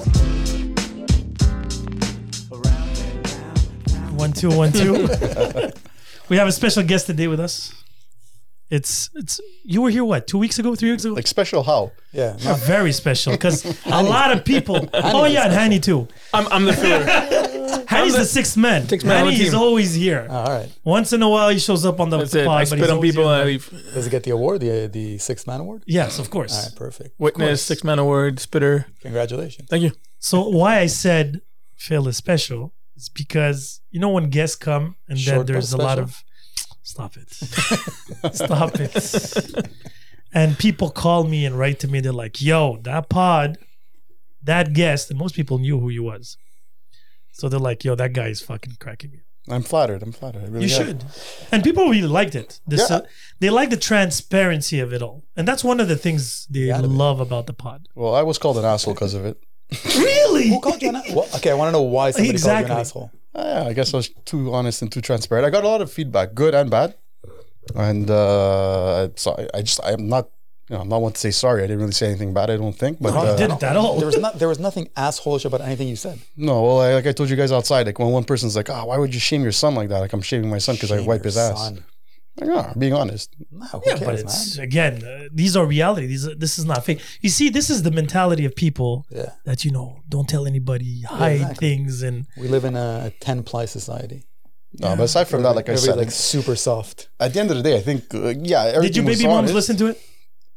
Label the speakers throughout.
Speaker 1: 212. we have a special guest today with us. It's it's you were here what two weeks ago three weeks ago
Speaker 2: Like special how?
Speaker 3: Yeah.
Speaker 1: You're very special because a lot of people oh yeah and Hani too
Speaker 4: I'm, I'm the filler.
Speaker 1: Hani's the, sixth man
Speaker 4: sixth man on
Speaker 1: Hani
Speaker 4: the
Speaker 1: is
Speaker 4: team. Uh,
Speaker 1: always here
Speaker 3: All right.
Speaker 1: once in a while he shows up on the
Speaker 4: That's it.
Speaker 1: pod
Speaker 4: I
Speaker 1: but he's
Speaker 4: spit on
Speaker 1: always
Speaker 4: people
Speaker 1: here.
Speaker 4: and I leave.
Speaker 3: Does it get the award? The the sixth man award.
Speaker 1: yes of
Speaker 3: All
Speaker 1: course
Speaker 3: right. Perfect.
Speaker 4: Witness, Six Man Award, Spitter.
Speaker 3: Congratulations.
Speaker 4: Thank you.
Speaker 1: so why I said Phil is special is because you know when guests come and then
Speaker 3: Short but
Speaker 1: there's a lot
Speaker 3: special.
Speaker 1: of stop it, stop it, and people call me and write to me. They're like, "Yo, that pod, that guest," and most people knew who you was. So they're like, "Yo, that guy is fucking cracking me." up."
Speaker 2: I'm flattered. I'm flattered. I really
Speaker 1: You
Speaker 2: am.
Speaker 1: should, and people really liked it. This,
Speaker 2: Yeah.
Speaker 1: they like the transparency of it all, and that's one of the things they
Speaker 3: Gotta be.
Speaker 1: love about the pod.
Speaker 2: Well, I was called an asshole because of it.
Speaker 1: Really?
Speaker 3: Who called you an asshole? Well, okay, I want to know why somebody called you
Speaker 1: Exactly.
Speaker 3: an asshole.
Speaker 2: Ah, I guess I was too honest and too transparent. I got a lot of feedback, good and bad. And uh, so I, I just I'm not you know, I'm not one to say sorry. I didn't really say anything bad. I don't think, but
Speaker 1: No, Oh, you
Speaker 2: uh,
Speaker 1: didn't. At all.
Speaker 3: There was not. There was nothing assholeish about anything you said.
Speaker 2: no. Well, I, like I told you guys outside, like when one person's like, "Ah, why would you shame your son like that?" Like I'm shaming my son because I
Speaker 3: Shame
Speaker 2: wipe
Speaker 3: your
Speaker 2: his ass.
Speaker 3: son.
Speaker 2: Like, ah, being honest.
Speaker 3: No, who
Speaker 1: Yeah,
Speaker 3: cares,
Speaker 1: but it's again, uh, these are reality. These are, this is not fake. You see, this is the mentality of people
Speaker 3: man. Yeah,
Speaker 1: that you know don't tell anybody, hide
Speaker 3: exactly.
Speaker 1: things, and
Speaker 3: we live in a ten ply society.
Speaker 2: No, but aside from that, like I
Speaker 3: Everybody's
Speaker 2: said,
Speaker 3: like super soft.
Speaker 2: at the end of the day, I think uh, yeah. Everything
Speaker 1: did your
Speaker 2: was
Speaker 1: baby moms
Speaker 2: honest.
Speaker 1: listen to it?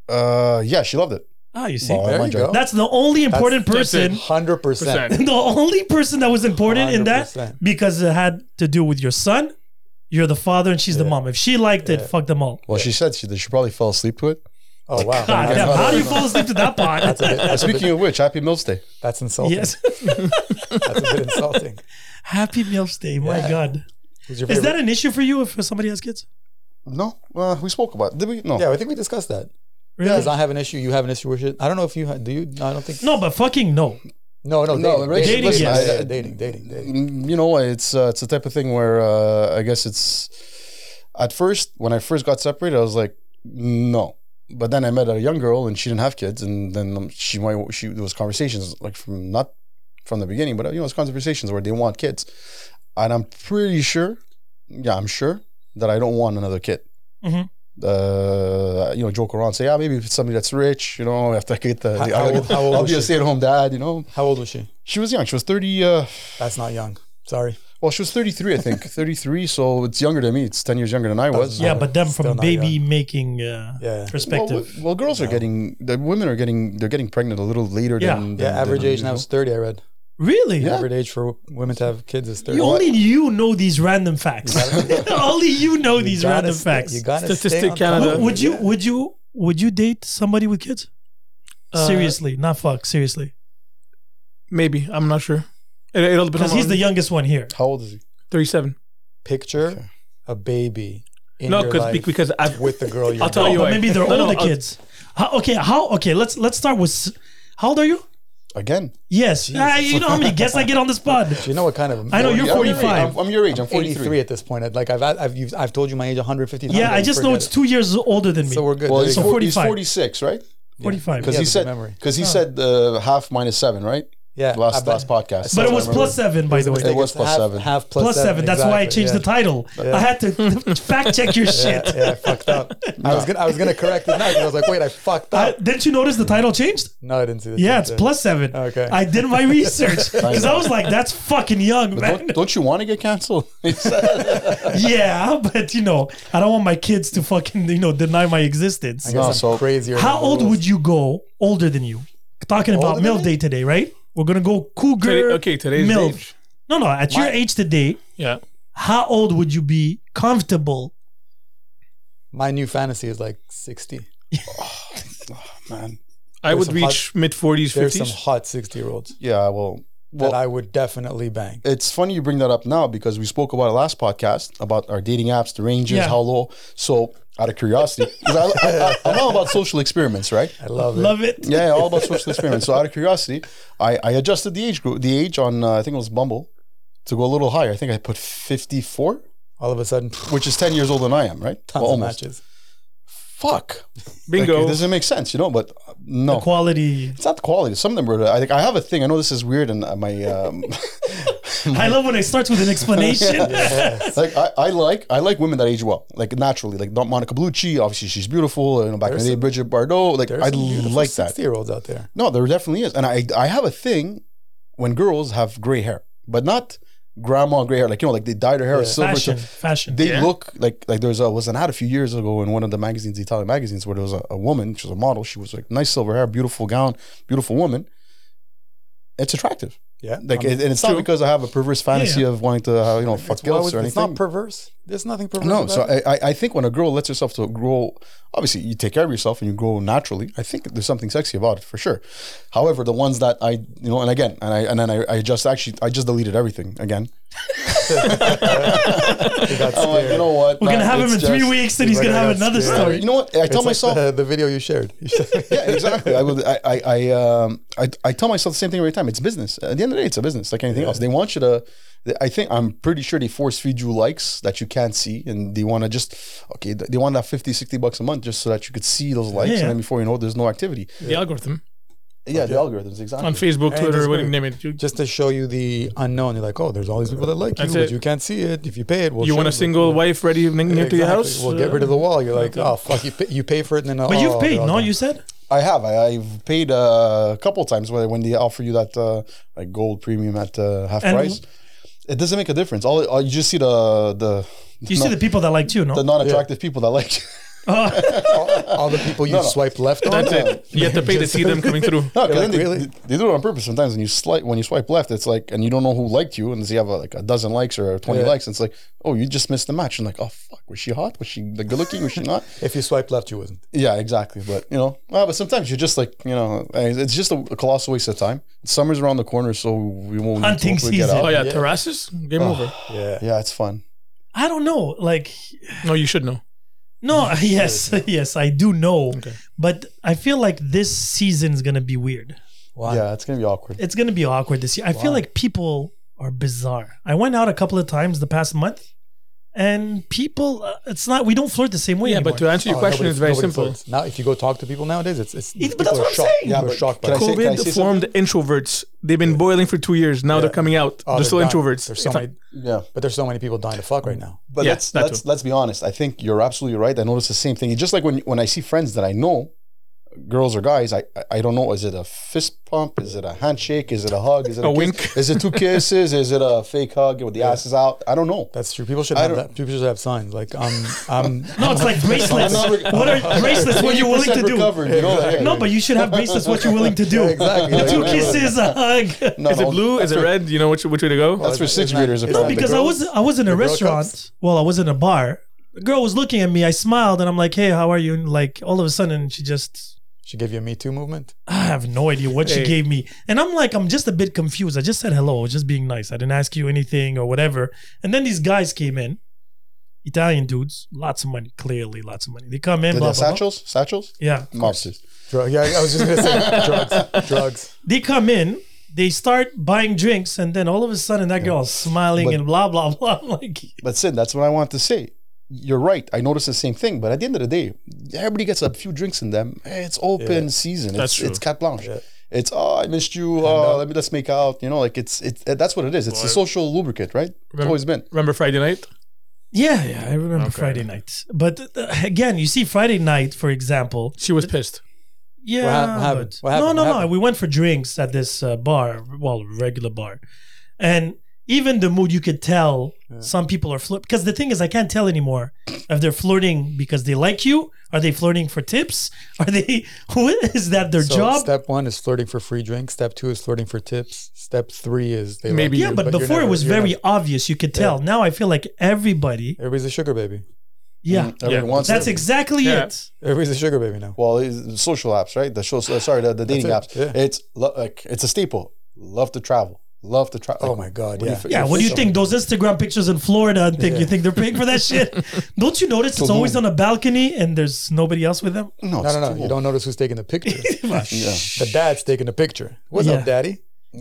Speaker 2: Uh, yeah, she loved it. Oh,
Speaker 1: Ah, you see,
Speaker 2: Well,
Speaker 3: There
Speaker 2: mind
Speaker 3: you
Speaker 2: you,
Speaker 3: go.
Speaker 1: that's the only important
Speaker 4: That's- that's
Speaker 1: person.
Speaker 3: Hundred percent.
Speaker 4: Percent.
Speaker 1: The only person that was important in that
Speaker 3: 100%.
Speaker 1: because it had to do with your son. You're the father and she's the mom. If she liked it, fuck them all.
Speaker 2: Well, she said she she probably fell asleep to it.
Speaker 3: Oh
Speaker 1: God
Speaker 3: wow.
Speaker 1: damn,
Speaker 3: That's-
Speaker 1: how do you fall asleep to that part?
Speaker 3: That's a bit, that's, a bit,
Speaker 2: Speaking of which, Happy Mills Day.
Speaker 3: that's insulting.
Speaker 1: yes,
Speaker 3: That's a bit insulting.
Speaker 1: Happy Meals Day. My
Speaker 3: Yeah.
Speaker 1: God,
Speaker 3: Who's your
Speaker 1: is
Speaker 3: favorite?
Speaker 1: that an issue for you if somebody has kids?
Speaker 2: No, uh, we spoke about. Did we? No.
Speaker 3: yeah, I think we discussed that.
Speaker 1: Really?
Speaker 3: Because I have an issue, you have an issue with it. I don't know if you ha- do. You? No, I don't think.
Speaker 1: no, but fucking no.
Speaker 3: No, no,
Speaker 2: No,
Speaker 3: dating,
Speaker 2: really,
Speaker 3: dating,
Speaker 1: listen,
Speaker 3: dating,
Speaker 1: I-
Speaker 3: yeah, dating, dating, dating.
Speaker 2: Mm, You know, it's uh, it's the type of thing where uh, I guess it's. At first, when I first got separated, I was like, no. But then I met a young girl, and she didn't have kids, and then um, she my she there was conversations like from not from the beginning, but uh, you know, it's conversations where they want kids, and I'm pretty sure, yeah, I'm sure that I don't want another kid.
Speaker 3: Mm-hmm.
Speaker 1: Mhm.
Speaker 2: Uh, you know, joke around, say, yeah, maybe if it's somebody that's rich, you know, after I get the,
Speaker 3: How-
Speaker 2: the
Speaker 3: how
Speaker 2: I'll,
Speaker 3: old- how old
Speaker 2: I'll
Speaker 3: was
Speaker 2: be a
Speaker 3: she?
Speaker 2: stay-at-home dad, you know.
Speaker 3: How old was she?
Speaker 2: She was young. She was thirty. Uh,
Speaker 3: That's not young. Sorry.
Speaker 2: well, she was 33, I think. 33, so it's younger than me. It's 10 years younger than I was.
Speaker 1: Yeah, but them
Speaker 3: Still
Speaker 1: from
Speaker 3: not
Speaker 1: baby making uh,
Speaker 3: Yeah.
Speaker 2: Well,
Speaker 4: Oh,
Speaker 1: perspective.
Speaker 2: w- well, girls are getting, the women are getting, they're getting pregnant a little later
Speaker 1: Yeah.
Speaker 2: than.
Speaker 3: Yeah,
Speaker 2: than-
Speaker 3: average
Speaker 2: than
Speaker 3: age now
Speaker 2: usual.
Speaker 3: is 30, I read.
Speaker 1: really?
Speaker 2: Yeah.
Speaker 3: Average age for women to have kids is 30.
Speaker 1: You only you know these random facts. only you know
Speaker 3: You
Speaker 1: these
Speaker 3: gotta
Speaker 1: random
Speaker 3: stay-
Speaker 1: facts.
Speaker 3: You gotta
Speaker 4: Statistic
Speaker 3: stay on top
Speaker 4: Canada.
Speaker 3: of
Speaker 1: Would, would
Speaker 3: it.
Speaker 1: you
Speaker 3: Yeah.
Speaker 1: would you would you date somebody with kids?
Speaker 4: Uh,
Speaker 1: seriously, not fuck. Seriously,
Speaker 4: Maybe. I'm not sure. It, it'll depend
Speaker 1: because
Speaker 4: on
Speaker 1: he's the youngest one here.
Speaker 2: How old is he?
Speaker 4: 37.
Speaker 3: picture a baby in
Speaker 4: No,
Speaker 3: your
Speaker 4: cause,
Speaker 3: life
Speaker 4: because I've.
Speaker 3: with the girl you're
Speaker 4: I'll tell
Speaker 1: Oh,
Speaker 4: you
Speaker 1: but
Speaker 4: what.
Speaker 1: maybe they're
Speaker 4: No, no, uh,
Speaker 1: older
Speaker 4: I'll-
Speaker 1: kids. How, okay, how? Okay, let's let's start with. s- How old are you?
Speaker 2: Again.
Speaker 1: Yes, Ah, you know how many guests I get on the spot.
Speaker 3: Do you know what kind of
Speaker 1: I know you're
Speaker 2: Yeah, I'm your
Speaker 1: 45.
Speaker 2: age. I'm, I'm your age. I'm
Speaker 3: 83
Speaker 2: 43.
Speaker 3: at this point. I'd- Like I've I've you've, I've told you my age 150 times.
Speaker 1: Yeah, I just know
Speaker 3: forget
Speaker 1: it's
Speaker 3: it.
Speaker 1: two years older than me.
Speaker 3: So we're good.
Speaker 2: Well,
Speaker 3: There
Speaker 2: he's,
Speaker 3: you
Speaker 1: So
Speaker 3: go.
Speaker 2: 40, he's
Speaker 1: 45.
Speaker 2: 46, right?
Speaker 1: Forty-five.
Speaker 2: Because
Speaker 3: Yeah,
Speaker 2: he
Speaker 3: good
Speaker 2: said,
Speaker 3: memory.
Speaker 2: because he said uh, half minus seven, right?
Speaker 3: yeah, I
Speaker 2: Last
Speaker 3: bet.
Speaker 2: last podcast.
Speaker 1: but
Speaker 2: That's
Speaker 1: it was
Speaker 2: what I remember.
Speaker 1: plus seven, by the way.
Speaker 2: It was
Speaker 3: It's
Speaker 2: plus
Speaker 3: half,
Speaker 2: seven.
Speaker 3: Half plus,
Speaker 1: plus seven. That's why I
Speaker 3: exactly,
Speaker 1: changed
Speaker 3: yeah.
Speaker 1: the title. I had to fact check your shit.
Speaker 3: Yeah, I fucked up. I was gonna I was gonna correct it now. 'cause I was like, wait, I fucked
Speaker 1: I-
Speaker 3: up.
Speaker 1: didn't you notice the title changed?
Speaker 3: no, I didn't see that.
Speaker 1: Yeah, it's plus seven.
Speaker 3: Okay.
Speaker 1: I did my research because I was like, "That's fucking young, man."
Speaker 2: Don't, don't you want to get canceled?
Speaker 1: yeah, but you know, I don't want my kids to fucking you know deny my
Speaker 3: I
Speaker 1: existence.
Speaker 3: guess
Speaker 2: No,
Speaker 3: I'm
Speaker 2: so-
Speaker 3: crazier.
Speaker 1: How old would you go? Older than you? Talking about
Speaker 2: Older than
Speaker 1: milf
Speaker 2: me?
Speaker 1: day today, right? We're gonna go cougar.
Speaker 4: Today- okay, today's
Speaker 1: milf.
Speaker 4: age.
Speaker 1: No, no. At your age today,
Speaker 4: Yeah.
Speaker 1: how old would you be comfortable?
Speaker 3: My new fantasy is like 60.
Speaker 2: Man.
Speaker 4: I
Speaker 3: There's
Speaker 4: would
Speaker 3: some hot-
Speaker 4: reach mid 40s,
Speaker 3: There's some
Speaker 4: 50s.
Speaker 3: hot 60 year olds
Speaker 2: Yeah, well.
Speaker 3: that I would definitely bang.
Speaker 2: it's funny you bring that up now because we spoke about it last podcast about our dating apps, the ranges,
Speaker 1: Yeah.
Speaker 2: how low. So, out of curiosity, 'cause I, I, I, am all about social experiments, right?
Speaker 3: I love it.
Speaker 1: Love it.
Speaker 2: Yeah, yeah, all about social experiments. So, out of curiosity, I, I adjusted the age group, the age on uh, I think it was Bumble, to go a little higher. I think I put 54,
Speaker 3: All of a sudden,
Speaker 2: which is 10 years older than I am, right?
Speaker 3: tons
Speaker 2: Well,
Speaker 3: of
Speaker 2: almost.
Speaker 3: matches.
Speaker 2: Fuck. Like, it
Speaker 4: Bingo.
Speaker 2: doesn't make sense, you know. But uh,
Speaker 4: Oh.
Speaker 2: no,
Speaker 1: Quality.
Speaker 2: it's not the quality. Some of them were. I think I have a thing. I know this is weird, and uh, my um,
Speaker 1: I love when it starts with an explanation.
Speaker 2: like I, I like I like women that age well, like naturally. Like not Monica Bellucci, obviously she's beautiful. You know, back
Speaker 3: There's
Speaker 2: in the day,
Speaker 3: some-
Speaker 2: Bridget Bardot. Like I like that.
Speaker 3: Sixty year olds out there.
Speaker 2: No, there definitely is, and I I have a thing when girls have gray hair, but not grandma gray hair. Like you know, like they dyed her hair
Speaker 3: Yeah.
Speaker 2: silver. so
Speaker 1: fashion, fashion.
Speaker 2: they
Speaker 5: Yeah.
Speaker 2: look like like there's a was an ad a few years ago in one of the magazines, the Italian magazines, where there was a, a woman, she was a model, she was like nice silver hair, beautiful gown, beautiful woman. It's attractive,
Speaker 3: Yeah.
Speaker 2: like,
Speaker 3: I mean,
Speaker 2: and it's not
Speaker 4: True.
Speaker 2: because I have a perverse fantasy
Speaker 1: Yeah.
Speaker 2: of wanting to, uh, you know, fuck
Speaker 3: Um, it's, why
Speaker 2: girls
Speaker 3: would-
Speaker 2: or anything.
Speaker 3: it's not perverse. There's nothing perverse.
Speaker 2: No,
Speaker 3: about
Speaker 2: so
Speaker 3: it.
Speaker 2: I, I- I think when a girl lets herself to grow, obviously you take care of yourself and you grow naturally. I think there's something sexy about it for sure. However, the ones that I, you know, and again, and I and then I, I just actually I just deleted everything again.
Speaker 3: He got
Speaker 1: Oh,
Speaker 2: I'm like,
Speaker 3: scared.
Speaker 2: you Oh, know what?
Speaker 1: We're gonna
Speaker 2: Nah,
Speaker 1: have him in
Speaker 2: it's
Speaker 1: three
Speaker 2: just-
Speaker 1: weeks, and he's
Speaker 3: Right,
Speaker 1: gonna have
Speaker 3: that's
Speaker 1: another
Speaker 3: good.
Speaker 1: story.
Speaker 2: You know what? I
Speaker 3: It's
Speaker 2: tell
Speaker 3: like
Speaker 2: myself.
Speaker 3: the, the video you shared.
Speaker 2: yeah, exactly. I would. I. I. I, um, I. I tell myself the same thing every time. It's business. At the end of the day, it's a business, like anything else. They want you to. I think I'm pretty sure they force feed you likes that you can't see, and they want to just okay. They want that 50, 60 bucks a month just so that you could see those likes,
Speaker 1: Yeah.
Speaker 2: and then before you know, it, there's no activity.
Speaker 4: The algorithm
Speaker 2: Yeah, the algorithms exactly.
Speaker 4: on Facebook,
Speaker 3: I
Speaker 4: Twitter, what
Speaker 3: disagree.
Speaker 4: do you name it. You,
Speaker 3: Just to show you the unknown, you're like, oh, there's all these people that like you,
Speaker 4: That's
Speaker 3: but
Speaker 4: it.
Speaker 3: you can't see it. If you pay it, we'll
Speaker 4: you
Speaker 3: show
Speaker 4: want
Speaker 3: it.
Speaker 4: a single wife ready near to
Speaker 3: Exactly.
Speaker 4: your house?
Speaker 3: We'll get rid of the wall. You're like, oh fuck, you pay, you pay for it, and then
Speaker 1: But
Speaker 3: oh,
Speaker 1: you've paid,
Speaker 3: they're all
Speaker 1: no?
Speaker 3: done.
Speaker 1: You said
Speaker 2: I have. I, I've paid uh, a couple times when when they offer you that uh, like gold premium at uh, half
Speaker 1: And-
Speaker 2: price. It doesn't make a difference. All, all you just see the the
Speaker 1: you see
Speaker 2: no-
Speaker 1: the people that liked you, no?
Speaker 2: the non-attractive people that like. you.
Speaker 3: all, all the people you
Speaker 2: No, no.
Speaker 3: swipe left on.
Speaker 4: That's it. You have to pay to see them coming through.
Speaker 2: No, 'cause
Speaker 3: You're
Speaker 2: then
Speaker 3: like,
Speaker 2: they,
Speaker 3: "Really?"
Speaker 2: they- they do it on purpose sometimes. When you swipe, when you swipe left, it's like, and you don't know who liked you, and so you have uh, like a dozen likes or twenty
Speaker 3: Yeah.
Speaker 2: likes, and it's like, oh, you just missed the match. And like, oh fuck, was she hot? Was she like, good looking? Was she not?
Speaker 3: If you swipe left, you wouldn't.
Speaker 2: yeah, exactly. But you know, well, but sometimes you're just like, you know, it's just a, a colossal waste of time. Summer's around the corner, so we won't
Speaker 1: Hunting
Speaker 2: hopefully
Speaker 1: season.
Speaker 4: Oh
Speaker 2: out.
Speaker 4: yeah,
Speaker 3: Yeah.
Speaker 4: terraces. Game over.
Speaker 3: Yeah.
Speaker 2: Yeah, it's fun.
Speaker 1: I don't know. Like,
Speaker 4: No, you should know.
Speaker 1: no, yes, yes, I do know,
Speaker 4: Okay.
Speaker 1: but I feel like this season's gonna be weird.
Speaker 3: Why?
Speaker 2: Yeah, it's gonna be awkward.
Speaker 1: It's gonna be awkward this year. I feel
Speaker 3: Why?
Speaker 1: like people are bizarre. I went out a couple of times the past month, and people, uh, it's not. We don't flirt the same way
Speaker 4: Yeah,
Speaker 1: anymore.
Speaker 4: but to answer your
Speaker 3: Oh,
Speaker 4: question
Speaker 3: nobody-
Speaker 4: is very
Speaker 3: nobody
Speaker 4: simple.
Speaker 3: flirts. Now, if you go talk to people nowadays, it's it's.
Speaker 1: It- but
Speaker 3: people
Speaker 1: that's
Speaker 3: are
Speaker 1: what I'm
Speaker 3: shocked.
Speaker 1: saying.
Speaker 3: Yeah,
Speaker 2: but
Speaker 3: but shocked by
Speaker 2: can I
Speaker 3: it.
Speaker 2: say-
Speaker 4: COVID
Speaker 2: say
Speaker 4: formed introverts. They've been boiling for two years. Now they're coming out.
Speaker 3: Oh,
Speaker 4: they're still
Speaker 3: dying.
Speaker 4: introverts.
Speaker 3: There's
Speaker 4: It's
Speaker 3: so
Speaker 4: not-
Speaker 3: many,
Speaker 2: Yeah.
Speaker 3: but there's so many people dying to fuck right now.
Speaker 2: But
Speaker 4: Yeah,
Speaker 2: let's
Speaker 4: that
Speaker 2: let's
Speaker 4: too.
Speaker 2: let's be honest. I think you're absolutely right. I notice the same thing. It's just like when when I see friends that I know, girls or guys, I I- I don't know. Is it a fist pump? Is it a handshake? Is it a hug? Is it a,
Speaker 4: A
Speaker 2: kiss?
Speaker 4: wink?
Speaker 2: Is it two kisses? is it a fake hug with the asses out? I don't know.
Speaker 3: That's true. People should
Speaker 2: I
Speaker 3: have
Speaker 2: don't-
Speaker 3: that. People should have signs like um um.
Speaker 1: no, it's like
Speaker 2: I'm
Speaker 1: bracelets.
Speaker 2: not rec-
Speaker 1: what are bracelets? What you're willing to
Speaker 2: 80%
Speaker 1: do?
Speaker 2: recovered, you know?
Speaker 1: No, but you should have bracelets. What you're willing to do?
Speaker 3: exactly.
Speaker 1: Two kisses, a hug.
Speaker 2: No,
Speaker 4: Is it
Speaker 2: no,
Speaker 4: blue? Is it red? You know which which way to go?
Speaker 2: That's for
Speaker 3: Isn't
Speaker 2: sixth
Speaker 3: that-
Speaker 2: graders.
Speaker 3: isn't that
Speaker 2: apparently.
Speaker 1: because
Speaker 3: the
Speaker 1: I was I was in a
Speaker 3: girl
Speaker 1: restaurant. Well, I was in a bar. The girl was looking at me. I smiled and I'm like, "Hey, how are you?" And like all of a sudden, she just
Speaker 3: She gave you a Me Too movement.
Speaker 1: I have no idea what she
Speaker 4: Hey.
Speaker 1: gave me, and I'm like, I'm just a bit confused. I just said hello, I was just being nice. I didn't ask you anything or whatever. And then these guys came in, Italian dudes, lots of money, clearly lots of money. They come in,
Speaker 2: Did
Speaker 1: blah,
Speaker 2: they
Speaker 1: blah, blah.
Speaker 2: satchels? Satchels?
Speaker 1: yeah,
Speaker 2: Mobsters.
Speaker 3: Drug. Yeah, I was just gonna say drugs. Drugs.
Speaker 1: they come in, they start buying drinks, and then all of a sudden that girl's smiling
Speaker 2: But-
Speaker 1: and blah blah blah. I'm like,
Speaker 2: But Sid, that's what I want to say. You're right. I noticed the same thing. But at the end of the day, everybody gets a few drinks in them. Hey, it's open season.
Speaker 4: That's
Speaker 2: it's,
Speaker 4: true.
Speaker 2: it's carte blanche. It's oh, I missed you. Oh, let me let's make out. You know, like it's it's eh, that's what it is. It's a social lubricant, right? It's
Speaker 4: Remember-
Speaker 2: always been.
Speaker 4: Remember Friday night?
Speaker 1: yeah, yeah, I remember Friday night. But uh, again, you see Friday night, for example.
Speaker 4: She was pissed.
Speaker 1: Yeah,
Speaker 3: hap- what happened?
Speaker 1: but-
Speaker 3: What happened?
Speaker 1: no, no,
Speaker 3: What
Speaker 1: no.
Speaker 3: happened?
Speaker 1: We went for drinks at this uh, bar, well, regular bar, and even the mood you could tell. Some people are flirt because the thing is, I can't tell anymore if they're flirting because they like you. Are they flirting for tips? Are they? What is that? Their
Speaker 3: So
Speaker 1: job?
Speaker 3: step one is flirting for free drinks. Step two is flirting for tips. Step three is they
Speaker 4: Maybe
Speaker 3: like
Speaker 1: yeah,
Speaker 3: you,
Speaker 1: but,
Speaker 3: you're
Speaker 1: before it
Speaker 3: never-
Speaker 1: was
Speaker 3: you're
Speaker 1: very
Speaker 3: never-
Speaker 1: obvious. You could tell. Now I feel like everybody.
Speaker 3: Everybody's a sugar baby. Mm-hmm.
Speaker 1: Yeah,
Speaker 2: Mm, Everyone wants
Speaker 1: that's
Speaker 2: it.
Speaker 1: exactly
Speaker 4: Yeah.
Speaker 1: it.
Speaker 3: Everybody's a sugar baby now.
Speaker 2: well, it's social apps, right? The social, sorry, the, the dating
Speaker 3: That's
Speaker 2: apps.
Speaker 3: it, yeah.
Speaker 2: It's lo- like it's a staple. Love to travel. Love to travel.
Speaker 3: Oh my god. Yeah.
Speaker 1: Yeah, what do you think? Those Instagram pictures in Florida and thing, you
Speaker 3: Yeah.
Speaker 1: think they're paying for that shit? Don't you notice it's always on a balcony and there's nobody else with them?
Speaker 2: No,
Speaker 3: No, no, no. You don't notice who's taking the picture. the dad's taking the picture. What's
Speaker 1: Yeah.
Speaker 3: up, daddy?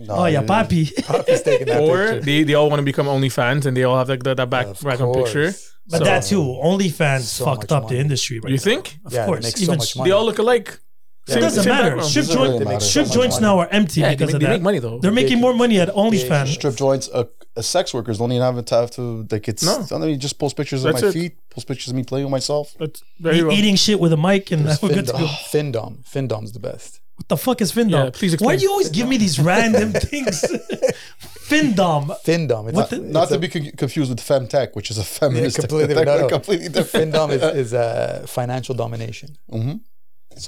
Speaker 1: oh, yeah, Papi.
Speaker 3: Papi's taking that
Speaker 4: Or
Speaker 3: picture.
Speaker 4: they, they all want to become OnlyFans and they all have like that, that back
Speaker 3: Of
Speaker 4: background picture.
Speaker 3: course.
Speaker 1: but
Speaker 4: So-
Speaker 1: that too, OnlyFans
Speaker 3: so
Speaker 1: fucked
Speaker 3: much
Speaker 1: up the
Speaker 3: money.
Speaker 1: industry right
Speaker 4: You
Speaker 1: now.
Speaker 4: think?
Speaker 1: Of
Speaker 3: Yeah, it
Speaker 1: course.
Speaker 3: makes so
Speaker 1: Even
Speaker 3: much
Speaker 1: sh-
Speaker 3: money.
Speaker 4: They all look alike.
Speaker 1: it doesn't
Speaker 4: same
Speaker 1: matter.
Speaker 4: background.
Speaker 1: Strip,
Speaker 2: Doesn't really
Speaker 1: joint,
Speaker 2: matter.
Speaker 1: strip
Speaker 2: Doesn't
Speaker 1: joints
Speaker 2: matter.
Speaker 1: now are empty
Speaker 4: Yeah, they,
Speaker 1: because
Speaker 4: make,
Speaker 1: of
Speaker 4: they
Speaker 1: that.
Speaker 4: make money though.
Speaker 1: They're making more money at OnlyFans.
Speaker 2: Strip joints. Uh, uh, sex workers don't even have to have to. Like it's.
Speaker 4: No.
Speaker 2: Some of you just post pictures
Speaker 4: That's
Speaker 2: of my
Speaker 4: it.
Speaker 2: feet. Post pictures of me playing with myself.
Speaker 4: That's
Speaker 1: Be
Speaker 4: very well.
Speaker 1: eating shit with a mic and
Speaker 3: There's
Speaker 1: we're good to go.
Speaker 3: Findom. Findom. Findom's the best.
Speaker 1: What the fuck is Findom?
Speaker 4: Yeah, please
Speaker 1: Why
Speaker 4: explain.
Speaker 1: do you always give me these random things? Findom.
Speaker 3: Findom. It's
Speaker 1: What the-
Speaker 2: Not
Speaker 3: it's
Speaker 2: to
Speaker 3: a-
Speaker 2: be con- confused with femtech, which is a feminist.
Speaker 3: completely-
Speaker 2: tech,
Speaker 3: no, no.
Speaker 2: completely different.
Speaker 3: Findom is, is uh, financial domination.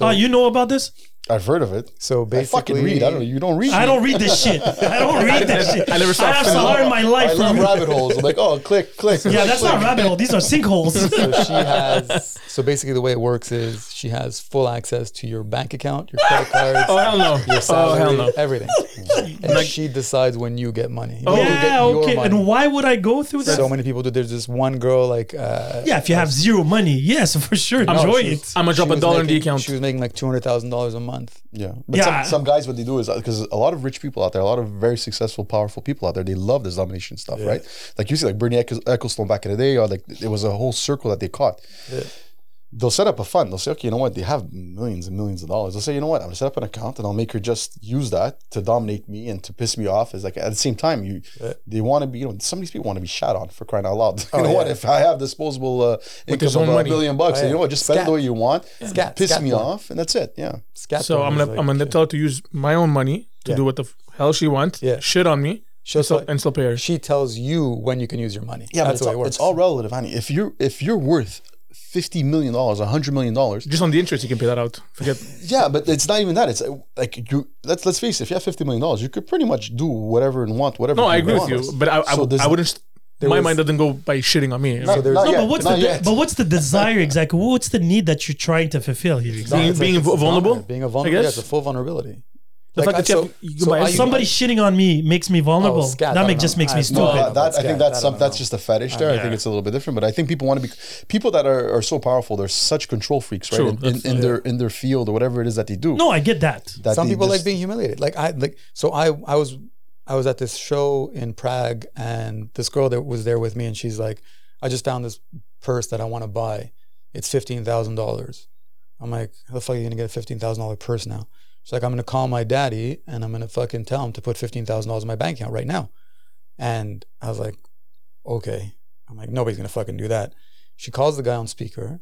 Speaker 1: oh, you know about this?
Speaker 2: I've heard of it.
Speaker 3: So
Speaker 2: I
Speaker 3: basically,
Speaker 2: fucking read. I don't. You don't read.
Speaker 1: I don't read this shit. I don't read that shit.
Speaker 4: I never saw
Speaker 1: I have
Speaker 4: Findom.
Speaker 1: Sahara in my life.
Speaker 2: I
Speaker 1: for
Speaker 2: love
Speaker 1: me.
Speaker 2: rabbit holes. I'm like, oh, click, click.
Speaker 1: yeah,
Speaker 2: click,
Speaker 1: that's
Speaker 2: click.
Speaker 1: not rabbit hole. These are sinkholes.
Speaker 3: so she has. So basically, the way it works is she has full access to your bank account, your credit cards,
Speaker 4: Oh hell no!
Speaker 3: your
Speaker 4: oh
Speaker 3: salary,
Speaker 4: hell no!
Speaker 3: everything. And she decides when you get money. When you get
Speaker 1: Oh, yeah,
Speaker 3: your
Speaker 1: okay.
Speaker 3: money.
Speaker 1: And why would I go through that?
Speaker 3: so many people do. There's this one girl like. Uh,
Speaker 1: yeah, if you have zero money, yes, for sure. Enjoy
Speaker 3: she
Speaker 1: it.
Speaker 4: I'm gonna
Speaker 3: she
Speaker 4: drop a
Speaker 3: was
Speaker 4: dollar in the
Speaker 3: making-
Speaker 4: account.
Speaker 3: She was making like two hundred thousand dollars a month.
Speaker 2: Yeah, but
Speaker 1: Yeah.
Speaker 2: Some, some guys, what they do is because a lot of rich people out there, a lot of very successful, powerful people out there, they love this domination stuff, right? Like you see, like Bernie Eccles- Ecclestone back in the day, or like it was a whole circle that they caught. They'll set up a fund. They'll say, okay, you know what? They have millions and millions of dollars. They'll say, you know what? I'm gonna set up an account and I'll make her just use that to dominate me and to piss me off. Is like at the same time, you they want to be, you know, some of these people want to be shot on for crying out loud. you know what?
Speaker 3: yeah.
Speaker 2: If I have disposable uh,
Speaker 4: his
Speaker 2: income
Speaker 4: own
Speaker 2: of a
Speaker 4: money.
Speaker 2: million bucks,
Speaker 3: Oh,
Speaker 2: you
Speaker 3: yeah.
Speaker 2: know what? Just spend
Speaker 3: Scat.
Speaker 2: the way you want,
Speaker 3: Scat,
Speaker 2: piss
Speaker 3: scat
Speaker 2: me
Speaker 3: porn.
Speaker 2: off, and that's it. Yeah.
Speaker 3: Scat
Speaker 4: So
Speaker 3: porn
Speaker 4: I'm
Speaker 3: is,
Speaker 4: gonna
Speaker 3: like,
Speaker 4: I'm gonna
Speaker 3: shit.
Speaker 4: tell her to use my own money to
Speaker 3: Yeah.
Speaker 4: do what the f- hell she wants.
Speaker 3: Yeah.
Speaker 4: Shit on me.
Speaker 3: She'll
Speaker 4: and still,
Speaker 3: play-
Speaker 4: and still pay her.
Speaker 3: She tells you when you can use your money.
Speaker 2: Yeah,
Speaker 3: that's
Speaker 2: but it's,
Speaker 3: the
Speaker 2: all,
Speaker 3: way it works.
Speaker 2: it's all relative, honey. If you're if you're worth fifty million dollars, hundred million dollars,
Speaker 4: Just on the interest, you can pay that out. Forget.
Speaker 2: yeah, but it's not even that. It's uh, like you let's let's face it. If you have fifty million dollars, you could pretty much do whatever and want whatever.
Speaker 4: No, I agree with you, but I I,
Speaker 2: So
Speaker 4: would-
Speaker 2: does-
Speaker 4: I wouldn't. My
Speaker 3: was-
Speaker 4: mind doesn't go by shitting on me.
Speaker 2: Not,
Speaker 3: there's-
Speaker 2: not
Speaker 3: No,
Speaker 1: No,
Speaker 2: yet,
Speaker 1: but what's
Speaker 2: not
Speaker 1: the
Speaker 2: yet.
Speaker 1: but what's the desire exactly? What's the need that you're trying to fulfill here?
Speaker 3: No,
Speaker 1: Exactly?
Speaker 4: being-
Speaker 3: it's like-
Speaker 4: being
Speaker 3: it's
Speaker 4: vulnerable,
Speaker 3: dominant. Being a vulnerable. Yeah,
Speaker 4: guess.
Speaker 3: it's a full vulnerability.
Speaker 4: The fact that you have- you can buy
Speaker 3: I-
Speaker 1: Somebody shitting on me makes me vulnerable.
Speaker 3: Oh, scat, I
Speaker 1: that
Speaker 3: don't
Speaker 1: make, just
Speaker 3: know.
Speaker 1: makes me
Speaker 3: I-
Speaker 1: stupid.
Speaker 2: No,
Speaker 3: Okay.
Speaker 2: that, that- I
Speaker 3: Yeah,
Speaker 2: think that's
Speaker 3: I
Speaker 2: some,
Speaker 3: don't
Speaker 2: that's
Speaker 3: know.
Speaker 2: just a fetish there. I think
Speaker 4: yeah.
Speaker 2: it's a little bit different, but I think people want to be people that are, are so powerful. They're such control freaks, right?
Speaker 4: True,
Speaker 2: in in,
Speaker 4: that's-
Speaker 2: in their in their field or whatever it is that they do.
Speaker 1: No, I get that.
Speaker 2: that
Speaker 3: some
Speaker 2: they
Speaker 3: people
Speaker 2: just-
Speaker 3: like being humiliated. Like I like so I I was I was at this show in Prague and this girl that was there with me and she's like, I just found this purse that I want to buy. It's fifteen thousand dollars. I'm like, how the fuck are you gonna get a fifteen thousand dollar purse now? She's like, I'm gonna call my daddy and I'm gonna fucking tell him to put fifteen thousand dollars in my bank account right now. And I was like, okay. I'm like, nobody's gonna fucking do that. She calls the guy on speaker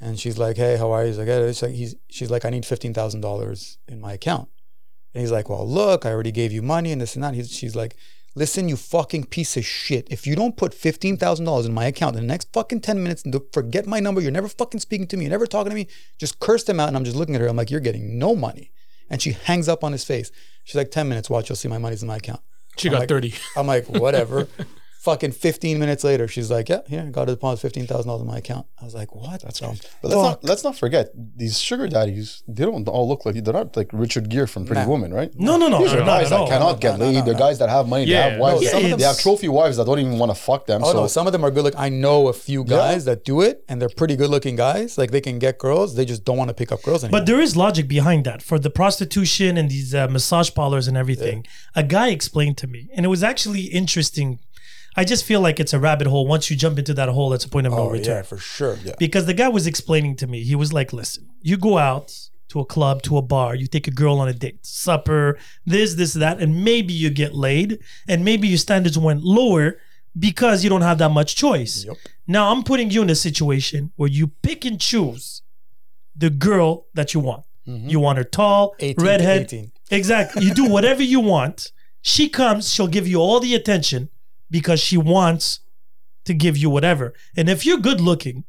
Speaker 3: and she's like, "Hey, how are you?" He's like, "Hey," she's like, he's, she's like, "I need fifteen thousand dollars in my account," and he's like, "Well, look, I already gave you money and this and that." He's, she's like, "Listen, you fucking piece of shit! If you don't put fifteen thousand dollars in my account in the next fucking ten minutes, and don't- forget my number. You're never fucking speaking to me. You're never talking to me. Just curse them out." And I'm just looking at her. I'm like, "You're getting no money," and she hangs up on his face. She's like, 10 minutes. Watch, you'll see my money's in my account."
Speaker 4: She got
Speaker 3: like-
Speaker 4: thirty.
Speaker 3: I'm like, whatever. Fucking 15 minutes later, she's like, yeah, here, got a deposit, $15,000 in my account. I was like, what? That's wrong.
Speaker 2: But let's not, let's not forget these sugar daddies. They don't all look like they're not like Richard Gere from Pretty
Speaker 3: Nah.
Speaker 2: Woman, right?
Speaker 1: No, no, no,
Speaker 2: These are
Speaker 1: not
Speaker 2: guys
Speaker 1: at
Speaker 2: that
Speaker 1: all.
Speaker 2: cannot get
Speaker 3: no,
Speaker 2: laid.
Speaker 3: no,
Speaker 2: they're
Speaker 3: no.
Speaker 2: guys that have money.
Speaker 4: Yeah.
Speaker 2: They have wives.
Speaker 1: No,
Speaker 2: some of them,
Speaker 1: it's-
Speaker 2: they have trophy wives that don't even want to fuck them.
Speaker 3: Oh
Speaker 2: so
Speaker 3: no, some of them are good looking. I know a few guys that do it, and they're pretty good looking guys. Like they can get girls, they just don't want to pick up girls anymore.
Speaker 1: But there is logic behind that for the prostitution and these uh, massage parlors and everything. A guy explained to me, and it was actually interesting. I just feel like it's a rabbit hole. Once you jump into that hole, it's a point of no
Speaker 3: oh,
Speaker 1: return.
Speaker 3: yeah, for sure. Yeah,
Speaker 1: Because the guy was explaining to me, he was like, "Listen, you go out to a club, to a bar, you take a girl on a date, supper, this, this, that, and maybe you get laid, and maybe your standards went lower because you don't have that much choice."
Speaker 3: Yep.
Speaker 1: Now I'm putting you in a situation where you pick and choose the girl that you want. You want her tall,
Speaker 3: 18,
Speaker 1: redhead.
Speaker 3: 18.
Speaker 1: Exactly. You do whatever you want. She comes, she'll give you all the attention because she wants to give you whatever. And if you're good looking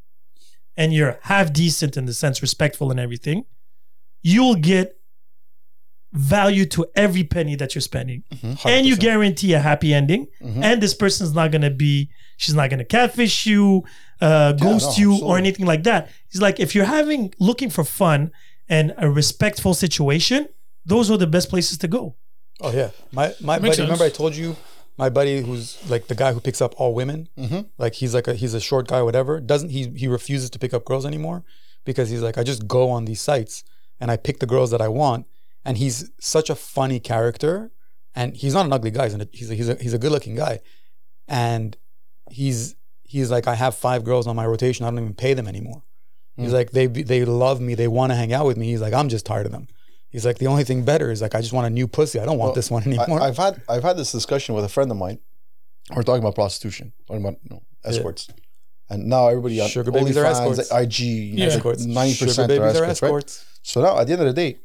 Speaker 1: and you're half decent in the sense respectful and everything, you'll get value to every penny that you're spending.
Speaker 2: Mm-hmm.
Speaker 1: And you guarantee a happy ending. And this person's not gonna be, she's not gonna catfish you, uh, ghost
Speaker 2: no,
Speaker 1: you, or
Speaker 2: absolutely.
Speaker 1: anything like that. It's like if you're having looking for fun and a respectful situation, those are the best places to go.
Speaker 3: Oh yeah, my my buddy.
Speaker 4: Makes sense.
Speaker 3: Remember I told you, my buddy who's like the guy who picks up all women.
Speaker 1: Mm-hmm.
Speaker 3: Like he's like a, he's a short guy, whatever. Doesn't he? He refuses to pick up girls anymore because he's like I just go on these sites and I pick the girls that I want. And he's such a funny character, and he's not an ugly guy. He's a, he's a, he's a, he's a good looking guy, and he's he's like I have five girls on my rotation. I don't even pay them anymore. He's
Speaker 2: Hmm.
Speaker 3: like, they they love me. They want to hang out with me. He's like, I'm just tired of them. He's like, the only thing better is like, I just want a new pussy. I don't want
Speaker 2: Well,
Speaker 3: this one
Speaker 2: I,
Speaker 3: anymore.
Speaker 2: I've had I've had this discussion with a friend of mine. We're talking about prostitution, talking about you know, escorts, and now everybody on
Speaker 3: Sugar babies are
Speaker 2: OnlyFans,
Speaker 3: escorts.
Speaker 2: IG,
Speaker 4: Yeah.
Speaker 3: Escorts.
Speaker 2: ninety percent
Speaker 3: Sugar
Speaker 2: are
Speaker 3: babies are
Speaker 2: escorts, right?
Speaker 3: escorts.
Speaker 2: So now, at the end of the day,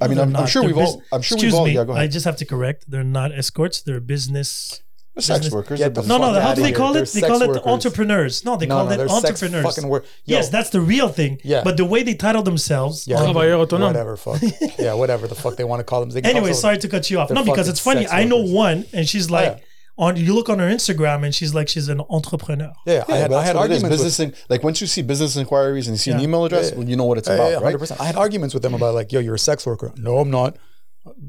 Speaker 2: I
Speaker 1: No,
Speaker 2: mean,
Speaker 1: they're
Speaker 2: I'm, I'm
Speaker 1: not.
Speaker 2: sure
Speaker 1: They're
Speaker 2: we've all, I'm sure
Speaker 1: Excuse
Speaker 2: we've all,
Speaker 1: me,
Speaker 2: yeah, go
Speaker 1: I
Speaker 2: ahead.
Speaker 1: just have to correct. They're not escorts. They're business.
Speaker 2: They're sex
Speaker 1: business-
Speaker 2: workers.
Speaker 3: Yeah,
Speaker 2: they're
Speaker 3: the
Speaker 1: No, no.
Speaker 3: fuck
Speaker 1: How
Speaker 3: outta
Speaker 1: do they
Speaker 3: here.
Speaker 1: call
Speaker 3: They're
Speaker 1: it? They
Speaker 3: sex
Speaker 1: call it
Speaker 3: workers.
Speaker 1: entrepreneurs. No, they
Speaker 3: No,
Speaker 1: call
Speaker 3: no,
Speaker 1: it
Speaker 3: they're sex
Speaker 1: entrepreneurs.
Speaker 3: fucking work. Yo,
Speaker 1: Yes, that's the real thing.
Speaker 3: Yeah.
Speaker 1: But the way they title themselves.
Speaker 3: Yeah.
Speaker 1: are-
Speaker 4: Caballero autónomo.
Speaker 3: whatever, fuck. yeah, whatever the fuck they want to call them. They can
Speaker 1: Anyway,
Speaker 3: also-
Speaker 1: sorry to cut you off.
Speaker 3: they're
Speaker 1: No, because
Speaker 3: fucking
Speaker 1: it's funny.
Speaker 3: sex
Speaker 1: I know
Speaker 3: workers.
Speaker 1: one, and she's like,
Speaker 3: yeah.
Speaker 1: on you look on her Instagram, and she's like, she's an entrepreneur.
Speaker 3: Yeah, I
Speaker 2: Yeah,
Speaker 3: had,
Speaker 2: but
Speaker 3: I
Speaker 2: that's
Speaker 3: had
Speaker 2: what it is.
Speaker 3: arguments with
Speaker 2: Business in, like once you see business inquiries and you see an
Speaker 1: Yeah.
Speaker 2: email address,
Speaker 3: Yeah.
Speaker 2: well, you know what it's
Speaker 3: Yeah,
Speaker 2: about,
Speaker 3: yeah,
Speaker 2: right?
Speaker 3: 100%. I had arguments with them about like, yo, you're a sex worker. No, I'm not.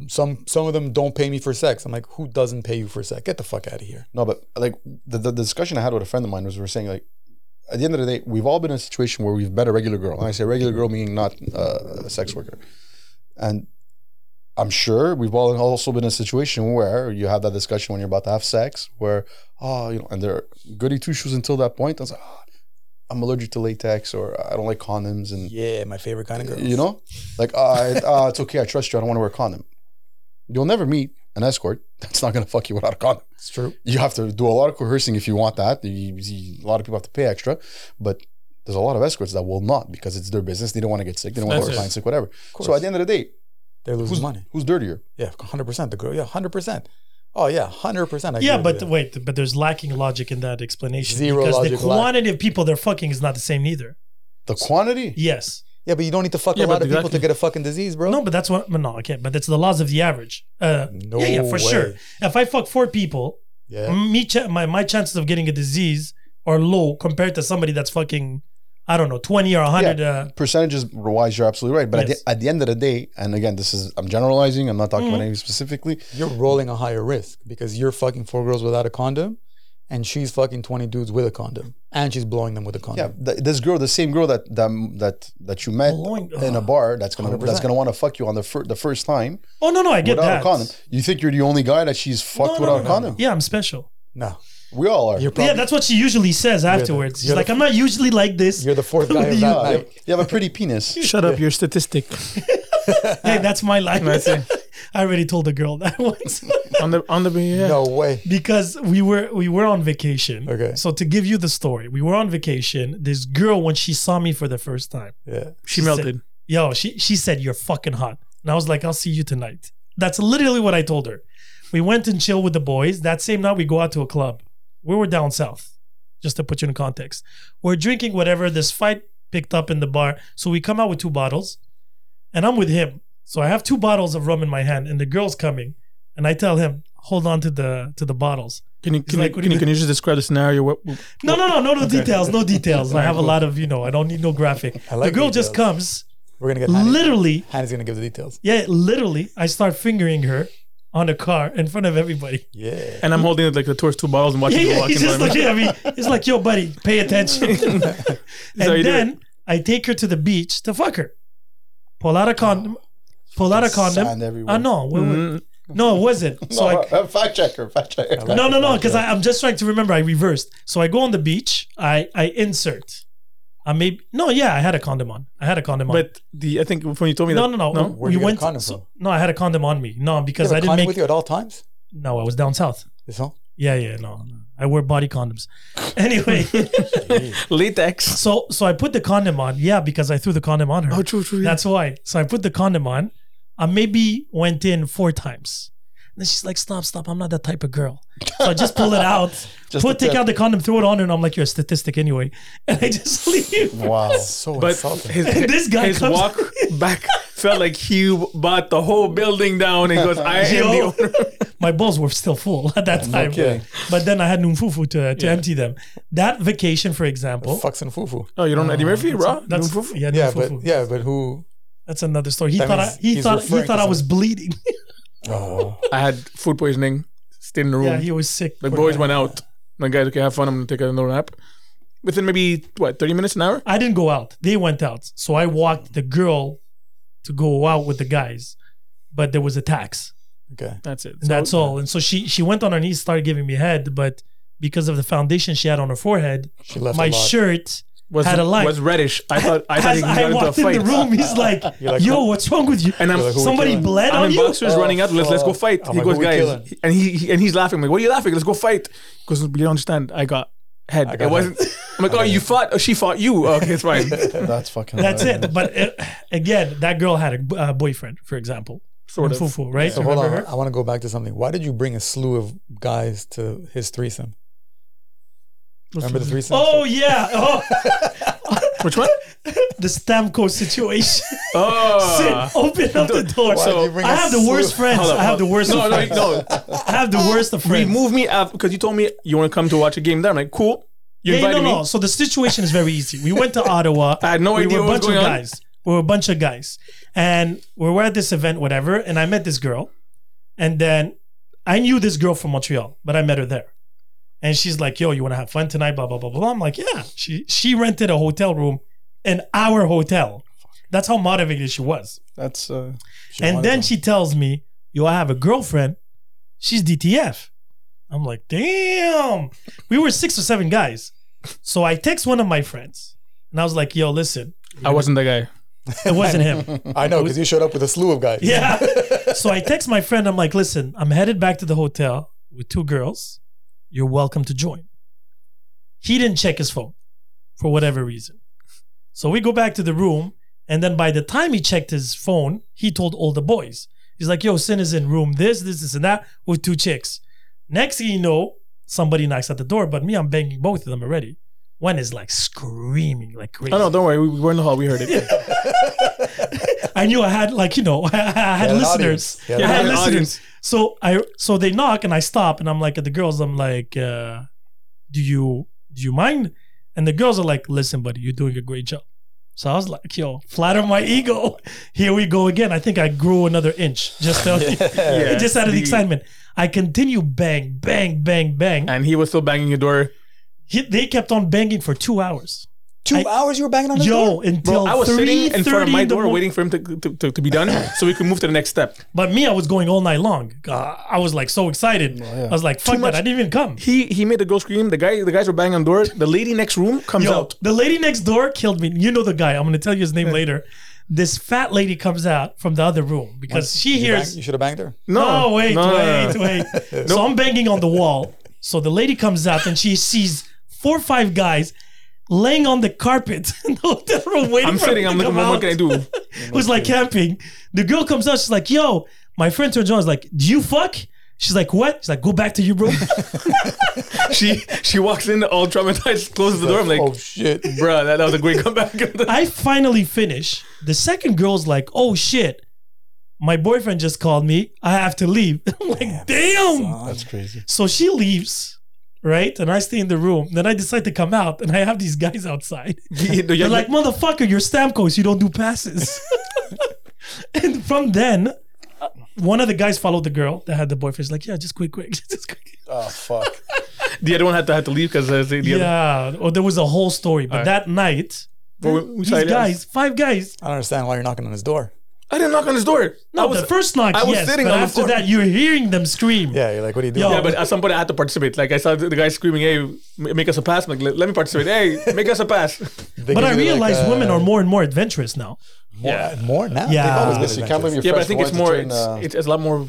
Speaker 3: Some some of them don't pay me for sex. I'm like, who doesn't pay you for sex? Get the fuck out of here.
Speaker 2: No, but like the, the discussion I had with a friend of mine was we were saying like, at the end of the day, we've all been in a situation where we've met a regular girl, and I say regular girl meaning not uh, a sex worker, and I'm sure we've all also been in a situation where you have that discussion when you're about to have sex, where oh you know, and they're goody two shoes until that point. I was like, "Ah, I'm allergic to latex, or I don't like condoms, and
Speaker 3: Yeah, my favorite kind of girl.
Speaker 2: you know, like ah, it- ah, it's okay, I trust you, I don't want to wear a condom. You'll never meet an escort that's not gonna fuck you without a condom
Speaker 3: it's true.
Speaker 2: you have to do a lot of coercing if you want that. You- you- a lot of people have to pay extra, but there's a lot of escorts that will not because it's their business. They don't want to get sick. They don't want
Speaker 4: That's
Speaker 2: their
Speaker 4: it.
Speaker 2: clients sick, whatever.
Speaker 3: course.
Speaker 2: So at the end of the day,
Speaker 3: They're losing
Speaker 2: who's
Speaker 3: money.
Speaker 2: Who's dirtier?
Speaker 3: Yeah, 100%. The girl, yeah, 100%. Oh, yeah, 100%. I
Speaker 1: Yeah,
Speaker 3: agree
Speaker 1: but
Speaker 3: with you.
Speaker 1: wait, but there's lacking logic in that explanation
Speaker 3: Zero
Speaker 1: because the
Speaker 3: logic lack.
Speaker 1: quantity of people they're fucking is not the same either.
Speaker 2: The quantity?
Speaker 1: Yes.
Speaker 3: yeah, but you don't need to fuck a
Speaker 4: Yeah,
Speaker 3: lot
Speaker 4: but
Speaker 3: of people
Speaker 4: exactly.
Speaker 3: to get a fucking disease, bro.
Speaker 1: No, but that's what. No, okay, but that's the laws of the average. Uh,
Speaker 3: No
Speaker 1: yeah, yeah, for
Speaker 3: way.
Speaker 1: sure. If I fuck four people,
Speaker 3: Yeah.
Speaker 1: me cha- my my chances of getting a disease are low compared to somebody that's fucking, I don't know, twenty or hundred. Uh,
Speaker 2: Percentages wise, you're absolutely right. But at,
Speaker 1: Yes.
Speaker 2: the, at the end of the day, and again, this is I'm generalizing. I'm not talking about anything specifically.
Speaker 3: You're rolling a higher risk because you're fucking four girls without a condom and she's fucking 20 dudes with a condom and she's blowing them with a
Speaker 2: Yeah,
Speaker 3: condom.
Speaker 2: th- this girl, the same girl that that that, that you met
Speaker 1: Blowing-
Speaker 2: in a bar, that's gonna that's
Speaker 3: 100%.
Speaker 2: gonna want to fuck you on the fir- the first time
Speaker 1: oh no, no, I get
Speaker 2: without
Speaker 1: that.
Speaker 2: a condom. You think you're the only guy that she's
Speaker 1: No,
Speaker 2: fucked
Speaker 1: no,
Speaker 2: without
Speaker 1: no,
Speaker 2: a
Speaker 1: no.
Speaker 2: condom?
Speaker 1: Yeah, I'm special.
Speaker 3: No.
Speaker 2: We all are.
Speaker 3: You're
Speaker 1: yeah,
Speaker 3: probably
Speaker 1: that's what she usually says afterwards. She's
Speaker 3: you're
Speaker 1: like,
Speaker 3: the-
Speaker 1: I'm not usually like this.
Speaker 3: You're the fourth guy of
Speaker 1: You-
Speaker 3: that
Speaker 2: Uh,
Speaker 3: night.
Speaker 2: you have a pretty penis.
Speaker 4: Shut up, your statistic
Speaker 1: hey, that's my life.
Speaker 4: That's it.
Speaker 1: I already told the girl that once
Speaker 4: on the on the yeah.
Speaker 3: No way.
Speaker 1: because we were we were on vacation.
Speaker 3: Okay.
Speaker 1: So to give you the story, we were on vacation. This girl, when she saw me for the first time,
Speaker 3: Yeah.
Speaker 4: She
Speaker 1: said-
Speaker 4: melted.
Speaker 1: yo, she she said you're fucking hot, and I was like, I'll see you tonight. That's literally what I told her. We went and chill with the boys. That same night, we go out to a club. We were down south, just to put you in context. We're drinking whatever. This fight picked up in the bar, so we come out with two bottles, and I'm with him. So I have two bottles of rum in my hand, and the girl's coming, and I tell him, hold on to the to the bottles.
Speaker 4: Can you can,
Speaker 1: like,
Speaker 4: you,
Speaker 1: what do
Speaker 4: can,
Speaker 1: you
Speaker 4: you, can you just describe the scenario? What,
Speaker 1: No, no, no, no, no details, no details. I have a lot of, you know, I don't need no graphic.
Speaker 3: I like
Speaker 1: the girl just
Speaker 3: details.
Speaker 1: comes,
Speaker 3: We're going to get Hannah's
Speaker 1: literally
Speaker 3: Hannah's going to give the details.
Speaker 1: Yeah, literally, I start fingering her on a car in front of everybody.
Speaker 3: Yeah.
Speaker 4: and I'm holding it like the towards two bottles and watching
Speaker 1: Yeah,
Speaker 4: you
Speaker 1: yeah,
Speaker 4: walk
Speaker 1: he's
Speaker 4: in
Speaker 1: just
Speaker 4: front of
Speaker 1: like,
Speaker 4: me.
Speaker 1: yeah, I mean, it's like, yo, buddy, pay attention.
Speaker 4: how you
Speaker 1: and
Speaker 4: do
Speaker 1: then I take her to the beach to fuck her. Pull out a condom.
Speaker 3: Oh.
Speaker 1: Pull out a condom.
Speaker 2: Sand everywhere.
Speaker 1: I know.
Speaker 4: Mm,
Speaker 1: wait, wait.
Speaker 3: Mm-hmm.
Speaker 1: No, it wasn't. So I,
Speaker 2: No, fact checker, fact checker.
Speaker 3: like-
Speaker 1: no, no, no,
Speaker 3: Gotcha.
Speaker 1: because I'm just trying to remember. I reversed. So I go on the beach. I I insert. I maybe no, yeah, I had a condom on. I had a condom on.
Speaker 4: But the I think when you told me
Speaker 1: no, no,
Speaker 4: that
Speaker 1: no.
Speaker 3: Where'd
Speaker 1: we
Speaker 3: you get a
Speaker 1: went.
Speaker 3: condom
Speaker 1: so-
Speaker 3: from?
Speaker 1: no, I had a condom on me. No, because I
Speaker 3: You have a
Speaker 1: didn't
Speaker 3: condom
Speaker 1: make.
Speaker 3: with you at all times.
Speaker 1: No, I was down south.
Speaker 3: This all?
Speaker 1: Yeah, yeah, no, no. I wear body condoms. Anyway,
Speaker 4: latex.
Speaker 1: so so I put the condom on. Yeah, because I threw the condom on her.
Speaker 4: Oh, true, true. yeah.
Speaker 1: That's why. So I put the condom on. I maybe went in four times. And then she's like, "Stop, stop! I'm not that type of girl." So I just pull it out,
Speaker 2: Just
Speaker 1: put
Speaker 2: the
Speaker 1: take
Speaker 2: tip.
Speaker 1: out the condom, throw it on, her, and I'm like, "You're a statistic anyway," and I just leave.
Speaker 2: Wow.
Speaker 3: So
Speaker 4: But
Speaker 3: insulting.
Speaker 4: his,
Speaker 1: And this guy
Speaker 4: his
Speaker 1: comes-
Speaker 4: walk back felt like he bought the whole building down and goes, I am the
Speaker 1: Yo.
Speaker 4: owner.
Speaker 1: My balls were still full at that time,
Speaker 2: kidding.
Speaker 1: but then I had numfufu to, to empty them. That vacation, for example,
Speaker 3: Fucks and fufu.
Speaker 4: Oh, you don't know Eddie Murphy, bro?
Speaker 1: that's
Speaker 4: Fufu?
Speaker 1: yeah,
Speaker 3: Yeah,
Speaker 1: numfufu.
Speaker 3: but yeah, but who?
Speaker 1: That's another story. He
Speaker 3: That
Speaker 1: thought I,
Speaker 3: means
Speaker 1: he
Speaker 3: he's
Speaker 1: thought he
Speaker 3: referring
Speaker 1: thought
Speaker 3: to
Speaker 1: I was bleeding.
Speaker 3: Oh,
Speaker 4: I had food poisoning, stayed in the room.
Speaker 1: yeah, he was sick.
Speaker 4: the
Speaker 1: Poor
Speaker 4: boys
Speaker 1: guy.
Speaker 4: went out. My guys, okay, have fun. I'm going to take another nap. Within maybe, what, 30 minutes, an hour?
Speaker 1: I didn't go out. They went out. So I walked the girl to go out with the guys, but there was a tax.
Speaker 3: okay.
Speaker 4: That's it.
Speaker 1: And that's all. And so she she went on her knees, started giving me head, but because of the foundation she had on her forehead,
Speaker 3: She left
Speaker 1: my
Speaker 3: a lot.
Speaker 1: shirt
Speaker 4: was,
Speaker 1: had a line.
Speaker 4: was reddish. I thought I thought he
Speaker 1: As I
Speaker 4: got into a
Speaker 1: walked in
Speaker 4: fight.
Speaker 1: the room, he's like,
Speaker 3: You're like,
Speaker 1: "Yo,
Speaker 3: who-
Speaker 1: what's wrong with you?
Speaker 4: And I'm- You're like,
Speaker 3: who we
Speaker 1: somebody
Speaker 3: killing?
Speaker 1: bled
Speaker 4: I'm
Speaker 1: on
Speaker 4: in
Speaker 1: you."
Speaker 4: boxers
Speaker 3: Oh,
Speaker 4: running out. Let's let's go
Speaker 3: fuck.
Speaker 4: fight.
Speaker 3: I'm
Speaker 4: he
Speaker 3: like,
Speaker 4: goes,
Speaker 3: who we killing?
Speaker 4: guys, and he, he- and he's laughing. I'm like, what are you laughing? Let's go fight. Because you don't understand. I got head.
Speaker 3: got
Speaker 4: it wasn't. I'm like, oh, you fought. Oh, she fought you. Okay, it's fine.
Speaker 2: That's fucking.
Speaker 1: That's
Speaker 2: hilarious.
Speaker 1: it. But uh again, that girl had a b- uh, boyfriend, for example,
Speaker 4: Sort of.
Speaker 1: Fufu, right?
Speaker 3: So hold on,
Speaker 1: Remember her?
Speaker 3: I want to go back to something. Why did you bring a slew of guys to his threesome? Remember the threesome?
Speaker 1: Oh yeah, oh,
Speaker 4: Which one?
Speaker 1: the Stamco situation.
Speaker 4: Oh.
Speaker 1: Sit, open up the door.
Speaker 3: Why
Speaker 4: So-
Speaker 3: did you bring
Speaker 1: I
Speaker 3: a
Speaker 1: have the
Speaker 3: slew
Speaker 1: worst
Speaker 3: of-
Speaker 1: friends.
Speaker 4: Hold up,
Speaker 1: I have the
Speaker 4: hold-
Speaker 1: worst.
Speaker 4: No,
Speaker 1: of
Speaker 4: no,
Speaker 1: friends.
Speaker 4: no.
Speaker 1: I have the worst of friends.
Speaker 4: Remove me because you told me you want to come to watch a game there. I'm like, cool. You
Speaker 1: Yeah, no,
Speaker 4: invited
Speaker 1: no.
Speaker 4: me.
Speaker 1: So the situation is very easy. We went to Ottawa.
Speaker 4: I had no
Speaker 1: we
Speaker 4: idea
Speaker 1: were a
Speaker 4: what was
Speaker 1: bunch of
Speaker 4: going on.
Speaker 1: guys. We were a bunch of guys, and we were at this event, whatever. And I met this girl, and then I knew this girl from Montreal, but I met her there. And she's like, "Yo, you want to have fun tonight?" Blah blah blah blah. blah. I'm like, "Yeah." She she rented a hotel room in our hotel. That's how motivated she was.
Speaker 2: That's. Uh,
Speaker 1: and then she tells me, "Yo, I have a girlfriend. She's DTF." I'm like, "Damn." We were six or seven guys, so I text one of my friends, and I was like, "Yo, listen,
Speaker 4: I wasn't the guy.
Speaker 1: it wasn't him."
Speaker 3: I know because you showed up with a slew of guys.
Speaker 1: yeah. So I text my friend. I'm like, "Listen, I'm headed back to the hotel with two girls. You're welcome to join." He didn't check his phone for whatever reason. So we go back to the room, and then by the time he checked his phone, he told all the boys. He's like, yo, Sin is in room this, this, this, and that with two chicks. Next thing you know, somebody knocks at the door, but me, I'm banging both of them already. One is like screaming like crazy.
Speaker 4: Oh no, don't worry. We we were in the hall. We heard it.
Speaker 1: I knew I had like, you know, I had
Speaker 3: an
Speaker 1: listeners.
Speaker 3: audience. Yeah,
Speaker 1: I
Speaker 4: you
Speaker 1: had
Speaker 4: had an
Speaker 1: listeners.
Speaker 4: audience.
Speaker 1: So I so they knock and I stop and I'm like at the girls, I'm like, uh, do you do you mind? And the girls are like, listen, buddy, you're doing a great job. So I was like, yo, flatter my ego. Here we go again. I think I grew another inch just to,
Speaker 4: Yeah.
Speaker 1: just out of the
Speaker 4: The-
Speaker 1: excitement. I continue bang, bang, bang, bang.
Speaker 4: And he was still banging your door.
Speaker 1: He- they kept on banging for two hours.
Speaker 3: Two
Speaker 1: I-
Speaker 3: hours you were banging on his
Speaker 1: Yo,
Speaker 3: door?
Speaker 1: until
Speaker 4: Bro, I was sitting in front of my door
Speaker 1: waiting.
Speaker 4: waiting for him to, to, to, to be done so we could move to the next step.
Speaker 1: But me, I was going all night long. Uh, I was like so excited.
Speaker 4: Oh,
Speaker 1: I was like, fuck
Speaker 4: much-
Speaker 1: that. I didn't even come.
Speaker 4: He he made the girl scream. The guy the guys were banging on doors. The lady next room comes
Speaker 1: Yo,
Speaker 4: out.
Speaker 1: the lady next door killed me. You know the guy. I'm going to tell you his name later. This fat lady comes out from the other room because she
Speaker 3: You,
Speaker 1: hears.
Speaker 3: bang- you should have banged her.
Speaker 1: No, wait,
Speaker 4: no, no, no,
Speaker 1: wait,
Speaker 4: no.
Speaker 1: wait. So I'm banging on the wall. So the lady comes out and she sees four or five guys laying on the carpet in the hotel room waiting
Speaker 4: I'm
Speaker 1: for
Speaker 4: sitting.
Speaker 1: them
Speaker 4: I'm
Speaker 1: to
Speaker 4: looking.
Speaker 1: come
Speaker 4: What
Speaker 1: out.
Speaker 4: can I do?
Speaker 1: was like camping. The girl comes out. She's like, "Yo, my friend turns around. is like, do you fuck?" She's like, "What?" She's like, "Go back to your room."
Speaker 4: she she walks in all traumatized, closes the door. I'm like,
Speaker 3: oh shit.
Speaker 4: bruh, that, that was a great comeback.
Speaker 1: I finally finish. The second girl's like, "Oh shit, my boyfriend just called me. I have to leave." I'm like, "Damn!"
Speaker 2: that's crazy.
Speaker 1: So she leaves, right? And I stay in the room. Then I decide to come out, and I have these guys outside.
Speaker 4: The- the
Speaker 1: They're
Speaker 4: young-
Speaker 1: like, motherfucker, you're Stamkos. You don't do passes. and from then, uh, one of the guys followed the girl that had the boyfriend. She's like, yeah, just quick, quick, just quick.
Speaker 2: Oh fuck.
Speaker 4: the other one had to had to leave because uh, the other.
Speaker 1: Yeah. Or there was a whole story. But
Speaker 4: Alright.
Speaker 1: that night,
Speaker 4: Well, we- we
Speaker 1: these
Speaker 4: tried it.
Speaker 1: guys, five guys.
Speaker 3: I don't understand why you're knocking on his door.
Speaker 4: I didn't knock on his door. I
Speaker 1: No,
Speaker 4: was
Speaker 1: Oh, the first night,
Speaker 4: I was
Speaker 1: yes.
Speaker 4: sitting
Speaker 1: but
Speaker 4: on the
Speaker 1: after
Speaker 4: floor.
Speaker 1: that, you're hearing them scream.
Speaker 3: Yeah, you're like, what are you
Speaker 1: Yo.
Speaker 3: doing?
Speaker 4: Yeah, but at some point I had to participate. Like I saw the the guy screaming, "Hey, m- make us a pass!" I'm like, "Let- let me participate. Hey, make us a pass.
Speaker 3: They
Speaker 1: But I
Speaker 3: give you, like,
Speaker 1: realized
Speaker 3: uh,
Speaker 1: women are more and more adventurous now.
Speaker 3: more,
Speaker 4: Yeah.
Speaker 3: more now.
Speaker 1: Yeah.
Speaker 3: They've always been
Speaker 2: Listen, you can't
Speaker 3: adventurous.
Speaker 2: blame your
Speaker 4: Yeah, but I
Speaker 2: friends
Speaker 4: think
Speaker 2: for
Speaker 4: it's
Speaker 2: wanting to
Speaker 4: more.
Speaker 2: turn,
Speaker 4: It's,
Speaker 2: uh,
Speaker 4: it's a lot more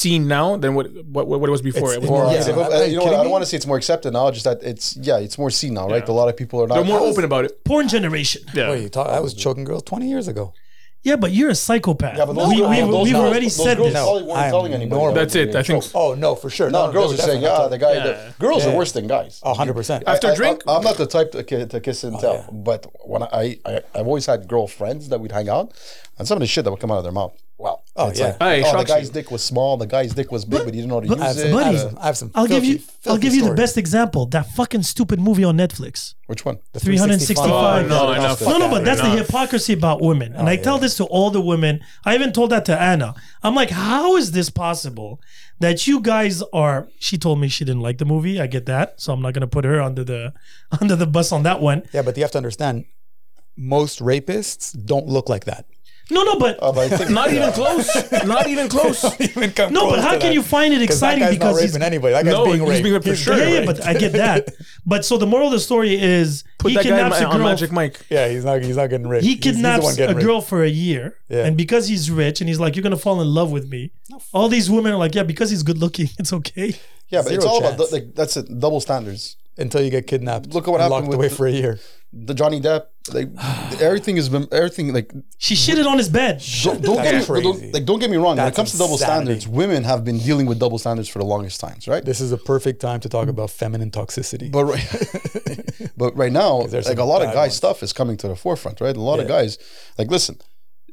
Speaker 4: seen now than what what, what it was before.
Speaker 3: It's-
Speaker 4: It was
Speaker 3: it's-
Speaker 4: more,
Speaker 2: Yeah,
Speaker 3: Yeah.
Speaker 2: but, uh,
Speaker 3: Are you
Speaker 2: you know what?
Speaker 3: kidding
Speaker 2: I
Speaker 3: me?
Speaker 2: don't want to say it's more accepted now. Just that it's yeah, it's more seen now, right? A lot of people are not.
Speaker 4: They're more open about it.
Speaker 1: Porn generation.
Speaker 4: Yeah.
Speaker 3: Wait, you talk, I was choking girls 20 years ago.
Speaker 1: Yeah, but you're a psychopath.
Speaker 2: Yeah, but those
Speaker 1: we,
Speaker 2: girls-
Speaker 1: we,
Speaker 2: those
Speaker 1: we've
Speaker 2: girls-
Speaker 1: already
Speaker 2: those
Speaker 1: said
Speaker 2: girls
Speaker 1: this.
Speaker 2: probably weren't
Speaker 3: I'm
Speaker 2: telling anybody.
Speaker 3: normal.
Speaker 4: That's it. I think.
Speaker 3: Oh, no, for sure.
Speaker 2: No, girls are saying, yeah, the guy. The, girls are
Speaker 3: Yeah.
Speaker 2: worse than guys.
Speaker 3: 100%.
Speaker 4: After
Speaker 2: I,
Speaker 4: drink? Oh,
Speaker 2: I, am not the type to, ki- to kiss and tell. But when I, I, I've always had girlfriends that we'd hang out, and some of the shit that would come out of their mouth. Wow.
Speaker 3: Oh, yeah.
Speaker 2: Like,
Speaker 4: Hey,
Speaker 2: oh, the
Speaker 4: shocks you.
Speaker 2: guy's dick was small. The guy's dick was big, but, he didn't know how to
Speaker 3: I have
Speaker 2: use
Speaker 3: some,
Speaker 2: it. Uh,
Speaker 3: I
Speaker 1: Buddy.
Speaker 3: have some, I have some
Speaker 1: I'll give
Speaker 3: filthy-
Speaker 1: you. I'll
Speaker 3: filthy
Speaker 1: give you the
Speaker 3: stories.
Speaker 1: best example. That fucking stupid movie on Netflix,
Speaker 2: Which one?
Speaker 1: 365.
Speaker 3: The 365.
Speaker 4: Oh, no, no,
Speaker 3: Fuck
Speaker 1: No, no, but
Speaker 3: outta here.
Speaker 1: that's the
Speaker 4: Nah.
Speaker 1: hypocrisy about women.
Speaker 2: Oh,
Speaker 1: And I tell this to all the women. I even told that to Anna. I'm like, how is this possible that you guys are she told me she didn't like the movie. I get that. So I'm not gonna put her under the under the bus on that one.
Speaker 3: Yeah, but you have to understand, most rapists don't look like that.
Speaker 1: No, no, but
Speaker 2: Uh, but I think-
Speaker 4: Not even
Speaker 2: yeah.
Speaker 4: close. Not even close.
Speaker 3: Even come
Speaker 1: no, but
Speaker 3: close
Speaker 1: how
Speaker 3: to
Speaker 1: can
Speaker 3: that.
Speaker 1: you find it
Speaker 3: 'Cause that
Speaker 1: exciting
Speaker 3: guy's
Speaker 1: because
Speaker 3: not
Speaker 1: he's
Speaker 3: raping anybody. That guy's
Speaker 4: No,
Speaker 3: being
Speaker 4: he's
Speaker 3: raped.
Speaker 4: being raped for
Speaker 3: He's
Speaker 4: sure.
Speaker 1: yeah,
Speaker 3: being
Speaker 1: yeah, but I get that. But so the moral of the story is
Speaker 4: put
Speaker 1: He
Speaker 4: that guy
Speaker 1: kidnaps
Speaker 4: on-
Speaker 1: a
Speaker 4: on
Speaker 1: girl.
Speaker 4: Magic Mike.
Speaker 3: Yeah, he's not he's not getting rich.
Speaker 1: he
Speaker 3: He's- he's the
Speaker 1: kidnaps
Speaker 3: one getting
Speaker 1: a
Speaker 3: raped.
Speaker 1: girl for a year,
Speaker 3: Yeah.
Speaker 1: and because he's rich, and he's like, "You're gonna fall in love with me." All these women are like, "Yeah, because he's good looking, it's okay."
Speaker 2: Yeah, but it's
Speaker 3: Zero
Speaker 2: all about
Speaker 3: chance.
Speaker 2: the, like that's it. Double standards.
Speaker 3: until you get kidnapped.
Speaker 2: Look at what
Speaker 3: and
Speaker 2: happened
Speaker 3: Locked
Speaker 2: with
Speaker 3: away
Speaker 2: the-
Speaker 3: for a year.
Speaker 2: The Johnny Depp, like everything has been everything like
Speaker 1: She shitted on his bed.
Speaker 2: don't, don't get me,
Speaker 3: That's
Speaker 2: don't,
Speaker 3: crazy.
Speaker 2: like don't get me wrong. when it
Speaker 3: That's
Speaker 2: comes to double
Speaker 3: insanity.
Speaker 2: standards, women have been dealing with double standards for the longest times, right?
Speaker 3: This is a perfect time to talk about feminine toxicity.
Speaker 2: But right, but right now,
Speaker 3: there's
Speaker 2: like a
Speaker 3: some
Speaker 2: lot of
Speaker 3: bad
Speaker 2: guy
Speaker 3: ones.
Speaker 2: stuff is coming to the forefront, right? A lot of
Speaker 3: Yeah.
Speaker 2: guys, like listen,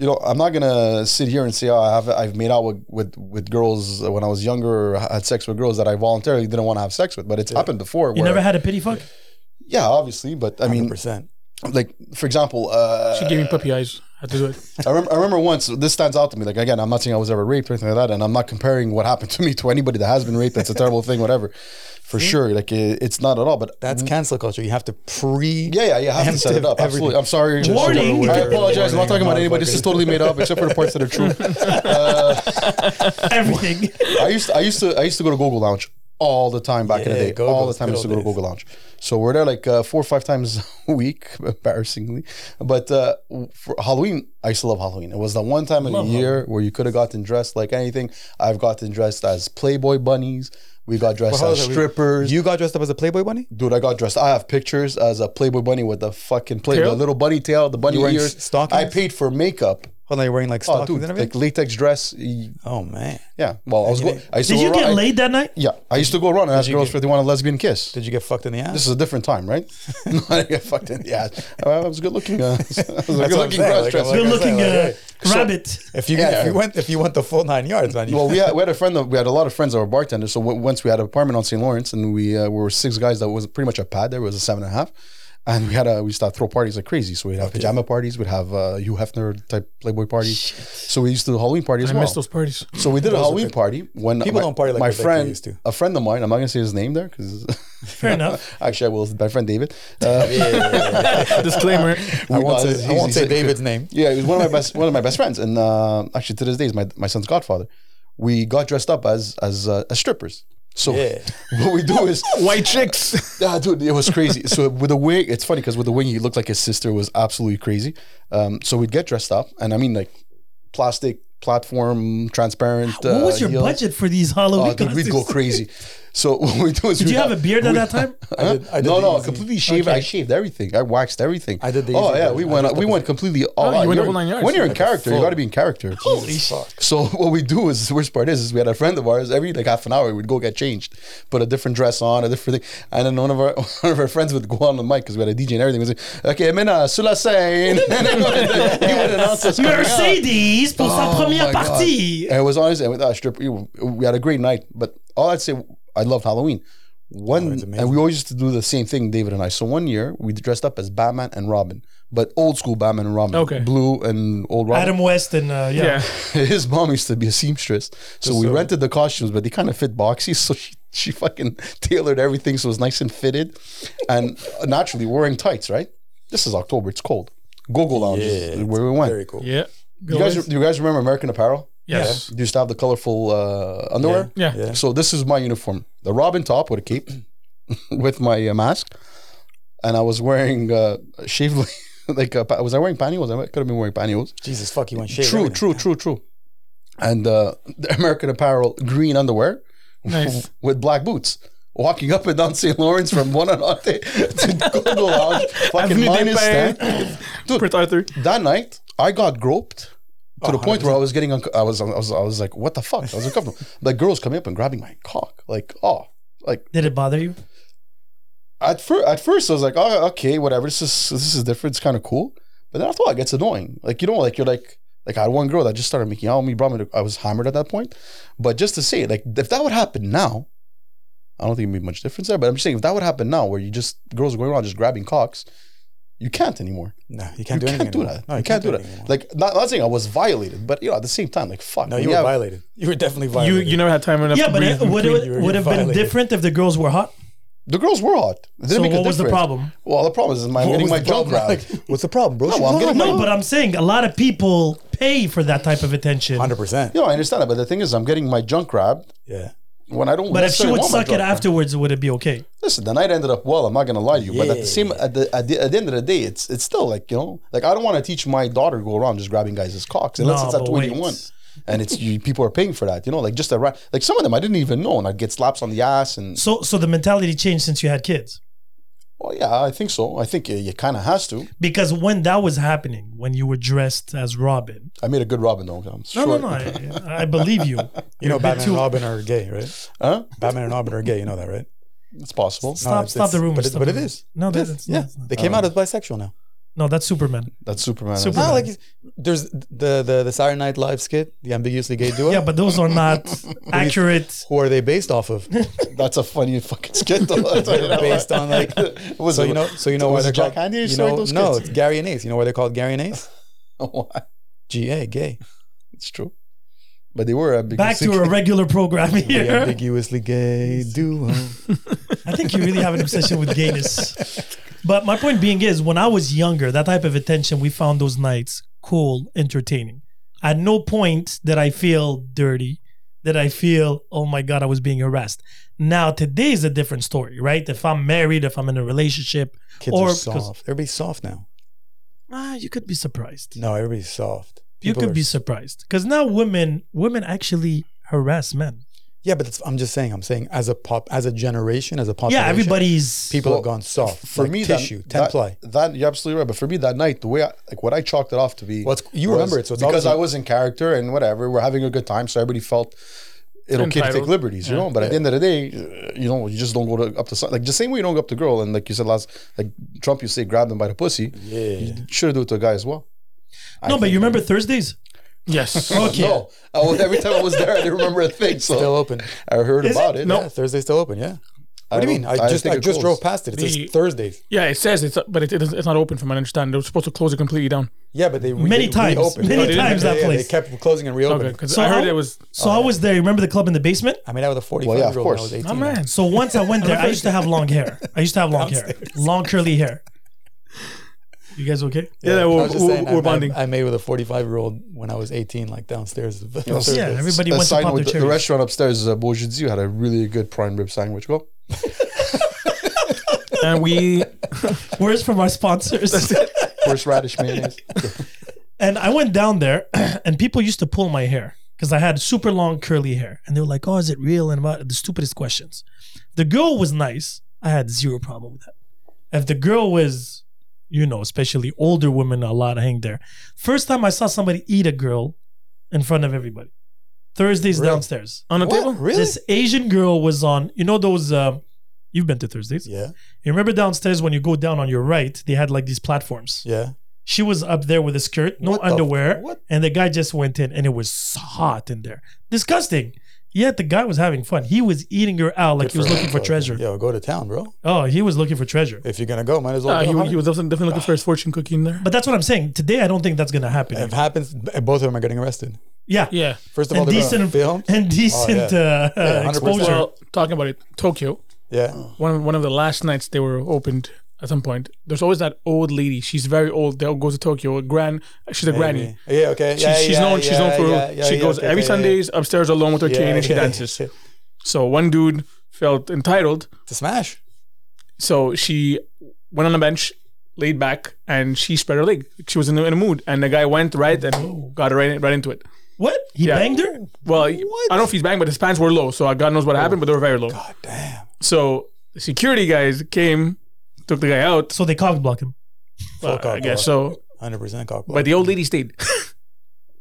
Speaker 2: you know, I'm not gonna sit here and say, oh, I have, I've made out with, with with girls when I was younger, or had sex with girls that I voluntarily didn't want to have sex with, but it's happened before.
Speaker 1: You
Speaker 2: where-
Speaker 1: never had a pity fuck.
Speaker 2: yeah, obviously, but I mean,
Speaker 3: 100%.
Speaker 2: like for example, uh,
Speaker 4: She gave me puppy eyes. I had to do it.
Speaker 2: I remember, I remember once this stands out to me. Like again, I'm not saying I was ever raped or anything like that, and I'm not comparing what happened to me to anybody that has been raped. That's a terrible thing, whatever. For sure, like it, it's not at all. But
Speaker 3: That's cancel culture. You have to pre.
Speaker 2: mm-hmm. yeah, yeah, you have to set it
Speaker 3: Empty
Speaker 2: up. Absolutely.
Speaker 3: everything.
Speaker 2: I'm sorry.
Speaker 1: Warning.
Speaker 2: I apologize. I'm not talking about anybody. This is
Speaker 3: Motherfucker.
Speaker 2: totally made up, except for the parts that are true.
Speaker 1: Everything.
Speaker 2: I used to, I used to I used to go to Google Lounge all the time back in the
Speaker 3: Yeah,
Speaker 2: day.
Speaker 3: Gogo's,
Speaker 2: all the time I used to go
Speaker 3: good
Speaker 2: to
Speaker 3: old
Speaker 2: Google Lounge. So we're there like uh, four or five times a week, embarrassingly. But uh, for Halloween, I used to love Halloween. It was the one time in the
Speaker 1: Love
Speaker 2: year where you could have gotten dressed like anything. I've gotten dressed as Playboy bunnies. We got dressed
Speaker 3: Well,
Speaker 2: as
Speaker 3: how was it?
Speaker 2: strippers.
Speaker 3: You got dressed up as a Playboy bunny?
Speaker 2: Dude, I got dressed. I have pictures as a Playboy bunny with the fucking play,
Speaker 4: Tail?
Speaker 2: the little bunny tail, the bunny
Speaker 3: You wearing
Speaker 2: ears.
Speaker 3: s- stockings?
Speaker 2: I paid for makeup.
Speaker 3: Hold on, you're wearing like
Speaker 2: Oh,
Speaker 3: stockings
Speaker 2: dude,
Speaker 3: and
Speaker 2: like
Speaker 3: everything?
Speaker 2: latex dress. y-
Speaker 3: oh, man.
Speaker 2: Yeah. Well, I was. Go- I used to
Speaker 1: Did
Speaker 2: go
Speaker 1: you get
Speaker 2: around-
Speaker 1: laid that night?
Speaker 2: yeah, I used to go around and ask girls if they want a lesbian kiss.
Speaker 3: Did you get fucked in the ass?
Speaker 2: This is a different time, right? no, I got fucked in the ass. I was a good looking. Uh, I was a good
Speaker 3: what I'm
Speaker 2: looking
Speaker 3: saying,
Speaker 2: cross
Speaker 3: like,
Speaker 2: dresser.
Speaker 3: I'm
Speaker 1: Good
Speaker 3: I
Speaker 1: looking
Speaker 3: said,
Speaker 1: uh,
Speaker 3: like,
Speaker 1: rabbit.
Speaker 3: if, you,
Speaker 2: Yeah.
Speaker 3: if, you went, if you went the full nine yards, man. You,
Speaker 2: well, we had, we had a friend that we had a lot of friends that were bartenders. So w- once we had an apartment on St. Lawrence, and we uh, were six guys that was pretty much a pad. There was a seven and a half, and we had a we used to throw parties like crazy. So we'd have pajama parties, we'd have uh, Hugh Hefner type Playboy parties. So we used to do Halloween parties.
Speaker 4: I
Speaker 2: as well.
Speaker 4: missed those parties.
Speaker 2: So we did a Halloween party when my,
Speaker 3: People don't party like
Speaker 2: my
Speaker 3: that like they
Speaker 2: friend,
Speaker 3: used to.
Speaker 2: a friend of mine. I'm not gonna say his name there because
Speaker 1: Fair enough.
Speaker 2: actually I will. My friend David. Uh,
Speaker 4: Disclaimer.
Speaker 2: I
Speaker 3: I won't say, I won't say David's name.
Speaker 2: Yeah, he was one of my best one of my best friends, and uh, actually to this day is my my son's godfather. We got dressed up as as, uh, as strippers. So
Speaker 3: Yeah.
Speaker 2: what we do is,
Speaker 4: White chicks.
Speaker 2: ah, dude, it was crazy. So with the wig, it's funny because with the wig, he looked like his sister It was absolutely crazy. Um, so we'd get dressed up, and I mean like plastic platform, transparent.
Speaker 1: What
Speaker 3: Uh,
Speaker 1: was your
Speaker 2: heels.
Speaker 1: budget for these Halloween
Speaker 2: Oh, dude, we'd go
Speaker 1: costumes?
Speaker 2: crazy. So what we do is
Speaker 1: Did
Speaker 2: we
Speaker 1: you have a beard at that time?
Speaker 2: Huh?
Speaker 3: did- I did
Speaker 2: no,
Speaker 3: the
Speaker 2: no,
Speaker 3: easy-
Speaker 2: completely shaved. I shaved everything. I waxed everything.
Speaker 3: I did the
Speaker 2: Oh
Speaker 3: easy
Speaker 2: yeah,
Speaker 3: version.
Speaker 2: we
Speaker 3: I
Speaker 2: went.
Speaker 3: dressed
Speaker 2: We
Speaker 3: up
Speaker 2: went completely all
Speaker 4: Oh,
Speaker 2: out.
Speaker 4: you went the
Speaker 2: You're-
Speaker 4: whole nine yards.
Speaker 2: When you're in
Speaker 4: Like
Speaker 3: a
Speaker 2: character, you
Speaker 3: full-
Speaker 2: got to be in character.
Speaker 1: Holy
Speaker 3: Jesus
Speaker 1: shit.
Speaker 3: fuck.
Speaker 2: So what we do is the worst part is, is we had a friend of ours every like half an hour we'd go get changed, put a different dress on, a different thing, and then one of our one of our friends would go on the mic because we had a DJ and everything. We'd say, "Okay, Mina, Sula Sain," and then he would announce us. coming out.
Speaker 1: Mercedes pour sa
Speaker 2: Oh
Speaker 1: première
Speaker 2: my God.
Speaker 1: partie.
Speaker 2: And It was honestly with that strip. We had a great night, but all I'd say, I loved Halloween. One
Speaker 3: it's amazing.
Speaker 2: and we always used to do the same thing, David and I. So one year we dressed up as Batman and Robin, but old school Batman and Robin,
Speaker 4: Okay.
Speaker 2: blue and old Robin.
Speaker 1: Adam West and uh, yeah.
Speaker 4: Yeah.
Speaker 2: His mom used to be a seamstress, so we
Speaker 3: so-
Speaker 2: rented the costumes, but they kind of fit boxy, so she. She fucking tailored everything so it was nice and fitted, and naturally wearing tights. Right, this is October; it's cold. Google Lounge is
Speaker 3: Yeah,
Speaker 2: Oh, where we went.
Speaker 3: Very cool.
Speaker 4: Yeah.
Speaker 2: you guys, do you guys remember American Apparel?
Speaker 4: Yes.
Speaker 2: You used to have the colorful uh, underwear.
Speaker 4: Yeah.
Speaker 3: Yeah.
Speaker 2: So this is my uniform: the Robin top with a cape, with my uh, mask, and I was wearing uh, shaved. Like uh, pa- was I wearing pantyhose? I might- could have been wearing pantyhose.
Speaker 3: Jesus fuck, you went shaved.
Speaker 2: true,
Speaker 3: everything.
Speaker 2: true, true, true. And uh, the American Apparel green underwear
Speaker 4: Nice.
Speaker 2: with black boots. Walking up and down St. Lawrence from Buonanotte to Google Lounge, fucking
Speaker 4: Avenue des
Speaker 2: minus
Speaker 4: Pins.
Speaker 2: 10.
Speaker 4: Prince Arthur.
Speaker 2: that night I got groped to
Speaker 4: Oh,
Speaker 2: the point where I was getting unco- I was I was I was like what the fuck I was uncomfortable like girls coming up and grabbing my cock like oh like
Speaker 1: Did it bother you?
Speaker 2: at first at first I was like oh okay whatever this is this is different it's kind of cool but then after a while it gets annoying like you know like you're like like I had one girl that just started making out with me brought me to, I was hammered at that point but just to say like if that would happen now I don't think it'd be much difference there but I'm just saying if that would happen now where you just girls are going around just grabbing cocks you can't anymore
Speaker 3: No, you can't
Speaker 2: you
Speaker 3: do anything.
Speaker 2: can't do
Speaker 3: anymore.
Speaker 2: that.
Speaker 3: No,
Speaker 2: you can't, do that.
Speaker 3: anymore.
Speaker 2: Like not, not saying I was violated, but you know, at the same time, like fuck.
Speaker 3: no,
Speaker 2: when you
Speaker 3: you were
Speaker 2: have-
Speaker 3: violated. You were definitely
Speaker 4: You
Speaker 3: violated.
Speaker 4: you never had time enough.
Speaker 1: Yeah,
Speaker 4: to
Speaker 1: but it,
Speaker 4: breathe
Speaker 1: would
Speaker 4: between
Speaker 1: it
Speaker 3: you were
Speaker 1: would have been
Speaker 3: violated.
Speaker 1: different if the girls were hot.
Speaker 2: the girls were hot. It didn't
Speaker 1: So
Speaker 2: make a
Speaker 1: what was the
Speaker 2: difference.
Speaker 1: problem?
Speaker 2: Well, the problem is I'm
Speaker 3: What
Speaker 2: getting
Speaker 3: was
Speaker 2: my
Speaker 3: the
Speaker 2: jaw
Speaker 3: problem?
Speaker 2: grabbed.
Speaker 3: Like, what's the problem, bro?
Speaker 2: well, I'm getting my-
Speaker 1: No, but I'm saying a lot of people pay for that type of attention.
Speaker 3: hundred percent.
Speaker 2: You know, I understand that, but the thing is, I'm getting my junk grabbed.
Speaker 3: Yeah.
Speaker 2: when I don't.
Speaker 1: But if she
Speaker 2: necessarily
Speaker 1: would
Speaker 2: want my
Speaker 1: suck it
Speaker 2: drug.
Speaker 1: afterwards, would it be okay?
Speaker 2: Listen, the night ended up well. I'm not gonna lie to you, but at the
Speaker 5: Yeah.
Speaker 2: same at the, at the at the end of the day, it's it's still like you know, like I don't want to teach my daughter to go around just grabbing guys' cocks unless
Speaker 1: No,
Speaker 2: it's at
Speaker 1: but wait.
Speaker 2: 21, and it's you, people are paying for that. You know, like just a ra- like some of them I didn't even know, and I'd get slaps on the ass and
Speaker 1: So, so the mentality changed since you had kids.
Speaker 2: well, yeah, I think so. I think uh, you kind of has to.
Speaker 1: Because when that was happening, when you were dressed as Robin,
Speaker 2: I made a good Robin though. I'm
Speaker 1: no,
Speaker 2: sure.
Speaker 1: no, no, I, I believe you.
Speaker 3: You know,
Speaker 1: You're a bit
Speaker 3: Batman
Speaker 1: too-
Speaker 3: and Robin are gay, right?
Speaker 2: Huh?
Speaker 3: Batman and Robin are gay. You know that, right?
Speaker 2: It's possible.
Speaker 1: Stop,
Speaker 3: it's-
Speaker 1: stop
Speaker 3: it's-
Speaker 1: the rumors.
Speaker 3: but it-
Speaker 1: stop
Speaker 3: but
Speaker 1: the
Speaker 3: it
Speaker 1: rumors.
Speaker 3: is.
Speaker 1: No,
Speaker 3: Yes,
Speaker 1: that's, that's
Speaker 3: yeah,
Speaker 1: not-
Speaker 3: they came out as bisexual now.
Speaker 1: no, that's Superman.
Speaker 2: That's Superman.
Speaker 1: Super-
Speaker 2: That's-
Speaker 3: No, Ah, like he's- there's the the the Saturday Night Live skit, the ambiguously gay duo.
Speaker 1: Yeah, but those are not accurate.
Speaker 3: Who are they based off of?
Speaker 2: That's a funny fucking skit. though. That's what
Speaker 3: They're
Speaker 2: I-
Speaker 3: based on like.
Speaker 2: was
Speaker 3: So
Speaker 2: it-
Speaker 3: you know, so you know why
Speaker 2: was
Speaker 3: they're
Speaker 2: it Jack
Speaker 3: called.
Speaker 2: Handy or
Speaker 3: you
Speaker 2: something
Speaker 3: know,
Speaker 2: like those
Speaker 3: no,
Speaker 2: kids?
Speaker 3: it's Gary and Ace. You know why they're called Gary and Ace?
Speaker 2: Why?
Speaker 3: G A, gay.
Speaker 2: it's true. But they
Speaker 3: uh,
Speaker 2: were a big
Speaker 1: Back to a regular program
Speaker 3: The
Speaker 1: here.
Speaker 3: ambiguously gay duo.
Speaker 1: I think you really have an obsession with gayness. But my point being is, when I was younger, that type of attention we found those nights cool, entertaining. At no point did I feel dirty, did I feel, oh my God, I was being harassed. Now, today is a different story, right? If I'm married, if I'm in a relationship,
Speaker 3: Kids
Speaker 1: Or
Speaker 3: are
Speaker 1: because-
Speaker 3: soft. Everybody's soft now.
Speaker 1: ah, you could be surprised.
Speaker 3: No, everybody's soft.
Speaker 1: you
Speaker 3: People
Speaker 1: could
Speaker 3: are
Speaker 1: be
Speaker 3: s-
Speaker 1: surprised. Because now women women actually harass men.
Speaker 3: Yeah, but it's, I'm just saying. I'm saying as a pop, as a generation, as a population.
Speaker 1: Yeah, everybody's
Speaker 3: People
Speaker 2: Well,
Speaker 3: have gone soft.
Speaker 2: for
Speaker 3: like
Speaker 2: me
Speaker 3: tissue,
Speaker 2: that,
Speaker 3: ten
Speaker 2: that,
Speaker 3: ply.
Speaker 2: that- you're absolutely right but for me that night the way I, like what i chalked it off to be
Speaker 3: Well, it's- you
Speaker 2: was
Speaker 3: remember it, so it's
Speaker 2: because
Speaker 3: obviously-
Speaker 2: i was in character and whatever we're having a good time so everybody felt it okay to take
Speaker 4: Entitled.
Speaker 2: liberties you know but at the end of the day uh, you know you just don't go to, up to some- like the same way you don't go up to girl and like you said last like trump you say grab them by the pussy
Speaker 3: Yeah.
Speaker 2: you should do it to a guy as well I
Speaker 1: No, but
Speaker 2: think.
Speaker 1: you remember Thursdays?
Speaker 4: Yes.
Speaker 1: Okay.
Speaker 2: no I was, every time i was there i didn't remember a thing so
Speaker 3: Still open.
Speaker 2: i heard
Speaker 1: Is
Speaker 2: about it,
Speaker 3: Yeah, Thursday's still open. Yeah.
Speaker 2: I
Speaker 3: What do
Speaker 2: don't-
Speaker 3: you mean? I just
Speaker 2: think
Speaker 3: I
Speaker 2: it
Speaker 3: just
Speaker 2: closed.
Speaker 3: drove past it. It
Speaker 4: The-
Speaker 3: says Thursdays.
Speaker 4: Yeah, it says it's, but it, it is, it's not open from what I understand. They were supposed to close it completely down.
Speaker 3: Yeah, but they re-
Speaker 1: Many
Speaker 3: they
Speaker 1: times.
Speaker 3: reopened.
Speaker 1: Many
Speaker 4: Oh, they didn't?
Speaker 1: times
Speaker 3: Yeah,
Speaker 1: that
Speaker 3: yeah,
Speaker 1: place.
Speaker 3: They kept closing and
Speaker 4: Okay,
Speaker 3: reopening.
Speaker 4: because
Speaker 1: So
Speaker 4: I heard
Speaker 1: how-
Speaker 4: it was.
Speaker 1: So I was there. You remember the club in the basement?
Speaker 3: I mean, I was a 45
Speaker 2: Well, yeah, of
Speaker 3: year old when I
Speaker 2: course.
Speaker 3: was 18.
Speaker 4: Oh man,
Speaker 1: So once I went there, I used to have long hair. I used to have long hair, long curly hair. You guys okay?
Speaker 4: yeah,
Speaker 3: I
Speaker 4: we're,
Speaker 3: was just
Speaker 4: we're,
Speaker 3: saying,
Speaker 4: we're
Speaker 3: I- I-
Speaker 4: bonding.
Speaker 3: I, made with a 45 year old when I was 18, like downstairs. of-
Speaker 2: so-
Speaker 1: Yeah, everybody
Speaker 2: A
Speaker 1: went to
Speaker 2: sign
Speaker 1: pop their
Speaker 2: with the, the
Speaker 1: cherries.
Speaker 2: restaurant upstairs, uh, Beaujolais, had a really good prime rib sandwich. Go.
Speaker 4: and we
Speaker 1: Where's from our sponsors?
Speaker 2: Horseradish mayonnaise.
Speaker 1: and I went down there, and people used to pull my hair because I had super long curly hair, and they were like, "Oh, is it real?" And about the stupidest questions. The girl was nice. I had zero problem with that. If the girl was, you know, especially older women, a lot hang there. First time I saw somebody eat a girl in front of everybody. Thursdays
Speaker 3: Really?
Speaker 1: downstairs.
Speaker 4: on the
Speaker 3: What?
Speaker 4: table.
Speaker 3: Really?
Speaker 1: This Asian girl was on. You know those. Um, you've been to Thursdays.
Speaker 3: yeah.
Speaker 1: You remember downstairs when you go down on your right, they had like these platforms.
Speaker 3: Yeah.
Speaker 1: She was up there with a skirt, no
Speaker 3: What the f-
Speaker 1: underwear,
Speaker 3: what?
Speaker 1: and the guy just went in, and it was hot in there, disgusting. Yet the guy was having fun. He was eating her out like he was looking for treasure.
Speaker 3: Yo, go to town, bro.
Speaker 1: Oh, he was looking for treasure.
Speaker 3: If you're going to go, might as well
Speaker 4: Uh,
Speaker 3: go.
Speaker 4: he,
Speaker 3: hard.
Speaker 4: he was definitely definitely looking for his fortune cookie in there.
Speaker 1: But that's what I'm saying. Today, I don't think that's gonna happen.
Speaker 3: if it happens, b- both of them are getting arrested.
Speaker 1: yeah,
Speaker 4: Yeah.
Speaker 3: First of all,
Speaker 1: and
Speaker 3: they're going to
Speaker 1: decent,
Speaker 3: film.
Speaker 1: and decent uh, uh,
Speaker 3: 100%.
Speaker 1: exposure.
Speaker 4: Well, talking about it, Tokyo.
Speaker 3: Yeah.
Speaker 4: One of, one of the last nights they were opened at some point. There's always that old lady. She's very old. That goes to Tokyo. A gran. She's a granny.
Speaker 3: Yeah, okay.
Speaker 4: She's,
Speaker 3: yeah,
Speaker 4: she's
Speaker 3: yeah,
Speaker 4: known. she's
Speaker 3: yeah,
Speaker 4: known for.
Speaker 3: yeah, yeah,
Speaker 4: she
Speaker 3: yeah,
Speaker 4: goes
Speaker 3: okay,
Speaker 4: every
Speaker 3: yeah,
Speaker 4: Sundays upstairs alone with her
Speaker 3: yeah,
Speaker 4: cane and she
Speaker 3: yeah,
Speaker 4: dances.
Speaker 3: yeah.
Speaker 4: So one dude felt entitled.
Speaker 3: To smash.
Speaker 4: So she went on a bench, laid back, and she spread her leg. She was in a, in a mood, and the guy went right
Speaker 3: Oh.
Speaker 4: and got right in, right into it.
Speaker 1: What? He
Speaker 4: Yeah.
Speaker 1: banged her?
Speaker 4: Well, I don't know if he's banged, but his pants were low, so God knows what happened, but they were very low.
Speaker 3: God Oh, damn.
Speaker 4: So the security guys came, took the guy out.
Speaker 1: So they cock blocked him.
Speaker 3: Full
Speaker 4: I
Speaker 3: cock
Speaker 4: guess
Speaker 3: block.
Speaker 4: so.
Speaker 3: 100% cock block.
Speaker 4: But the old lady stayed.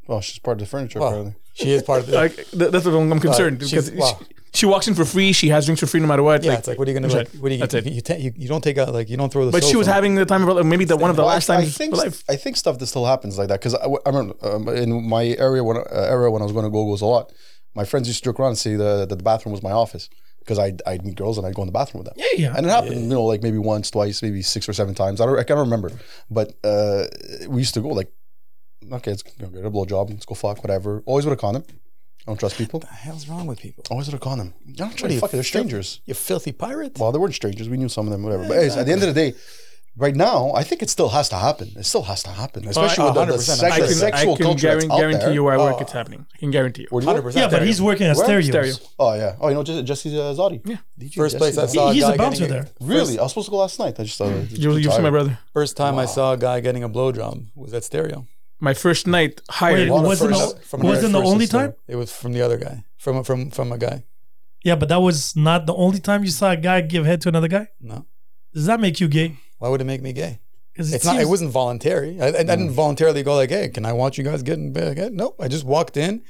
Speaker 2: Oh, she's part of the furniture,
Speaker 3: Wow.
Speaker 2: apparently.
Speaker 3: she is part of the.
Speaker 4: like th- that's what I'm, I'm concerned
Speaker 3: she's-
Speaker 4: because
Speaker 3: wow.
Speaker 4: she, she walks in for free. She has drinks for free no matter what.
Speaker 3: yeah,
Speaker 4: like-
Speaker 3: it's like, what are you going to
Speaker 4: That's
Speaker 3: like? What are you
Speaker 4: That's
Speaker 3: going
Speaker 4: it.
Speaker 3: to you, ta- you, you don't take out, like, you don't throw the
Speaker 4: but she was
Speaker 3: sofa.
Speaker 4: having the time of her life. Maybe the one of the
Speaker 2: Well, I-
Speaker 4: last times
Speaker 2: I think
Speaker 4: of her life.
Speaker 2: I think stuff that still happens like that because I, I remember um, in my area when uh, area when I was going to go goes a lot. My friends used to joke around and say the, that the bathroom was my office because I would I'd meet girls and I'd go in the bathroom with them.
Speaker 1: Yeah, yeah.
Speaker 2: And it happened, you know, like maybe once, twice, maybe six or seven times. I don't I can't remember, but uh, we used to go like, okay, let's go get a blowjob, let's go fuck, whatever. Always with a condom. I don't trust people.
Speaker 3: The hell's wrong with people?
Speaker 2: Always with Oh, a condom. I don't
Speaker 3: What
Speaker 2: trust
Speaker 3: are you,
Speaker 2: fucking they're
Speaker 3: filthy-
Speaker 2: strangers.
Speaker 3: You filthy pirate.
Speaker 2: Well, they weren't strangers. We knew some of them, whatever. But anyways, at the end of the day, right now, I think it still has to happen. It still has to happen, especially with the, the
Speaker 3: 100%.
Speaker 2: sex-
Speaker 4: I can,
Speaker 2: sexual
Speaker 4: I can
Speaker 2: culture that's
Speaker 4: guaran-
Speaker 2: out
Speaker 4: guarantee
Speaker 2: there.
Speaker 4: you where I work
Speaker 3: Oh.
Speaker 4: it's happening. I can guarantee you.
Speaker 2: Where do you work?
Speaker 3: 100%.
Speaker 1: Yeah, but
Speaker 3: there
Speaker 1: he's
Speaker 3: you go.
Speaker 1: working at
Speaker 2: Where?
Speaker 1: stereos.
Speaker 4: Stereo.
Speaker 2: Oh yeah. Oh, you know Jesse Jesse uh, Zari. Yeah. DJ
Speaker 3: First place I
Speaker 2: Zari.
Speaker 3: saw a
Speaker 1: He's
Speaker 3: guy
Speaker 1: a bouncer
Speaker 3: getting
Speaker 1: there.
Speaker 2: Really, I was supposed to go last night. I just thought
Speaker 4: You, you've seen my brother.
Speaker 3: First time I saw a guy getting a blow drum was at stereo.
Speaker 4: My first night
Speaker 1: Wait,
Speaker 4: hired.
Speaker 1: It wasn't
Speaker 3: First-
Speaker 1: the-
Speaker 3: another
Speaker 1: wasn't the
Speaker 3: first
Speaker 1: only
Speaker 3: at Stereo.
Speaker 1: time?
Speaker 3: It was from the other guy. From from from a guy.
Speaker 1: Yeah, but that was not the only time you saw a guy give head to another guy.
Speaker 3: No.
Speaker 1: Does that make you gay?
Speaker 3: Why would it make me gay?
Speaker 1: 'Cause
Speaker 3: It's not. It
Speaker 1: seems-
Speaker 3: wasn't voluntary. I, I, I
Speaker 4: Mm.
Speaker 3: didn't voluntarily go like, "Hey, can I watch you guys get in bed?" again?" Nope. I just walked in.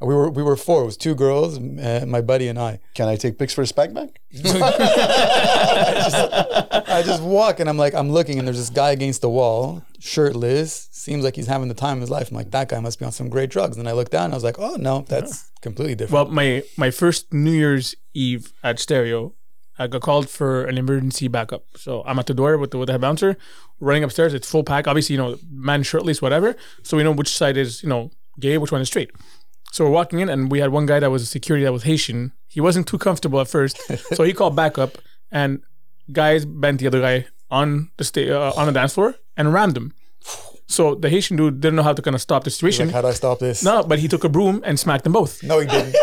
Speaker 3: We were we were four. It was two girls, uh, my buddy, and I.
Speaker 2: Can I take pics for his pack back?
Speaker 3: I just walk and I'm like, I'm looking, and there's this guy against the wall, shirtless. Seems like he's having the time of his life. I'm like, that guy must be on some great drugs. And I look down, and I was like, oh no, that's completely different.
Speaker 4: Well, my my first New Year's Eve at Stereo, I got called for an emergency backup. So I'm at the door with the with the head bouncer, running upstairs. It's full pack. Obviously, you know, man shirtless, whatever. So we know which side is you know gay, which one is straight. So we're walking in, and we had one guy that was a security that was Haitian. He wasn't too comfortable at first, so he called backup, and guys bent the other guy on the sta- uh, on the dance floor and rammed him. So the Haitian dude didn't know how to kind of stop the situation.
Speaker 3: like, how do I stop this?
Speaker 4: no, but he took a broom and smacked them both.
Speaker 3: no, he didn't.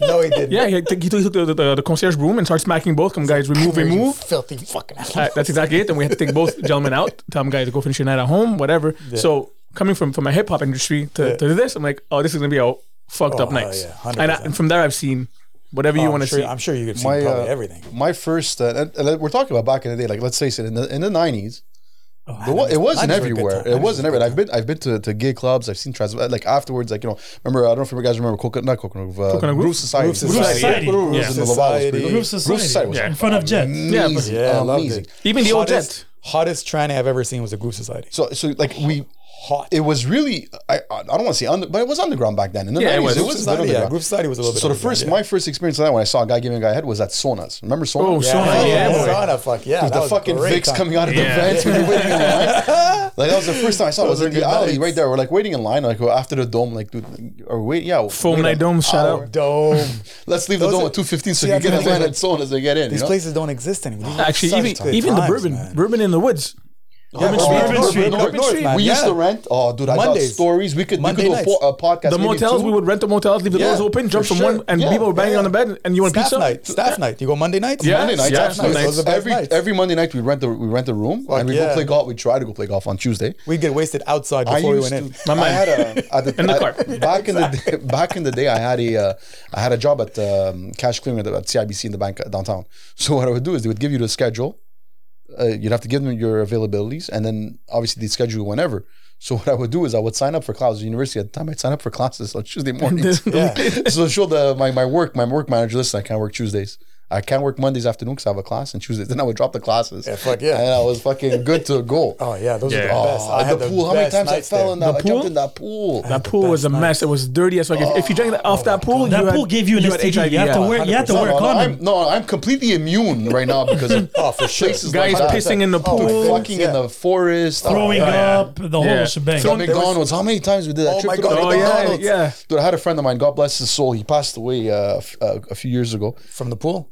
Speaker 3: no, he didn't.
Speaker 4: Yeah, he, took- he took the, the, the concierge broom and started smacking both. Come guys, remove,
Speaker 3: You
Speaker 4: remove.
Speaker 3: filthy fucking. asshole.
Speaker 4: Uh, that's exactly it. And we had to take both gentlemen out. Tell them guys to go finish your night at home, whatever. So coming from from a hip hop industry to, to this, I'm like, oh, this is gonna be a fucked up
Speaker 3: Oh,
Speaker 4: night.
Speaker 3: yeah,
Speaker 4: and, I,
Speaker 3: 100%.
Speaker 4: and from there, I've seen whatever you
Speaker 3: I'm
Speaker 4: want to
Speaker 3: sure-
Speaker 4: see.
Speaker 3: I'm sure you could see
Speaker 2: My,
Speaker 3: probably
Speaker 2: uh,
Speaker 3: everything.
Speaker 2: My first, uh, and- and we're talking about back in the day. Like let's face it, in the in the nineties, it, wa- it wasn't
Speaker 3: 90s Oh, were a good
Speaker 2: everywhere.
Speaker 3: time.
Speaker 2: It
Speaker 3: 90s was
Speaker 2: wasn't
Speaker 3: a good
Speaker 2: everywhere. I've been I've been to, to gay clubs. I've seen trans. Like afterwards, like you know, remember I don't know if you guys remember coconut, not coconut, Grove, uh,
Speaker 4: Coconut Grove?
Speaker 2: Groove Society.
Speaker 3: Groove Society.
Speaker 1: Society.
Speaker 2: Groove
Speaker 4: Yeah.
Speaker 2: in the Laval was pretty good.
Speaker 1: Groove
Speaker 3: Groove
Speaker 1: Society.
Speaker 2: was
Speaker 1: In front of Jet.
Speaker 4: Yeah, but-
Speaker 2: amazing,
Speaker 3: Yeah, I loved
Speaker 2: amazing.
Speaker 3: it.
Speaker 4: Even the old
Speaker 3: hottest,
Speaker 4: jet.
Speaker 3: hottest tranny I've ever seen was a Groove Society.
Speaker 2: So so like we.
Speaker 3: Hot.
Speaker 2: It was really I I don't want to say under, but it was underground back then. In the
Speaker 4: Yeah, it
Speaker 2: 90s,
Speaker 4: was.
Speaker 2: It
Speaker 4: Groove
Speaker 2: was a bit
Speaker 3: Society, yeah,
Speaker 2: underground.
Speaker 3: Groove Society was a little bit
Speaker 2: So the
Speaker 3: underground,
Speaker 2: first,
Speaker 3: yeah.
Speaker 2: my first experience of that when I saw a guy giving a guy a head was at Sonas. Remember Sonas?
Speaker 4: Oh, Sona, yeah, boy.
Speaker 3: sauna, fuck yeah. that
Speaker 2: the
Speaker 3: was a
Speaker 2: fucking
Speaker 3: great
Speaker 2: Vicks
Speaker 3: time.
Speaker 2: coming out of the
Speaker 4: Yeah.
Speaker 2: vents when you're waiting in line. Like that was the first time I saw. it. It was
Speaker 3: Those
Speaker 2: in
Speaker 3: are
Speaker 2: the
Speaker 3: good
Speaker 2: alley
Speaker 3: nights.
Speaker 2: right there. We're like waiting in line, like we're after the dome, like dude, or wait, yeah,
Speaker 4: Foam
Speaker 2: wait
Speaker 4: Night
Speaker 2: an
Speaker 4: Dome, shout
Speaker 2: hour.
Speaker 4: out.
Speaker 3: Dome.
Speaker 2: Let's leave the
Speaker 3: Those
Speaker 2: dome
Speaker 3: are-
Speaker 2: at two fifteen so
Speaker 3: See,
Speaker 2: you
Speaker 3: that's
Speaker 2: can get a
Speaker 3: another
Speaker 2: line
Speaker 3: thing.
Speaker 2: at Sonas as they get in.
Speaker 3: These
Speaker 2: you know?
Speaker 3: places don't exist anymore.
Speaker 4: Actually,
Speaker 3: Such
Speaker 4: even
Speaker 3: good
Speaker 4: even the
Speaker 3: times,
Speaker 4: bourbon
Speaker 3: man.
Speaker 4: bourbon in the woods.
Speaker 3: Yeah,
Speaker 1: Bourbon Street. Bourbon Street.
Speaker 3: Bourbon
Speaker 4: Bourbon Street.
Speaker 3: man,
Speaker 2: we used
Speaker 3: yeah.
Speaker 2: to rent. Oh, dude, I got
Speaker 3: Mondays.
Speaker 2: stories. We could
Speaker 3: Monday
Speaker 2: we could do a, po- a podcast.
Speaker 4: The
Speaker 2: maybe
Speaker 4: motels,
Speaker 2: two.
Speaker 4: we would rent the motels, leave the
Speaker 2: Yeah,
Speaker 4: doors open, jump
Speaker 2: for
Speaker 4: from
Speaker 2: sure.
Speaker 4: one, and
Speaker 2: Yeah,
Speaker 4: people were banging
Speaker 3: yeah,
Speaker 4: on the bed, and you want
Speaker 3: Staff
Speaker 4: pizza.
Speaker 3: night. Staff night. You go Monday nights?
Speaker 4: Yeah.
Speaker 2: Monday nights,
Speaker 4: Yeah,
Speaker 2: after
Speaker 4: Monday
Speaker 2: nights.
Speaker 4: nights.
Speaker 3: Those are
Speaker 2: Every
Speaker 3: best nights.
Speaker 2: every Monday night we rent the we rent the room
Speaker 3: Fuck
Speaker 2: and we go
Speaker 3: yeah.
Speaker 2: play golf. We try to go play golf on Tuesday.
Speaker 3: We'd get wasted outside before we went in.
Speaker 2: to-
Speaker 4: My
Speaker 2: I
Speaker 4: man.
Speaker 2: had a at the,
Speaker 4: In the
Speaker 2: I-
Speaker 4: car.
Speaker 2: back in the day, back in the day. I had a uh, I had a job at um, cash clearing at, the- at CIBC in the bank uh, downtown. So what I would do is they would give you the schedule. Uh, you'd have to give them your availabilities, and then obviously they schedule you whenever. So what I would do is I would sign up for classes. University at the time, I'd sign up for classes on Tuesday mornings.
Speaker 3: Yeah.
Speaker 2: so show the my, my work my work manager. Listen, I can't work Tuesdays. I can't work Mondays afternoon because I have a class and Tuesdays. Then I would drop the classes.
Speaker 3: Yeah, fuck yeah.
Speaker 2: And I was fucking good to go.
Speaker 3: Oh, yeah. Those are
Speaker 4: Yeah.
Speaker 3: the best.
Speaker 2: Oh,
Speaker 3: I had
Speaker 2: the pool. How many
Speaker 3: best
Speaker 2: times I
Speaker 3: nights
Speaker 2: fell
Speaker 3: there.
Speaker 2: in that? I jumped
Speaker 4: pool?
Speaker 2: in that pool.
Speaker 4: That pool was a mess. It was dirty as fuck. If- if you drank that- off that pool,
Speaker 1: That
Speaker 4: you had-
Speaker 1: pool gave you an
Speaker 4: had
Speaker 1: STD. you have to
Speaker 4: yeah.
Speaker 1: wear. You have to
Speaker 2: No,
Speaker 1: wear a
Speaker 2: no, no,
Speaker 1: condom.
Speaker 2: I'm, no, I'm completely immune right now because of
Speaker 3: Oh, for sure.
Speaker 2: places
Speaker 4: Guys
Speaker 2: like that.
Speaker 4: pissing in the
Speaker 2: Dude,
Speaker 4: pool.
Speaker 2: Oh, fucking in the forest,
Speaker 1: Throwing
Speaker 2: Oh,
Speaker 1: up the
Speaker 4: Yeah.
Speaker 1: whole shebang.
Speaker 2: So McDonald's. How many times we did that
Speaker 3: Oh
Speaker 2: trip
Speaker 3: my
Speaker 2: to
Speaker 3: God.
Speaker 2: the
Speaker 3: Oh,
Speaker 4: yeah,
Speaker 2: McDonald's?
Speaker 4: yeah.
Speaker 2: Dude, I had a friend of mine. God bless his soul. He passed away uh, f- uh, a few years ago.
Speaker 3: From the pool?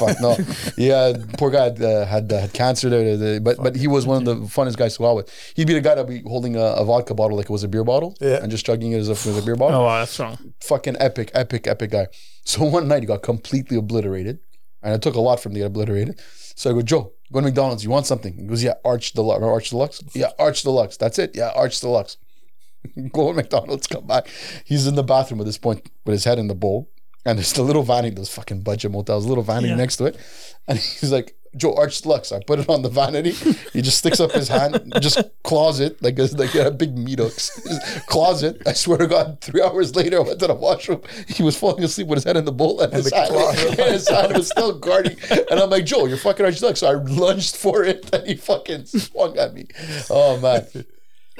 Speaker 2: Fuck no. Yeah, poor guy had, uh, had uh, had cancer there, there, there, but but he was one of the funnest guys to go out with. He'd be the guy that would be holding a, a vodka bottle like it was a beer bottle,
Speaker 3: Yeah.
Speaker 2: and just chugging it as if it was a beer bottle
Speaker 4: Oh, wow, that's wrong.
Speaker 2: fucking epic, epic, epic guy. So one night he got completely obliterated, and I took a lot from the obliterated. So I go, Joe, go to McDonald's. You want something? He goes, Yeah, Arch Deluxe. Remember Arch Deluxe? Yeah, Arch Deluxe. That's it. Yeah, Arch Deluxe. go to McDonald's. Come back. He's in the bathroom at this point with his head in the bowl, and there's the little vanity, those fucking budget motels, little vanity
Speaker 1: Yeah.
Speaker 2: next to it, and he's like. Joe Arch Deluxe. I put it on the vanity. He just sticks up his hand, just claws it like a, like a big meat hooks. Just claws it. I swear to God, three hours later, I went to the washroom. He was falling asleep with his head in the bowl and, his,
Speaker 3: the
Speaker 2: hand,
Speaker 3: claw.
Speaker 2: and his hand was still guarding. And I'm like, Joe, you're fucking Arch Deluxe. So I lunged for it and he fucking swung at me. Oh, man.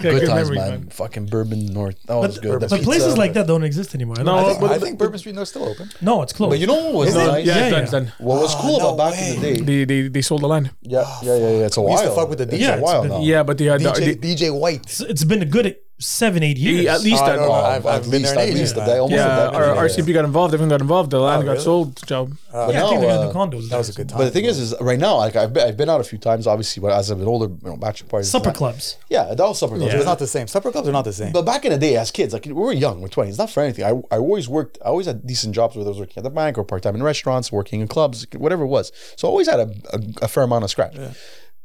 Speaker 4: Yeah,
Speaker 2: Good times,
Speaker 4: memories,
Speaker 2: man. Fucking Bourbon North. That was good.
Speaker 1: But
Speaker 2: The
Speaker 1: but places
Speaker 2: pizza.
Speaker 1: like that don't exist anymore. I don't-
Speaker 4: No,
Speaker 1: I
Speaker 3: I
Speaker 1: think-
Speaker 3: think,
Speaker 4: but-
Speaker 3: I think Bourbon Street is still open. Ah,
Speaker 1: no, it's closed.
Speaker 2: But you know what was
Speaker 4: No,
Speaker 2: nice?
Speaker 1: Yeah,
Speaker 4: yeah, it's done,
Speaker 1: yeah.
Speaker 4: it's done.
Speaker 2: What was cool
Speaker 3: no
Speaker 2: about back in the
Speaker 3: way.
Speaker 2: day?
Speaker 4: They, they, they sold the land.
Speaker 2: Yeah, yeah, yeah, yeah. It's a while.
Speaker 3: used to fuck with the
Speaker 2: It's
Speaker 3: DJ.
Speaker 2: a while now.
Speaker 4: Yeah, but uh, they had,
Speaker 3: DJ,
Speaker 4: they,
Speaker 3: DJ White.
Speaker 1: It's- it's been a good seven, eight years.
Speaker 4: He- at least
Speaker 3: Oh, I
Speaker 4: that
Speaker 3: don't know.
Speaker 4: long.
Speaker 3: I've- I've
Speaker 2: at
Speaker 3: been
Speaker 2: least,
Speaker 3: there an
Speaker 2: at
Speaker 3: age,
Speaker 2: least,
Speaker 3: man.
Speaker 2: that- almost
Speaker 4: Yeah,
Speaker 2: that
Speaker 4: our
Speaker 2: many years.
Speaker 4: RCP got involved. Everyone got involved. The land got
Speaker 3: really?
Speaker 4: sold. Job.
Speaker 2: But
Speaker 1: yeah, I
Speaker 2: now,
Speaker 1: think they got
Speaker 2: uh,
Speaker 1: the condos.
Speaker 3: That was a good time.
Speaker 2: But the thing is, is right now, like I've been, I've been out a few times, obviously, but as I've been older, you know, bachelor parties.
Speaker 1: supper
Speaker 2: not-
Speaker 1: clubs.
Speaker 2: Yeah, that was supper club.
Speaker 3: it's not the same. Supper clubs are not the same.
Speaker 2: But back in the day, as kids, like we were young, we're twenty. It's not for anything. I, I always worked. I always had decent jobs, whether I was working at the bank or part time in restaurants, working in clubs, whatever it was. So I always had a, a, a fair amount of scratch.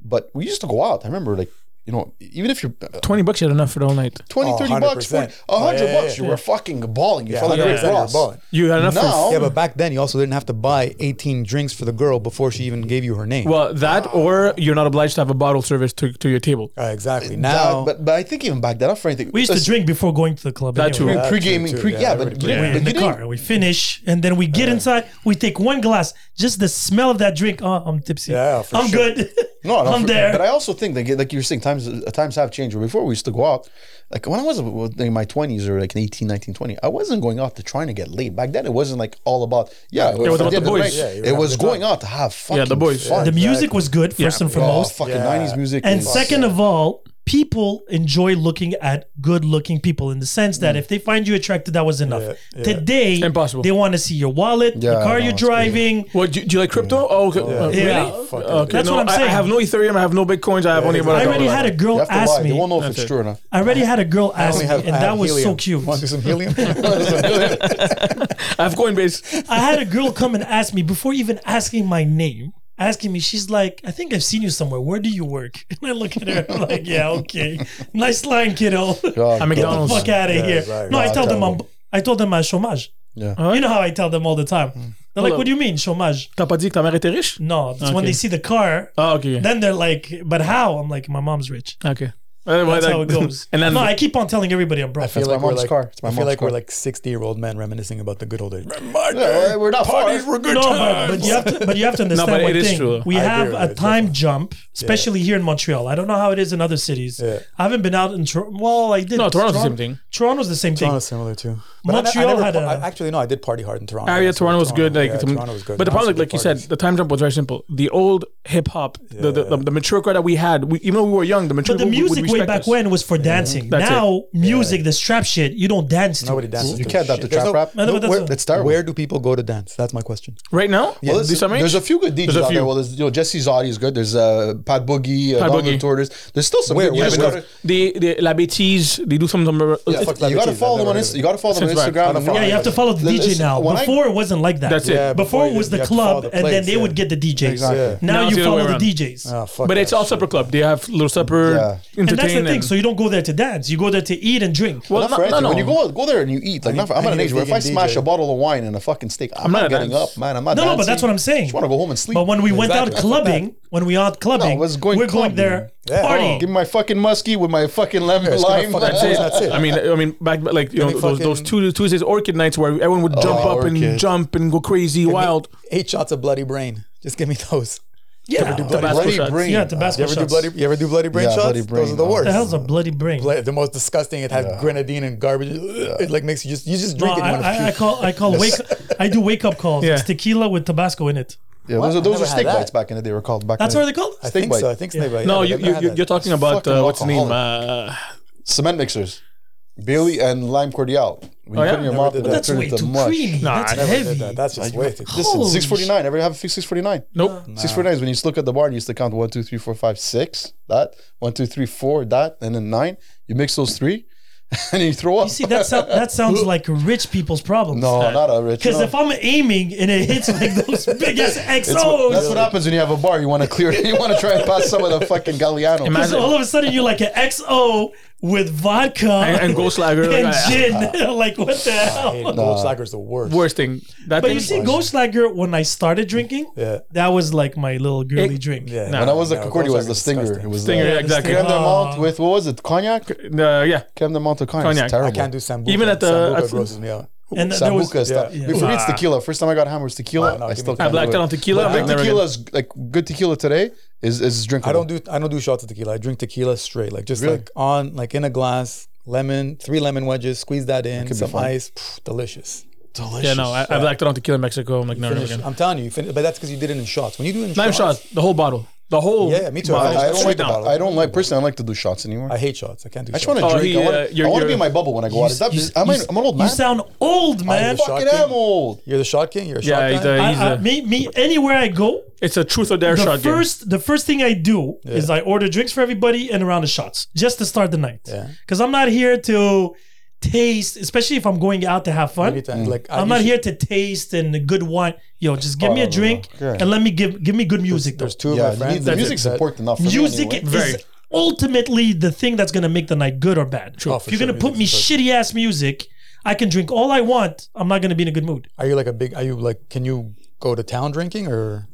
Speaker 2: But we used to go out. I remember, like you know, even if you're uh,
Speaker 4: Twenty bucks you had enough for the whole night.
Speaker 2: 20,
Speaker 3: Oh,
Speaker 2: 30 bucks,
Speaker 3: 100%.
Speaker 2: 40, a hundred
Speaker 3: Yeah, yeah,
Speaker 2: bucks,
Speaker 3: yeah.
Speaker 2: you were fucking balling. You felt like
Speaker 1: yeah,
Speaker 2: a Rick
Speaker 1: yeah.
Speaker 2: Ross.
Speaker 3: balling.
Speaker 4: You had enough.
Speaker 2: Now-
Speaker 4: For,
Speaker 3: yeah, but back then you also didn't have to buy 18 drinks for the girl before she even gave you her name.
Speaker 4: well, that or you're not obliged to have a bottle service to, to your table.
Speaker 3: Uh, exactly. Now,
Speaker 2: That- but but I think even back then, not for anything.
Speaker 1: We used to
Speaker 2: Listen,
Speaker 1: drink before going to the club.
Speaker 4: That
Speaker 1: anyway.
Speaker 4: too.
Speaker 2: pre gaming,
Speaker 3: That too,
Speaker 2: pre
Speaker 3: yeah,
Speaker 2: yeah,
Speaker 3: I
Speaker 2: but,
Speaker 3: would
Speaker 2: you
Speaker 1: We're
Speaker 2: didn't-
Speaker 1: in
Speaker 2: but
Speaker 1: the
Speaker 2: you
Speaker 1: car.
Speaker 2: didn't.
Speaker 1: We finish, and then we get inside. We take one glass. Just the smell of that drink. Oh, I'm tipsy.
Speaker 3: Yeah, for
Speaker 1: I'm
Speaker 3: sure.
Speaker 1: good.
Speaker 2: No, no
Speaker 1: I'm
Speaker 2: for-
Speaker 1: there.
Speaker 2: But I also think that, like you were saying, times uh, times have changed. Where Before we used to go out, like when I was uh, in my twenties or like 18, 19, 20, I wasn't going out to trying to get laid. Back then, it wasn't like all about yeah. It
Speaker 4: it was
Speaker 2: at end
Speaker 4: about the
Speaker 2: of
Speaker 4: boys.
Speaker 2: night,
Speaker 4: Yeah,
Speaker 3: you were
Speaker 2: it was
Speaker 3: having a
Speaker 2: going out to have fucking
Speaker 4: the boys.
Speaker 2: Fun.
Speaker 1: the music was good first
Speaker 4: Yeah.
Speaker 1: and
Speaker 2: Oh,
Speaker 1: foremost,
Speaker 2: fucking
Speaker 3: Yeah.
Speaker 2: nineties music.
Speaker 1: and
Speaker 2: is-
Speaker 1: second of all, people enjoy looking at good-looking people in the sense
Speaker 2: Mm.
Speaker 1: that if they find you attractive, that was enough.
Speaker 3: yeah.
Speaker 1: Today,
Speaker 4: Impossible.
Speaker 1: They want to see your wallet,
Speaker 2: Yeah,
Speaker 1: the car
Speaker 2: no,
Speaker 1: you're
Speaker 2: it's crazy.
Speaker 1: driving.
Speaker 4: What do you, do you like crypto? Oh, okay. Uh, really?
Speaker 1: Yeah.
Speaker 3: Fucking
Speaker 4: Okay.
Speaker 1: That's
Speaker 4: no,
Speaker 1: what I'm
Speaker 4: I- I,
Speaker 1: saying.
Speaker 4: have no Ethereum. I have no Bitcoins. I have only. about
Speaker 1: I
Speaker 4: a
Speaker 1: already
Speaker 4: dollar.
Speaker 1: had a
Speaker 2: you
Speaker 1: girl
Speaker 2: have to
Speaker 1: ask
Speaker 2: lie.
Speaker 1: me.
Speaker 2: They won't know if
Speaker 4: That's
Speaker 2: it's
Speaker 4: it.
Speaker 2: true or not.
Speaker 1: I already had a girl
Speaker 3: I
Speaker 1: ask
Speaker 3: only
Speaker 1: me,
Speaker 3: have-
Speaker 1: and
Speaker 3: I
Speaker 1: that
Speaker 3: have
Speaker 1: was so
Speaker 3: helium.
Speaker 1: cute.
Speaker 3: Want to see some helium?
Speaker 4: I have Coinbase.
Speaker 1: I had a girl come and ask me before even asking my name, asking me, she's like, I think I've seen you somewhere. Where do you work? And I look at her, I'm like, yeah, okay. Nice line, kiddo.
Speaker 2: God,
Speaker 4: At
Speaker 2: God.
Speaker 4: McDonald's.
Speaker 1: Fuck out of here.
Speaker 3: exactly.
Speaker 1: No, I
Speaker 2: Nah,
Speaker 1: tell them I'm
Speaker 2: terrible.
Speaker 1: I told them I'm chômage.
Speaker 2: Yeah.
Speaker 1: You know how I tell them all the
Speaker 3: Hmm.
Speaker 1: time. They're like,
Speaker 4: Hold
Speaker 1: what do you mean, chômage?
Speaker 4: T'as pas dit que ta mère était riche?
Speaker 1: No, it's when
Speaker 4: Okay.
Speaker 1: they see the car,
Speaker 4: Oh, okay.
Speaker 1: then they're like, but how? I'm like, my mom's rich.
Speaker 4: okay. Well,
Speaker 1: That's
Speaker 4: like-
Speaker 1: how it goes.
Speaker 4: And then
Speaker 1: no, I keep on telling everybody I'm broke.
Speaker 3: I feel
Speaker 2: my
Speaker 3: like we're
Speaker 2: mom's
Speaker 3: like,
Speaker 2: car. It's my
Speaker 3: I feel
Speaker 2: mom's
Speaker 3: like we're
Speaker 2: car.
Speaker 3: like 60 year old men reminiscing about the good old days.
Speaker 2: Yeah, we're not parties far.
Speaker 1: no, but, but you have to, but you have to understand
Speaker 4: but
Speaker 1: one
Speaker 4: it is
Speaker 1: thing.
Speaker 4: true.
Speaker 1: We
Speaker 3: I
Speaker 1: have
Speaker 3: agree
Speaker 1: a
Speaker 3: with you,
Speaker 1: time jump, especially here in Montreal. I don't know how it is in other cities.
Speaker 3: Yeah.
Speaker 1: I haven't been out in Toronto. Well, I did.
Speaker 4: No, Toronto's the
Speaker 1: Toron-
Speaker 4: same thing.
Speaker 1: Toronto's the same
Speaker 3: Toronto's
Speaker 1: thing.
Speaker 3: similar too.
Speaker 1: Montreal
Speaker 3: never
Speaker 1: had
Speaker 3: par-
Speaker 1: a-
Speaker 3: I- actually no, I did party hard in Toronto.
Speaker 4: Ah, yeah,
Speaker 3: So
Speaker 4: Toronto was good. Like,
Speaker 3: yeah,
Speaker 4: some-
Speaker 3: Toronto was good.
Speaker 4: But the problem,
Speaker 3: Lots
Speaker 4: like
Speaker 3: of
Speaker 4: you
Speaker 3: good
Speaker 4: said,
Speaker 3: parties.
Speaker 4: the time jump was very simple. The old hip hop, the, the, the the mature crowd that we had, we, even though we were young, the mature
Speaker 1: But the
Speaker 4: crowd would- would
Speaker 1: music way
Speaker 4: respect
Speaker 1: back
Speaker 4: us.
Speaker 1: when was for dancing.
Speaker 4: That's it.
Speaker 1: now, music, the strap shit, you don't dance to.
Speaker 3: nobody
Speaker 1: it.
Speaker 3: dances.
Speaker 2: You
Speaker 3: to
Speaker 2: can't
Speaker 3: this
Speaker 2: have the
Speaker 3: shit. There's
Speaker 2: trap
Speaker 3: no-
Speaker 2: rap.
Speaker 1: No, but that's
Speaker 2: Where-
Speaker 1: a-
Speaker 2: It's terrible.
Speaker 3: Where do people go to dance? That's my question.
Speaker 4: right now,
Speaker 2: Well,
Speaker 4: this
Speaker 2: listen,
Speaker 4: summer,
Speaker 2: there's a few good DJs
Speaker 4: There's a
Speaker 2: out there.
Speaker 4: few.
Speaker 2: Well, there's, you know, Jesse's audience is good. There's uh, Pat Boogie, uh,
Speaker 4: Pat
Speaker 2: Donald
Speaker 4: Boogie.
Speaker 2: Torres. There's still some
Speaker 3: Where-
Speaker 2: good. You
Speaker 3: where-
Speaker 2: just
Speaker 3: where-
Speaker 2: gotta-
Speaker 4: the, the La Bêtise, they do some. some
Speaker 2: Yeah,
Speaker 4: it's-
Speaker 3: fuck that
Speaker 2: you gotta
Speaker 3: bitches,
Speaker 2: follow
Speaker 3: I've
Speaker 2: them on
Speaker 3: never
Speaker 2: Insta-
Speaker 3: heard
Speaker 2: You gotta follow them on
Speaker 4: Since back.
Speaker 2: Instagram. and
Speaker 3: Yeah,
Speaker 1: Yeah, you have to follow the
Speaker 2: Listen,
Speaker 1: DJ now.
Speaker 2: when I-
Speaker 1: Before it wasn't like that.
Speaker 4: That's it. Yeah,
Speaker 1: Before
Speaker 3: before
Speaker 1: it was
Speaker 3: you-
Speaker 1: the
Speaker 3: you have to follow
Speaker 1: club,
Speaker 3: the
Speaker 1: and then
Speaker 3: place,
Speaker 1: they would
Speaker 3: yeah.
Speaker 1: get the DJs.
Speaker 2: Exactly. Oh. Yeah.
Speaker 4: Now
Speaker 1: Now
Speaker 4: it's
Speaker 1: you
Speaker 4: the other
Speaker 1: follow
Speaker 4: way
Speaker 1: the
Speaker 4: around.
Speaker 1: DJs.
Speaker 3: Ah, fuck
Speaker 4: but
Speaker 3: that
Speaker 4: it's all
Speaker 3: shit.
Speaker 4: supper club. They have little supper,
Speaker 2: Yeah.
Speaker 4: entertain,
Speaker 1: and that's the thing. So you don't go there to dance. You go there to eat and drink.
Speaker 4: well,
Speaker 2: Not for
Speaker 4: no, no,
Speaker 2: anything.
Speaker 4: no.
Speaker 2: When you go go there and you eat, like not for, I'm
Speaker 3: I
Speaker 2: at an
Speaker 3: need a
Speaker 2: age where if I
Speaker 3: vegan
Speaker 2: smash a
Speaker 3: DJ.
Speaker 2: bottle of wine and a fucking steak, I'm,
Speaker 4: not
Speaker 2: not,
Speaker 4: a
Speaker 2: getting
Speaker 4: dance.
Speaker 2: up, man. I'm not.
Speaker 1: No, no, but
Speaker 2: dancing.
Speaker 1: that's what I'm saying.
Speaker 2: I just want to go home and sleep.
Speaker 1: But when we went out
Speaker 3: Exactly.
Speaker 1: clubbing, when we out clubbing,
Speaker 2: No, let's go in
Speaker 1: we're going
Speaker 2: clubbing.
Speaker 1: there
Speaker 3: Yeah.
Speaker 1: partying.
Speaker 2: Give me my fucking muskie with my fucking lemon
Speaker 3: it's gonna
Speaker 2: lime.
Speaker 3: fucking-
Speaker 4: That's it.
Speaker 3: That's it.
Speaker 4: I mean, I mean, back like you know
Speaker 3: me
Speaker 4: those, those
Speaker 3: fucking-
Speaker 4: two Tuesdays orchid nights where everyone would jump
Speaker 2: Oh,
Speaker 4: up and
Speaker 2: orchid.
Speaker 4: jump and go crazy, wild.
Speaker 3: Eight shots of bloody brain. Just give me those.
Speaker 1: yeah,
Speaker 4: Tabasco
Speaker 2: Bloody
Speaker 4: shots.
Speaker 2: brain.
Speaker 1: yeah, Tabasco
Speaker 3: You ever do
Speaker 1: shots.
Speaker 3: bloody? You ever do bloody brain
Speaker 2: Yeah,
Speaker 3: shots?
Speaker 2: bloody brain,
Speaker 3: those are the
Speaker 2: no.
Speaker 1: the
Speaker 3: worst.
Speaker 1: hell's a bloody brain?
Speaker 3: Bla- the most disgusting. It had grenadine and garbage. It like makes you just you just
Speaker 1: No,
Speaker 3: drink
Speaker 1: Uh,
Speaker 3: it.
Speaker 1: I,
Speaker 3: and you wanna
Speaker 1: I, I call I call wake I do wake up calls.
Speaker 4: Yeah.
Speaker 1: It's tequila with Tabasco in it.
Speaker 2: Yeah, those are
Speaker 3: I've
Speaker 2: those
Speaker 3: never
Speaker 2: are
Speaker 3: had
Speaker 2: steak
Speaker 3: that.
Speaker 2: bites back in the day. Were called back.
Speaker 1: That's
Speaker 2: in
Speaker 1: what
Speaker 2: the
Speaker 1: they call it.
Speaker 3: I think
Speaker 2: bite.
Speaker 3: so. I think snake bite.
Speaker 4: No,
Speaker 3: Yeah,
Speaker 4: you,
Speaker 3: I've never
Speaker 4: you
Speaker 3: had
Speaker 4: you-
Speaker 3: that.
Speaker 4: you're talking about
Speaker 2: fucking
Speaker 4: uh, what's the name? Uh,
Speaker 2: cement mixers, Bailey and lime cordial. When
Speaker 4: Oh,
Speaker 2: you put
Speaker 4: yeah?
Speaker 2: it in your
Speaker 4: Never
Speaker 2: mouth,
Speaker 3: did
Speaker 2: and
Speaker 3: that.
Speaker 2: it
Speaker 1: That's
Speaker 2: turns
Speaker 1: way
Speaker 2: into
Speaker 1: too
Speaker 2: mush.
Speaker 1: creamy.
Speaker 4: Nah,
Speaker 1: That's
Speaker 4: I never
Speaker 1: heavy.
Speaker 3: Did that. That's just wasted.
Speaker 2: Listen,
Speaker 1: Holy
Speaker 2: six forty nine. Ever have a six forty nine?
Speaker 4: nope.
Speaker 2: Six forty nine is when you just look at the bar and you used to count one, two, three, four, five, six. That one, two, three, four. That and then nine. You mix those three, and you throw up.
Speaker 1: You see, that sound, that sounds like rich people's problems.
Speaker 2: no, not a rich.
Speaker 1: Because
Speaker 2: no.
Speaker 1: if I'm aiming and it hits like those big ass
Speaker 2: It's what- that's what
Speaker 1: XOs,
Speaker 2: happens when you have a bar. You want to clear. You want to try and pass some of the fucking Galliano.
Speaker 4: Imagine-
Speaker 1: because all of a sudden you're like an XO with vodka
Speaker 4: And, and Ghost Lager.
Speaker 1: and
Speaker 4: like,
Speaker 1: gin. like what the hell?
Speaker 3: Hey, Gold Slacker's the worst.
Speaker 4: worst thing. That
Speaker 1: But
Speaker 4: thing,
Speaker 1: you see, Ghost Lager, when I started drinking,
Speaker 3: Yeah.
Speaker 1: that was like my little girly
Speaker 4: It-
Speaker 1: drink.
Speaker 3: Yeah.
Speaker 4: Nah.
Speaker 2: when I was
Speaker 3: No,
Speaker 2: at
Speaker 3: Gold
Speaker 2: Concordia, it was
Speaker 3: Slacker's
Speaker 2: the stinger. It
Speaker 3: disgusting.
Speaker 2: was
Speaker 4: Stinger,
Speaker 2: The,
Speaker 4: yeah, exactly.
Speaker 2: Creme de
Speaker 1: Uh,
Speaker 2: menthe with what was it? Cognac.
Speaker 4: Uh, yeah,
Speaker 2: Creme de menthe cognac.
Speaker 4: Cognac.
Speaker 2: It's terrible.
Speaker 3: I can't do sambuca.
Speaker 4: Even at the-
Speaker 3: sambuca
Speaker 4: at-
Speaker 3: grosses me out.
Speaker 1: And th- there was,
Speaker 2: Sambuca stuff.
Speaker 3: yeah.
Speaker 2: Before me, it's tequila. First time I got hammered was tequila.
Speaker 3: Wow, no,
Speaker 2: I
Speaker 3: give me
Speaker 2: still
Speaker 3: that.
Speaker 4: I
Speaker 2: can't
Speaker 4: blacked
Speaker 2: do
Speaker 4: out on
Speaker 2: it.
Speaker 4: tequila. I'm
Speaker 2: Good
Speaker 4: like, never
Speaker 2: tequila
Speaker 4: again.
Speaker 2: is like good tequila today is is drinkable.
Speaker 3: I don't do I don't do shots of tequila. I drink tequila straight, like just
Speaker 2: Really?
Speaker 3: like on like in a glass, lemon, three lemon wedges, squeeze that in,
Speaker 2: be
Speaker 3: some
Speaker 2: fun.
Speaker 3: ice, pff, delicious.
Speaker 4: Yeah, no, I, I blacked out on tequila in Mexico. I'm like, never, never
Speaker 3: Finish.
Speaker 4: again.
Speaker 3: I'm telling you, you finish, but that's because you did it in shots. When you do it in
Speaker 4: Nine
Speaker 3: shots,
Speaker 4: shots, the whole bottle. The whole
Speaker 3: Yeah, yeah, me too.
Speaker 4: bottle,
Speaker 3: I- I don't
Speaker 4: straight
Speaker 3: like the
Speaker 4: down.
Speaker 3: bottle.
Speaker 2: I don't like personally. I don't like to do shots anymore.
Speaker 3: I
Speaker 2: I,
Speaker 3: hate shots. I can't do
Speaker 2: just
Speaker 3: shots.
Speaker 2: want to
Speaker 4: Oh,
Speaker 2: drink.
Speaker 4: he,
Speaker 2: I want,
Speaker 4: uh, you're-
Speaker 2: I want to
Speaker 4: you're-
Speaker 2: be in my bubble when I go out. Is that,
Speaker 1: you-
Speaker 2: am I,
Speaker 1: you-
Speaker 2: I'm an old
Speaker 1: You
Speaker 2: man.
Speaker 1: sound old, man.
Speaker 3: the
Speaker 2: fucking
Speaker 3: shot
Speaker 2: am
Speaker 3: king.
Speaker 2: old.
Speaker 3: You're the shot king. You're a
Speaker 4: Yeah,
Speaker 3: shot
Speaker 4: he's
Speaker 3: guy?
Speaker 4: a-
Speaker 1: I,
Speaker 4: he's
Speaker 1: I, me, me, anywhere I go,
Speaker 4: It's a truth or dare
Speaker 1: the
Speaker 4: shot game.
Speaker 1: first the first thing I do is I order drinks for everybody and a round of shots just to start the night.
Speaker 3: Yeah.
Speaker 1: Because I'm not here to taste, especially if I'm going out to have fun.
Speaker 2: Mm.
Speaker 3: Anytime. Like I-
Speaker 1: I'm
Speaker 3: you
Speaker 1: not
Speaker 3: should-
Speaker 1: here to taste and good wine. Yo, just give me a
Speaker 3: no, no,
Speaker 1: drink
Speaker 2: no. Yeah.
Speaker 1: and let me give give me good music.
Speaker 3: There's
Speaker 1: though.
Speaker 3: two of
Speaker 2: Yeah,
Speaker 3: my
Speaker 2: you need-
Speaker 3: friends.
Speaker 2: the
Speaker 3: that-
Speaker 2: music's
Speaker 3: that-
Speaker 2: important enough. For
Speaker 1: music
Speaker 2: me anyway.
Speaker 4: Very.
Speaker 1: is ultimately the thing that's gonna make the night good or bad.
Speaker 3: Oh,
Speaker 1: if
Speaker 3: for
Speaker 1: you're
Speaker 3: sure,
Speaker 1: gonna put me
Speaker 3: music's
Speaker 1: shitty ass music, I can drink all I want. I'm not gonna be in a good mood.
Speaker 3: Are you like a big? Are you like? Can you go to town drinking or?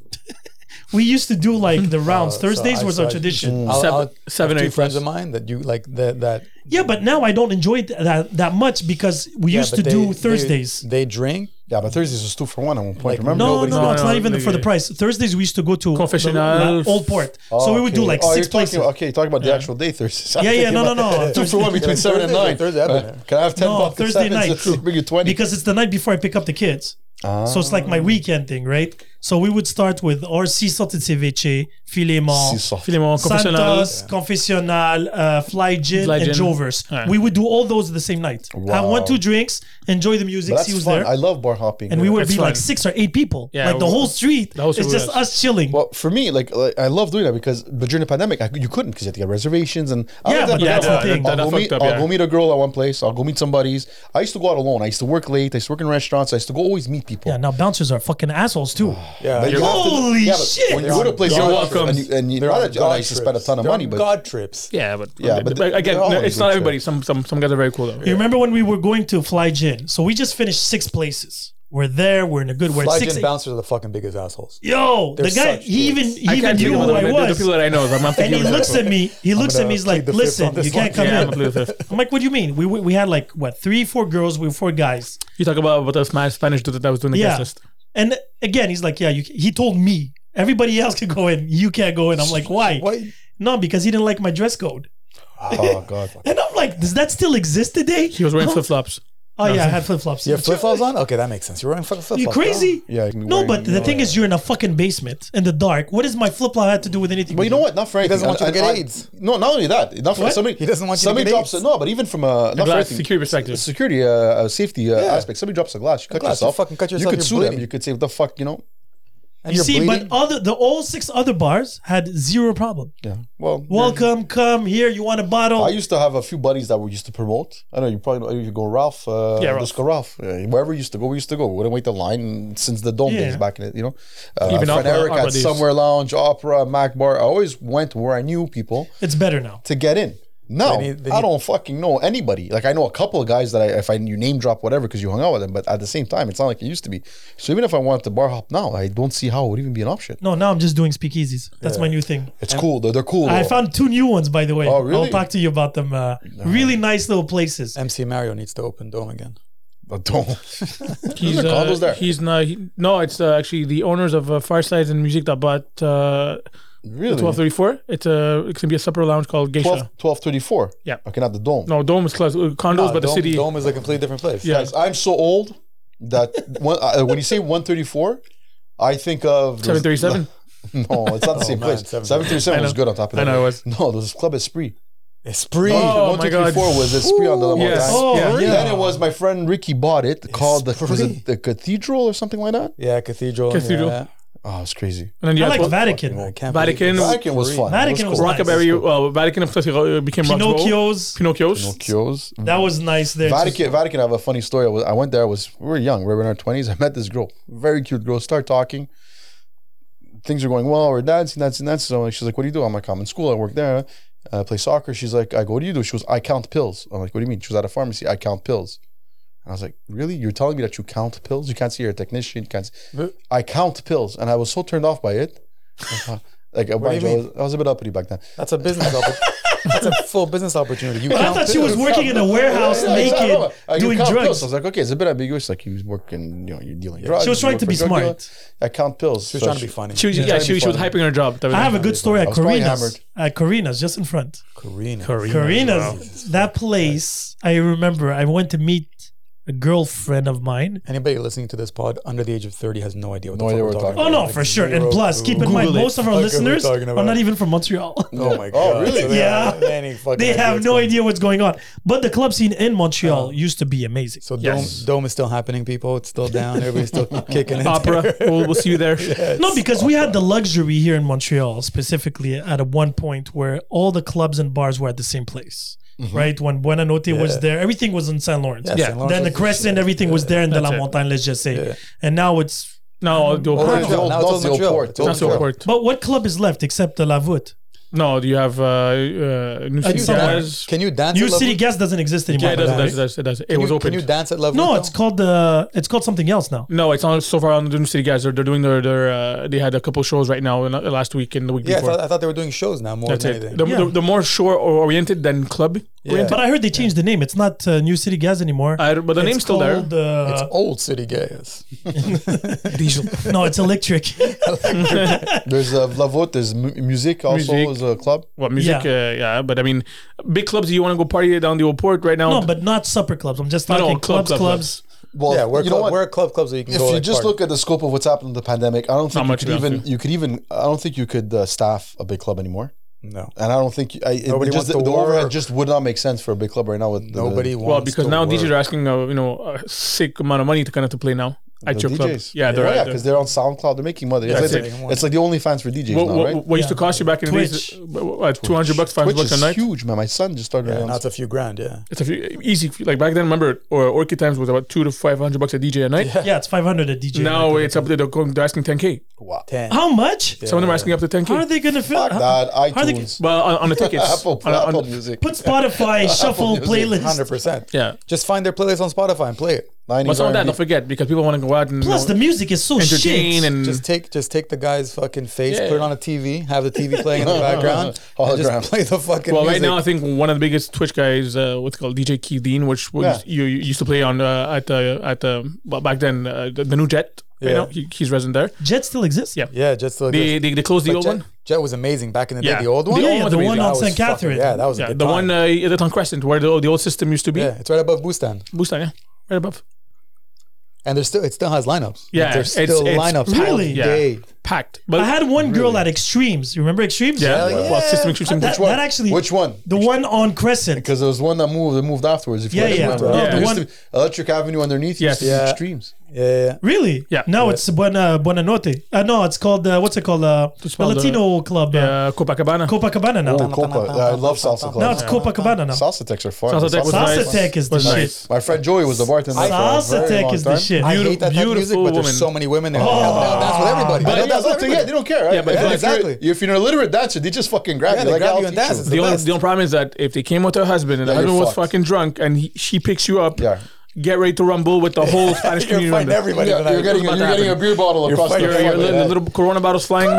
Speaker 1: We used to do like the rounds. Thursdays
Speaker 3: I- Mm.
Speaker 1: was
Speaker 3: so
Speaker 1: our
Speaker 3: I-
Speaker 1: tradition.
Speaker 3: I'll,
Speaker 4: Seven-
Speaker 3: I'll,
Speaker 4: seven
Speaker 3: I have
Speaker 4: or
Speaker 3: two
Speaker 4: eight
Speaker 3: friends of mine that you like that that
Speaker 1: Yeah, but now I don't enjoy th- that that much because we used
Speaker 3: but
Speaker 1: to
Speaker 3: they-
Speaker 1: do
Speaker 3: they-
Speaker 1: Thursdays.
Speaker 3: They, drink.
Speaker 2: Yeah, but Thursdays was two for one at one point.
Speaker 3: Like,
Speaker 2: remember?
Speaker 1: no, no,
Speaker 3: nobody's
Speaker 1: no,
Speaker 3: doing
Speaker 1: it's
Speaker 4: it.
Speaker 1: not even for the
Speaker 4: Yeah.
Speaker 1: price. Thursdays we used to go to
Speaker 4: Confessional.
Speaker 1: the- Old Port, so we would do like
Speaker 2: six
Speaker 1: six places.
Speaker 2: About, okay, Oh, talking about the actual day Thursdays. I'm
Speaker 1: Yeah, yeah,
Speaker 2: thinking
Speaker 1: no, no,
Speaker 2: about
Speaker 1: no.
Speaker 2: Two for one between
Speaker 3: Thursday-
Speaker 2: seven and nine.
Speaker 3: Thursday, I've been
Speaker 2: Uh,
Speaker 3: there.
Speaker 2: Can I have ten
Speaker 1: No,
Speaker 2: bucks?
Speaker 1: Thursday night.
Speaker 2: Bring you twenty.
Speaker 1: because it's the night before I pick up the kids. So it's like my weekend thing, right? So we would start with our sea salted ceviche, filet mignon,
Speaker 2: Sea salt.
Speaker 4: Philemon, confessional.
Speaker 1: Santos, confessional, uh, fly gin,
Speaker 4: Fly
Speaker 1: and
Speaker 4: gin.
Speaker 1: Jovers.
Speaker 4: Yeah.
Speaker 1: We would do all those the same night. Have one,
Speaker 2: Wow.
Speaker 1: two drinks, enjoy the music,
Speaker 2: But
Speaker 1: see who's
Speaker 2: that's fun.
Speaker 1: there.
Speaker 2: I love bar hopping.
Speaker 1: and we
Speaker 2: Yeah.
Speaker 1: would
Speaker 4: It's
Speaker 1: be like
Speaker 4: fun.
Speaker 1: six or eight people.
Speaker 4: Yeah,
Speaker 1: like the
Speaker 4: we-
Speaker 1: whole street.
Speaker 4: the whole street
Speaker 1: it's just
Speaker 4: was-
Speaker 1: us chilling.
Speaker 2: Well, for me, like, like I love doing that because, but during the pandemic, I, you couldn't because you had to get reservations and I
Speaker 1: Yeah,
Speaker 2: like that
Speaker 1: but
Speaker 2: because
Speaker 1: that's
Speaker 2: I'll-
Speaker 1: the thing.
Speaker 2: I'll,
Speaker 4: That-
Speaker 2: go
Speaker 4: that
Speaker 2: meet,
Speaker 4: fucked up,
Speaker 2: I'll
Speaker 4: yeah.
Speaker 2: go meet a girl at one place. I'll go meet somebody's. I used to go out alone. I used to work late. I used to work in restaurants. I used to go always meet people.
Speaker 1: yeah, now bouncers are fucking assholes too.
Speaker 3: Yeah,
Speaker 2: But you have to-
Speaker 1: Holy
Speaker 2: yeah, but
Speaker 1: shit!
Speaker 2: When you go to a place,
Speaker 4: You're
Speaker 2: and
Speaker 4: welcome.
Speaker 2: you- And you,
Speaker 3: They're
Speaker 2: not
Speaker 3: on
Speaker 2: that I
Speaker 3: God
Speaker 2: used to
Speaker 3: trips.
Speaker 2: spend a ton of
Speaker 3: They're
Speaker 2: money,
Speaker 3: on
Speaker 2: but
Speaker 3: God trips.
Speaker 4: Yeah, but
Speaker 2: Yeah, but they-
Speaker 4: again,
Speaker 2: they're all
Speaker 4: no,
Speaker 2: on
Speaker 4: it's
Speaker 2: the
Speaker 4: not
Speaker 2: good
Speaker 4: everybody. Some some some guys are very cool though.
Speaker 1: You remember when we were going to Fly Gin? So we just finished six places. We're there. We're in a good. We're at
Speaker 3: Fly
Speaker 1: six.
Speaker 3: gin bouncers are the fucking biggest assholes.
Speaker 1: Yo, the
Speaker 3: They're
Speaker 1: guy.
Speaker 3: such
Speaker 1: He even
Speaker 3: dicks.
Speaker 1: he
Speaker 4: I
Speaker 1: even
Speaker 4: can't
Speaker 1: knew
Speaker 4: do
Speaker 1: who I
Speaker 4: the, the
Speaker 1: was.
Speaker 4: people that I know. I'm not
Speaker 1: And he
Speaker 4: thinking
Speaker 1: looks at me. He looks at
Speaker 3: gonna
Speaker 1: me. He's like,
Speaker 3: plead the fifth
Speaker 1: "Listen,
Speaker 3: on this
Speaker 1: you can't
Speaker 3: one."
Speaker 1: come
Speaker 4: Yeah, I'm
Speaker 1: in."
Speaker 4: gonna plead the fifth.
Speaker 1: I'm like, "What do you mean? We, we, we had like what three, four girls. We were four guys.
Speaker 4: You talk about what the Spanish Spanish dude that was doing the
Speaker 1: Yeah.
Speaker 4: guest list.
Speaker 1: And again, he's like, "Yeah, you, ca- he told me everybody else can go in. You can't go in." I'm like, "Why?
Speaker 3: Why?
Speaker 1: No, because he didn't like my dress code."
Speaker 2: oh god,
Speaker 1: And I'm like, "Does that still exist today?"
Speaker 4: He was wearing flip flops.
Speaker 1: Oh yeah, I had flip flops.
Speaker 3: You have flip flops on? Okay, that makes sense. You're wearing fucking flip flops.
Speaker 1: You crazy?
Speaker 2: yeah.
Speaker 1: No, but the thing is, you're in a fucking basement in the dark. What does my flip flop have to do with anything?
Speaker 2: But you know what? Not for anything.
Speaker 3: doesn't want you to get
Speaker 2: I-
Speaker 3: AIDS.
Speaker 2: No, not only that. Not for
Speaker 1: What?
Speaker 2: somebody.
Speaker 3: He doesn't want you to
Speaker 2: somebody
Speaker 3: get
Speaker 2: drops.
Speaker 3: AIDS.
Speaker 2: No, but even from a not for
Speaker 4: glass-
Speaker 2: anything,
Speaker 4: security perspective.
Speaker 2: s- security, uh, uh, safety uh,
Speaker 3: Yeah.
Speaker 2: aspect. Somebody drops a glass, you cut
Speaker 3: glass, you
Speaker 2: yourself.
Speaker 3: fucking cut yourself,
Speaker 2: You could
Speaker 3: you're
Speaker 2: sue them.
Speaker 3: bleeding.
Speaker 2: You could say, "What the fuck," you know.
Speaker 3: And
Speaker 1: You
Speaker 3: you're
Speaker 1: see,
Speaker 3: bleeding.
Speaker 1: but other the all six other bars had zero problem.
Speaker 2: Yeah. Well,
Speaker 1: Welcome, come here. You want a bottle?
Speaker 2: I used to have a few buddies that were used to promote. I don't know you probably know, you go Ralph, uh,
Speaker 4: Yeah,
Speaker 2: yeah,
Speaker 4: Ralph.
Speaker 2: Ralph. Ralph. Yeah, wherever we used to go, we used to go. We wouldn't wait the line since the dome
Speaker 1: Yeah.
Speaker 2: days back in it, you know. Uh,
Speaker 4: Even
Speaker 2: Even Fred
Speaker 4: opera-
Speaker 2: Eric
Speaker 4: opera
Speaker 2: had
Speaker 4: days.
Speaker 2: Somewhere Lounge, Opera, Mac Bar. I always went where I knew people
Speaker 1: it's better now.
Speaker 2: to get in. Now
Speaker 3: They need- they
Speaker 2: I
Speaker 3: need-
Speaker 2: don't fucking know anybody. Like I know a couple of guys that I, if I you name drop whatever because you hung out with them, but at the same time it's not like it used to be. So even if I wanted to bar hop now, I don't see how it would even be an option.
Speaker 1: No, now I'm just doing speakeasies. That's my new thing.
Speaker 2: It's cool though. They're cool.
Speaker 1: I
Speaker 2: though.
Speaker 1: found two new ones, by the way.
Speaker 2: Oh, really?
Speaker 1: I'll talk to you about them. Uh, really nice little places.
Speaker 3: MC Mario needs to open dome again.
Speaker 2: But don't.
Speaker 4: He's
Speaker 2: Isn't
Speaker 4: uh,
Speaker 2: Condo's there?
Speaker 4: he's not. He, no, it's uh, actually the owners of uh, Farsides and Music that bought uh,
Speaker 3: Oh,
Speaker 2: Really?
Speaker 4: twelve thirty four. It's a it's gonna be a supper lounge called Geisha.
Speaker 2: 12, 1234.
Speaker 4: Yeah.
Speaker 2: Okay, not the dome.
Speaker 4: No, Dome is closed. Uh, Condos,
Speaker 3: Ah,
Speaker 4: but the
Speaker 3: dome,
Speaker 4: city.
Speaker 3: dome is a completely different place.
Speaker 4: Yeah.
Speaker 2: Guys, I'm so old that one, uh, when you say 134, I think of
Speaker 4: Seven Oh, thirty seven.
Speaker 2: No, it's not the same
Speaker 3: man,
Speaker 2: place.
Speaker 3: 737.
Speaker 2: 737 was
Speaker 4: know.
Speaker 2: good on top of
Speaker 4: I
Speaker 2: that.
Speaker 4: know it was.
Speaker 2: No, there was Club Esprit.
Speaker 3: Esprit.
Speaker 4: Oh, my God.
Speaker 2: 1234 was Esprit on the long
Speaker 4: Yes.
Speaker 2: time.
Speaker 1: Oh,
Speaker 4: yeah.
Speaker 1: really?
Speaker 2: Then it was my friend Ricky bought it called the, was it the Cathedral or something like that.
Speaker 3: Yeah, cathedral.
Speaker 4: Cathedral.
Speaker 3: Yeah.
Speaker 2: Oh, it's crazy.
Speaker 4: And then
Speaker 1: I
Speaker 4: yeah,
Speaker 1: like
Speaker 4: well,
Speaker 3: I
Speaker 1: Vatican,
Speaker 3: can't believe
Speaker 4: Vatican-
Speaker 3: this.
Speaker 2: Vatican was fun.
Speaker 1: Vatican was nice.
Speaker 4: Rockaberry. Well, Vatican of course, uh, became Roxbury.
Speaker 1: Pinocchio's.
Speaker 4: Pinocchio's.
Speaker 2: Pinocchio's.
Speaker 1: That was nice there.
Speaker 2: Vatican, Vatican, I have a funny story. I, was, I went there. I was we were young. We were in our twenties. I met this girl, very cute girl. Start talking. Things are going well. We're dancing, dancing, dancing. I'm like, she's like, "What do you do?" I'm like, "I'm in school. I work there. I play soccer." She's like, "I go. What do you do?" She was, "I count pills." I'm like, "What do you mean?" She was at a pharmacy. I count pills. And I was like, "Really? You're telling me that you count pills? You can't see you're a technician. You can't." See. I count pills, and I was so turned off by it. I thought- Like, mind you, I,
Speaker 3: mean?
Speaker 2: was, I was a bit uppity back then.
Speaker 3: That's a business opportunity. That's a full business opportunity. You
Speaker 1: I
Speaker 3: count
Speaker 1: thought she was
Speaker 3: pills.
Speaker 1: working in a warehouse
Speaker 2: Yeah, exactly.
Speaker 1: naked,
Speaker 2: I can
Speaker 1: doing
Speaker 2: count Pills.
Speaker 1: drugs.
Speaker 2: I was like, okay, it's a bit ambiguous. Like he was working, you know, you're dealing drugs.
Speaker 1: She was
Speaker 2: you
Speaker 1: trying to
Speaker 2: work
Speaker 1: be
Speaker 2: for a drug dealer.
Speaker 1: smart.
Speaker 2: I count pills.
Speaker 3: She was trying to be funny.
Speaker 4: She was, yeah, she, she was hyping her job.
Speaker 1: I have a good story at
Speaker 2: was probably
Speaker 1: Karina's.
Speaker 2: hammered.
Speaker 1: At Karina's, just in front.
Speaker 3: Karina.
Speaker 1: Karina's, that place. I remember. I went to meet a girlfriend of mine.
Speaker 3: Anybody listening to this pod under the age of 30 has no idea what
Speaker 2: No
Speaker 3: the
Speaker 2: idea
Speaker 3: fuck we're
Speaker 2: what we're
Speaker 3: talking
Speaker 1: Oh
Speaker 3: about.
Speaker 1: no,
Speaker 3: Like
Speaker 1: for sure. And
Speaker 3: zero-
Speaker 1: plus, keep in
Speaker 3: Google
Speaker 1: mind,
Speaker 3: it.
Speaker 1: most of our
Speaker 3: Fuck are we
Speaker 1: listeners
Speaker 3: talking
Speaker 1: are
Speaker 3: about?
Speaker 1: not even from Montreal.
Speaker 3: Oh my god.
Speaker 2: really?
Speaker 3: So they
Speaker 1: Yeah.
Speaker 3: have- they ain't fucking
Speaker 1: they have
Speaker 3: what's
Speaker 1: no
Speaker 3: going on.
Speaker 1: idea what's going on. But the club scene in Montreal
Speaker 2: Uh-huh.
Speaker 1: used to be amazing.
Speaker 3: So
Speaker 4: Yes.
Speaker 3: Dome, Dome is still happening, people. It's still down. Everybody's still kicking it.
Speaker 4: Opera. we'll, we'll see you there.
Speaker 1: No, because we had the luxury here in Montreal, specifically at a one point where all the clubs and bars were at the same place, right? When Buenanote was
Speaker 3: Yeah.
Speaker 1: there, everything was in Saint Lawrence.
Speaker 3: Yeah, Saint Lawrence
Speaker 1: then the
Speaker 3: was-
Speaker 1: Crescent, everything was there in De La
Speaker 4: That's it.
Speaker 1: Montagne, let's just say.
Speaker 3: Yeah.
Speaker 1: And now it's.
Speaker 4: No, do
Speaker 2: Oh,
Speaker 3: Orange
Speaker 2: that's the
Speaker 3: Hill.
Speaker 2: old-
Speaker 3: Now it's
Speaker 2: that's
Speaker 3: Old
Speaker 2: the old
Speaker 3: Montreal.
Speaker 2: port.
Speaker 3: It's Old
Speaker 4: Not so
Speaker 3: Montreal.
Speaker 4: important.
Speaker 1: But what club is left except the La Voûte?
Speaker 4: No, do you have uh, uh, New
Speaker 1: Can
Speaker 4: City
Speaker 1: you dance?
Speaker 4: Gas?
Speaker 3: Can you dance?
Speaker 1: New
Speaker 3: at La
Speaker 1: City
Speaker 3: Voûte?
Speaker 1: Gas doesn't exist anymore.
Speaker 4: Yeah, it does, it
Speaker 3: Can
Speaker 4: does, it does, it does. It
Speaker 3: Can
Speaker 4: was
Speaker 3: you-
Speaker 4: open.
Speaker 3: Can you dance at level?
Speaker 1: no, it's called the. It's called something else now.
Speaker 4: No, it's not so far on the New City Guys. They're, they're doing their, their uh, they had a couple shows right now in, uh, last week and the week
Speaker 3: Yeah, I
Speaker 4: before.
Speaker 3: thought, I thought they were doing shows now more
Speaker 4: That's
Speaker 3: than
Speaker 4: it.
Speaker 3: anything.
Speaker 4: The,
Speaker 1: Yeah.
Speaker 4: the, the more shore oriented than club
Speaker 3: Yeah.
Speaker 4: oriented.
Speaker 1: But I heard they changed the name. It's not uh, New City Gas anymore.
Speaker 4: I, but the
Speaker 1: It's
Speaker 4: name's still there.
Speaker 1: called, uh,
Speaker 3: it's old city gas.
Speaker 4: Diesel.
Speaker 1: no, it's electric.
Speaker 2: There's uh, Vlavot, there's mu- music also
Speaker 4: Music.
Speaker 2: is a club.
Speaker 4: Well, music, yeah. Uh, yeah, but I mean, big clubs. You want to go party down the old port right now?
Speaker 1: no, but not supper clubs. I'm just
Speaker 4: No, no,
Speaker 1: talking
Speaker 4: club,
Speaker 1: clubs,
Speaker 4: club,
Speaker 1: clubs.
Speaker 2: Well,
Speaker 3: yeah, we're
Speaker 2: you know
Speaker 3: club,
Speaker 2: what?
Speaker 3: we're club clubs that you can
Speaker 2: if
Speaker 3: go.
Speaker 2: you
Speaker 3: like,
Speaker 2: just
Speaker 3: party.
Speaker 2: look at the scope of what's happened in the pandemic, I don't think
Speaker 4: much
Speaker 2: you could
Speaker 4: we have
Speaker 2: even
Speaker 4: to.
Speaker 2: you could even I don't think you could uh, staff a big club anymore.
Speaker 3: no,
Speaker 2: And I don't think I, it,
Speaker 3: Nobody
Speaker 2: it just
Speaker 3: wants
Speaker 2: the,
Speaker 3: to
Speaker 2: the overhead
Speaker 3: work.
Speaker 2: just would not make sense for a big club right now with the-
Speaker 3: nobody wants.
Speaker 4: well, because
Speaker 3: to
Speaker 4: now
Speaker 3: work.
Speaker 4: DJs are asking, uh, you know, a sick amount of money to kind of to play now
Speaker 2: the,
Speaker 4: at your
Speaker 2: DJs.
Speaker 4: club.
Speaker 2: oh,
Speaker 4: Yeah, they're
Speaker 2: yeah,
Speaker 4: they're-
Speaker 2: because they're on SoundCloud. They're making money. It's,
Speaker 4: That's
Speaker 2: like,
Speaker 4: it.
Speaker 2: the- it's like the only fans for DJs
Speaker 4: what,
Speaker 2: now,
Speaker 4: what,
Speaker 2: right?
Speaker 4: what used to cost you back in
Speaker 1: Twitch.
Speaker 4: the days? uh, Uh, Two hundred bucks, five hundred
Speaker 2: Which
Speaker 4: bucks a
Speaker 2: is
Speaker 4: night.
Speaker 2: huge, man. My son just started.
Speaker 3: Yeah,
Speaker 2: on-
Speaker 3: now it's a few grand. Yeah,
Speaker 4: It's a few, easy, like back then. Remember, or Orchid Times was about two to five hundred bucks a DJ a night.
Speaker 1: Yeah, it's 500 a DJ.
Speaker 4: Now it's up to they're, going, they're asking ten k.
Speaker 2: wow.
Speaker 3: ten.
Speaker 1: How much?
Speaker 4: Some of them are asking up to ten
Speaker 1: How are
Speaker 4: k.
Speaker 1: they gonna fit?
Speaker 2: Fuck
Speaker 1: How-
Speaker 2: that
Speaker 1: are they-
Speaker 2: iTunes,
Speaker 4: Well, on, on the tickets,
Speaker 2: Apple,
Speaker 4: On- on-
Speaker 2: Apple Music,
Speaker 1: Put Spotify shuffle playlist.
Speaker 3: Hundred percent.
Speaker 4: yeah.
Speaker 3: Just find their playlist on Spotify and play it.
Speaker 2: 90s
Speaker 4: But some of that,
Speaker 2: R&B.
Speaker 4: don't forget, because people want to go out and
Speaker 1: Plus,
Speaker 4: you
Speaker 1: the
Speaker 4: know,
Speaker 1: music is so
Speaker 4: entertain
Speaker 1: shit.
Speaker 4: and
Speaker 3: Just take just take the guy's fucking face,
Speaker 4: Mm. Yeah.
Speaker 3: put it on a TV, have the TV playing in the background, and
Speaker 2: Hologram.
Speaker 3: just play the fucking.
Speaker 4: Well,
Speaker 3: music.
Speaker 4: right now I think one of the biggest Twitch guys, uh, what's it called DJ Keith Dean, which was you, you used to play on uh, at uh, at uh, well, back then uh, the, the new Jet. Right
Speaker 3: Yeah.
Speaker 4: now he, he's resident there.
Speaker 1: Jet still exists.
Speaker 4: Yeah.
Speaker 3: yeah, just like
Speaker 4: They, they they closed the old
Speaker 3: Jet,
Speaker 4: one.
Speaker 3: Jet was amazing back in the
Speaker 4: Yeah.
Speaker 3: day. The old
Speaker 4: The
Speaker 3: one.
Speaker 4: old
Speaker 1: Yeah, yeah, the
Speaker 4: Amazing.
Speaker 1: one
Speaker 4: That
Speaker 1: on
Speaker 3: was
Speaker 1: St.
Speaker 3: fucking-
Speaker 1: Catherine.
Speaker 3: yeah, that was a
Speaker 4: Yeah,
Speaker 3: good
Speaker 4: the
Speaker 3: time.
Speaker 4: one uh, that's on Crescent where the, the old system used to be.
Speaker 3: Yeah, it's right above Bustan,
Speaker 4: Busan, yeah, right above.
Speaker 3: and there's still it still has lineups.
Speaker 4: Yeah,
Speaker 3: Like, there's
Speaker 4: it's-
Speaker 3: still
Speaker 4: it's
Speaker 3: lineups.
Speaker 1: packed.
Speaker 3: all
Speaker 1: Really?
Speaker 4: Yeah.
Speaker 3: day.
Speaker 4: Packed.
Speaker 1: I
Speaker 4: But
Speaker 1: had one girl at Extremes. You remember Extremes?
Speaker 4: yeah,
Speaker 3: Hell
Speaker 4: well,
Speaker 3: yeah.
Speaker 4: system extreme.
Speaker 1: That,
Speaker 2: one?
Speaker 1: that actually.
Speaker 2: Which one?
Speaker 1: The one on Crescent.
Speaker 2: Because there was one that moved. That moved afterwards. If
Speaker 1: Yeah,
Speaker 2: you guys
Speaker 1: yeah.
Speaker 2: remember,
Speaker 1: Yeah.
Speaker 2: There
Speaker 1: The
Speaker 2: used to
Speaker 1: one-
Speaker 2: be Electric Avenue underneath.
Speaker 4: Yes.
Speaker 2: used to be
Speaker 3: Yeah.
Speaker 2: extremes.
Speaker 3: Yeah, yeah, yeah.
Speaker 1: Really?
Speaker 4: Yeah.
Speaker 1: Now it's Buena Buena Notte. Uh, no, it's called uh, what's it called? Uh, the
Speaker 4: spell the-
Speaker 1: Latino club. Uh,
Speaker 4: uh, Copacabana.
Speaker 1: Copacabana now.
Speaker 2: Oh, Copa. I love salsa
Speaker 1: now it's
Speaker 2: clubs.
Speaker 1: Copacabana now.
Speaker 2: Salsa techs are fun.
Speaker 4: Salsa Techs was
Speaker 1: Salsa
Speaker 4: nice.
Speaker 1: Tech is the
Speaker 4: Was
Speaker 1: shit.
Speaker 4: nice.
Speaker 2: My friend Joey was the bartender. for a
Speaker 1: Salsa
Speaker 2: very
Speaker 1: Tech
Speaker 2: long
Speaker 1: is the
Speaker 2: time.
Speaker 1: shit.
Speaker 3: I
Speaker 4: Beautiful-
Speaker 3: hate that type of music, but
Speaker 4: beautiful woman. Oh.
Speaker 3: there's so many women there. Now That's with everybody.
Speaker 2: I know
Speaker 3: Now
Speaker 2: that's the thing. Yeah, they don't care.
Speaker 4: Yeah, but
Speaker 2: yeah,
Speaker 4: like-
Speaker 2: exactly. If you're an illiterate dancer, they just fucking grab
Speaker 3: Yeah,
Speaker 2: you.
Speaker 3: they
Speaker 2: like,
Speaker 3: grab
Speaker 2: I'll
Speaker 3: you and
Speaker 2: teach
Speaker 3: dance.
Speaker 2: you.
Speaker 3: It's
Speaker 4: The only,
Speaker 3: best.
Speaker 4: the only problem is that if they came with her husband and the
Speaker 2: Yeah, you're
Speaker 4: husband was
Speaker 2: fucked.
Speaker 4: fucking drunk and he, she picks you up,
Speaker 2: Yeah.
Speaker 4: get ready to rumble with the whole Spanish
Speaker 3: You're
Speaker 4: community. around
Speaker 3: fighting
Speaker 4: her.
Speaker 3: everybody.
Speaker 2: Yeah,
Speaker 3: tonight.
Speaker 2: you're getting,
Speaker 4: about
Speaker 2: you're
Speaker 4: to
Speaker 2: getting a
Speaker 4: happen.
Speaker 2: beer bottle across the
Speaker 3: fighting-
Speaker 4: Your, your
Speaker 2: floor.
Speaker 4: little,
Speaker 2: Yeah.
Speaker 4: little Corona bottles flying.